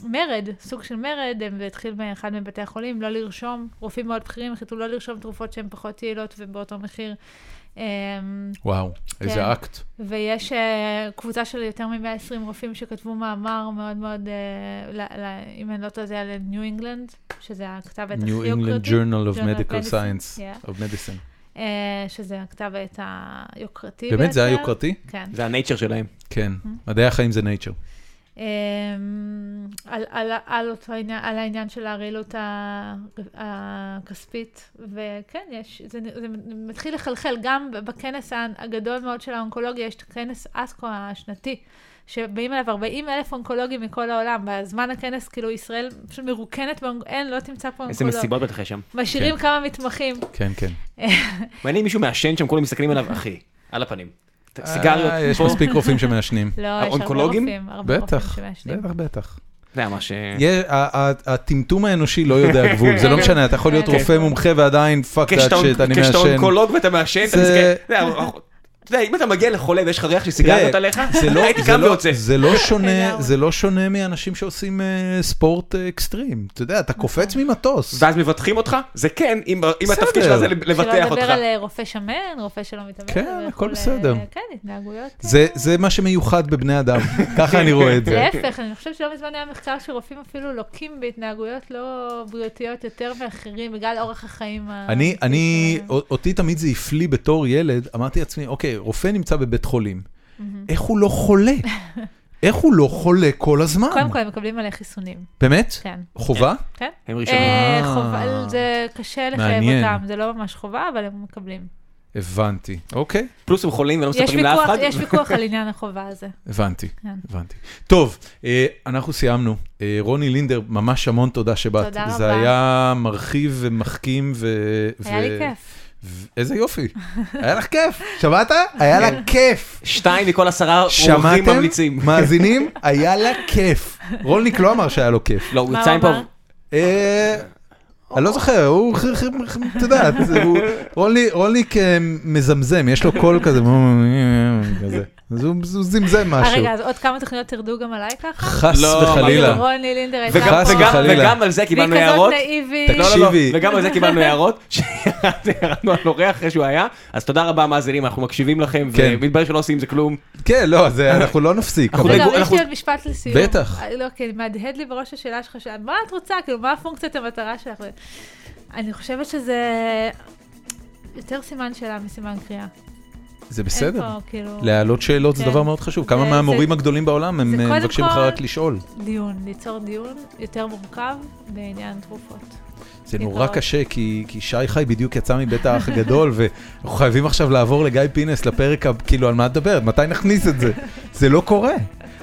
C: אמ, מרד, סוג של מרד, הם- זה התחיל באחד מבתי החולים, לא לרשום, רופאים מאוד בכירים החליטו לא לרשום תרופות שהן פחות יעילות ובאותו מחיר. אמ,
A: וואו, איזה אקט.
C: ויש אה, קבוצה של יותר מ-120 רופאים שכתבו מאמר מאוד מאוד, אה, ל- ל- אם אני לא טועה, זה היה לניו אינגלנד, שזה הכתב העת הכי
A: New
C: יוקרתי.
A: England Journal of
C: Journal of
A: Medical
C: Medicine,
A: Science,
C: yeah.
A: of Medicine.
C: אה, שזה הכתב העת היוקרתי
A: באמת זה היה
C: ביותר.
A: יוקרתי?
C: כן.
D: זה הנייצ'ר שלהם.
B: אה,
A: כן.
C: Mm-hmm.
A: מדעי החיים זה nature.
C: אמ, על, על, על, אותו העניין, על העניין של הרעילות ה- הכספית, וכן, יש, זה, זה מתחיל לחלחל גם בכנס הגדול מאוד של האונקולוגיה, יש את כנס אסקו השנתי, שבאים אליו 40 אלף אונקולוגים מכל העולם, בזמן הכנס, כאילו, ישראל פשוט מרוקנת, באונק- אין, לא תמצא פה
D: איזה
C: אונקולוג.
D: מסיבות בטח יש שם.
C: משאירים כמה מתמחים. לא,
A: כן, כן.
D: מעניין מישהו מעשן שם, כולם מסתכלים עליו, אחי, על הפנים. סיגריות
A: אה, יש
D: פה.
A: מספיק רופאים שמעשנים.
C: לא, יש הרבה
D: האונקולוגים?
C: רופאים, הרבה רופאים
A: בטח,
C: שמעשנים.
A: בטח, בטח.
D: זה היה מה ש...
A: יה- ה- ה- הטמטום האנושי לא יודע גבול, זה לא משנה, אתה יכול להיות
C: כן.
A: רופא מומחה ועדיין פאק דאט
D: כשאתה
A: שיט, אני
D: כשאתה
A: מעשן.
D: אונקולוג ואתה מעשן, אתה
A: זה-
D: מסתכל, אתה יודע, אתה יודע, אם אתה מגיע לחולה ויש לך ריח של סיגריות
A: תראה,
D: עליך,
A: זה לא-
D: הייתי
A: זה
D: קם
A: לא-
D: ויוצא.
A: זה לא שונה,
C: לגמרי.
A: זה לא שונה מאנשים שעושים אה, ספורט אה, אקסטרים. אתה יודע, אתה
C: נכון.
A: קופץ ממטוס.
D: ואז מבטחים אותך? זה כן, אם אם
A: בסדר.
D: התפקיד שלך זה
C: שלא
D: לבטח
C: לדבר
D: אותך.
C: על אה, רופא שמן, רופא שלא מתאמן.
A: כן,
C: וכו'.
A: הכל בסדר.
C: כן, התנהגויות.
A: זה, זה מה שמיוחד בבני אדם, ככה אני רואה את זה.
C: להפך, אני חושבת שלא מזמן היה מחקר שרופאים אפילו לוקים בהתנהגויות לא בריאותיות יותר מאחרים, בגלל אורח החיים ה... אה,
A: אני, אני, אותי תמיד זה הפליא בתור ילד, אמרתי לעצמי, אוקיי, רופא נמצא בבית חולים, איך הוא לא חולה? איך הוא לא חולה כל הזמן?
C: קודם כל, הם מקבלים עליה חיסונים,
A: באמת?
C: כן.
A: חובה?
C: כן?
D: הם
C: אה,
A: אה.
C: חובה, זה קשה לחייב
A: מעניין.
C: אותם, זה לא ממש חובה, אבל הם מקבלים.
A: הבנתי, אוקיי,
D: פלוס הם חולים ולא
C: יש
D: לא מספרים לאף
C: ויכוח-
D: אחד.
C: יש ויכוח על עניין החובה הזה.
A: הבנתי,
C: כן.
A: הבנתי. טוב, אה, אנחנו סיימנו. אה, רוני לינדר, ממש המון תודה שבאת.
C: תודה
A: זה
C: רבה.
A: היה מרחיב ומחכים ו...
C: היה
A: ו-
C: לי כיף.
A: ו- איזה יופי, היה לך כיף, כן. שמעת? היה לה כיף.
D: שתיים מכל עשרה אורחים
A: שמעתם?
D: ממליצים.
A: מאזינים? היה לה כיף. רולניק לא אמר שהיה לו כיף.
D: לא, הוא
C: מה
D: יצא
C: הוא
D: עם פה,
C: אמר?
A: אה, אני לא זוכר, הוא, חי- חי- חי- את יודעת, זה- הוא- רולני- רולניק אה, מזמזם, יש לו קול כזה, כזה. אז הוא הוא זמזם
C: אה,
A: משהו.
C: רגע, אז עוד כמה תוכניות תרדו גם עליי ככה?
A: חס
D: לא,
A: וחלילה.
C: רוני לינדר הייתה
D: וגם-
A: חס
C: פה.
D: וגם-
A: וחלילה.
D: וגם על זה קיבלנו
C: והיא
D: הערות.
C: כזאת נאיבית.
A: תקשיב,
D: לא, לא, לא,
A: תקשיבי.
D: וגם על זה קיבלנו הערות, שירדנו על אורח אחרי שהוא היה, אז תודה רבה מאזינים, אנחנו מקשיבים לכם,
A: כן.
D: ומתברר שלא עושים עם זה כלום.
A: כן, לא,
C: אה,
A: זה- אנחנו לא נפסיק.
D: אנחנו
A: אבל-
C: רגע, אבל יש
D: אנחנו-
C: לי עוד משפט לסיום.
A: בטח.
C: אה, לא, כי מהדהד לי בראש השאלה שלך, של- מה את רוצה? כאילו, מה הפונקציית המטרה שלך? אני חושבת שזה יותר סימן שאלה מסימן קריאה.
A: זה
C: אין
A: בסדר.
C: פה, כאילו,
A: להעלות שאלות זה
C: כן.
A: דבר מאוד חשוב. כמה
C: זה-
A: מהמורים
C: זה-
A: הגדולים בעולם הם
C: זה
A: אה,
C: קודם
A: מבקשים לך
C: כל-
A: רק לשאול.
C: דיון, ליצור דיון יותר מורכב בעניין תרופות.
A: זה
C: יקרות.
A: נורא קשה, כי, כי שי חי בדיוק יצא מבית האח הגדול, ואנחנו חייבים עכשיו לעבור לגיא פינס לפרק, ה- כאילו, על מה את מדברת? מתי נכניס את זה? זה לא קורה.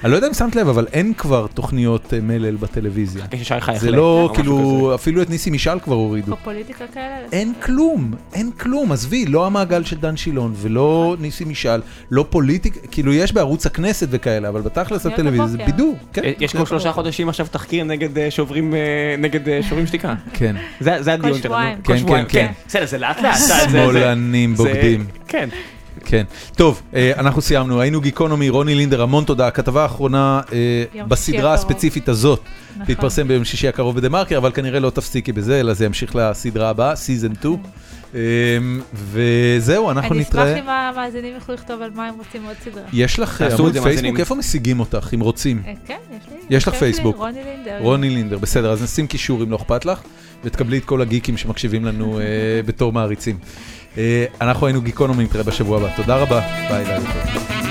A: אני לא יודע אם שמת לב, אבל אין כבר תוכניות אה, מלל בטלוויזיה.
C: אה,
D: כששי חייך
A: זה
D: ל- או
A: לא,
D: משהו
C: כן,
A: כאילו, אפילו את ניסי משעל כבר הורידו.
C: או פוליטיקה כאלה.
A: אין כלום, אין כלום, עזבי, לא המעגל של דן שילון ולא ניסי משעל, לא פוליטיק, כאילו יש בערוץ הכנסת וכאלה, אבל בתכלס
C: תוכניות
A: הטלוויזיה זה
C: בבוקר.
A: בידור. כן,
D: כזה. אה, יש
A: תוכניות
D: כמו שלושה
A: בבוקר.
D: חודשים עכשיו תחקיר נגד אה, שוברים אה, נגד אה, שוברים שתיקה.
A: כן,
D: זה זה הדיון שלנו.
C: שבועיים.
A: כן, כן, כן.
D: בסדר, זה לאט לאט. זה- זה- זה-
A: שמאלנים
D: זה-
A: בוגדים.
D: כן.
A: כן. טוב, אה, אנחנו סיימנו, היינו גיקונומי, רוני לינדר, המון תודה. הכתבה האחרונה אה,
C: יום שישי
A: בסדרה
C: הקרוב.
A: הספציפית הזאת,
C: נכון.
A: תתפרסם ביום שישי הקרוב בדה מרקר, אבל כנראה לא תפסיקי בזה, אלא זה ימשיך לסדרה הבאה, סיזן 2. אה, וזהו, אנחנו
C: אני אשמח
A: נתראה.
C: אם המאזינים יוכלו לכתוב על מה הם רוצים עוד סדרה.
A: יש לך אה,
D: תעשו את
A: עמוד
D: זה,
A: פייסבוק?
D: מאזינים.
A: איפה משיגים אותך, אם רוצים?
C: אה, כן, יש לי.
A: יש לך
C: השם שלי,
A: פייסבוק.
C: רוני לינדר.
A: רוני לינדר, בסדר, אז נשים קישור אם לא אכפת לך, ותקבלי את כל הגיקים שמקשיבים לנו אה, בתור מעריצים. אה, אנחנו היינו גיקונומי, נתראה בשבוע הבא. תודה רבה, ביי לילה טוב.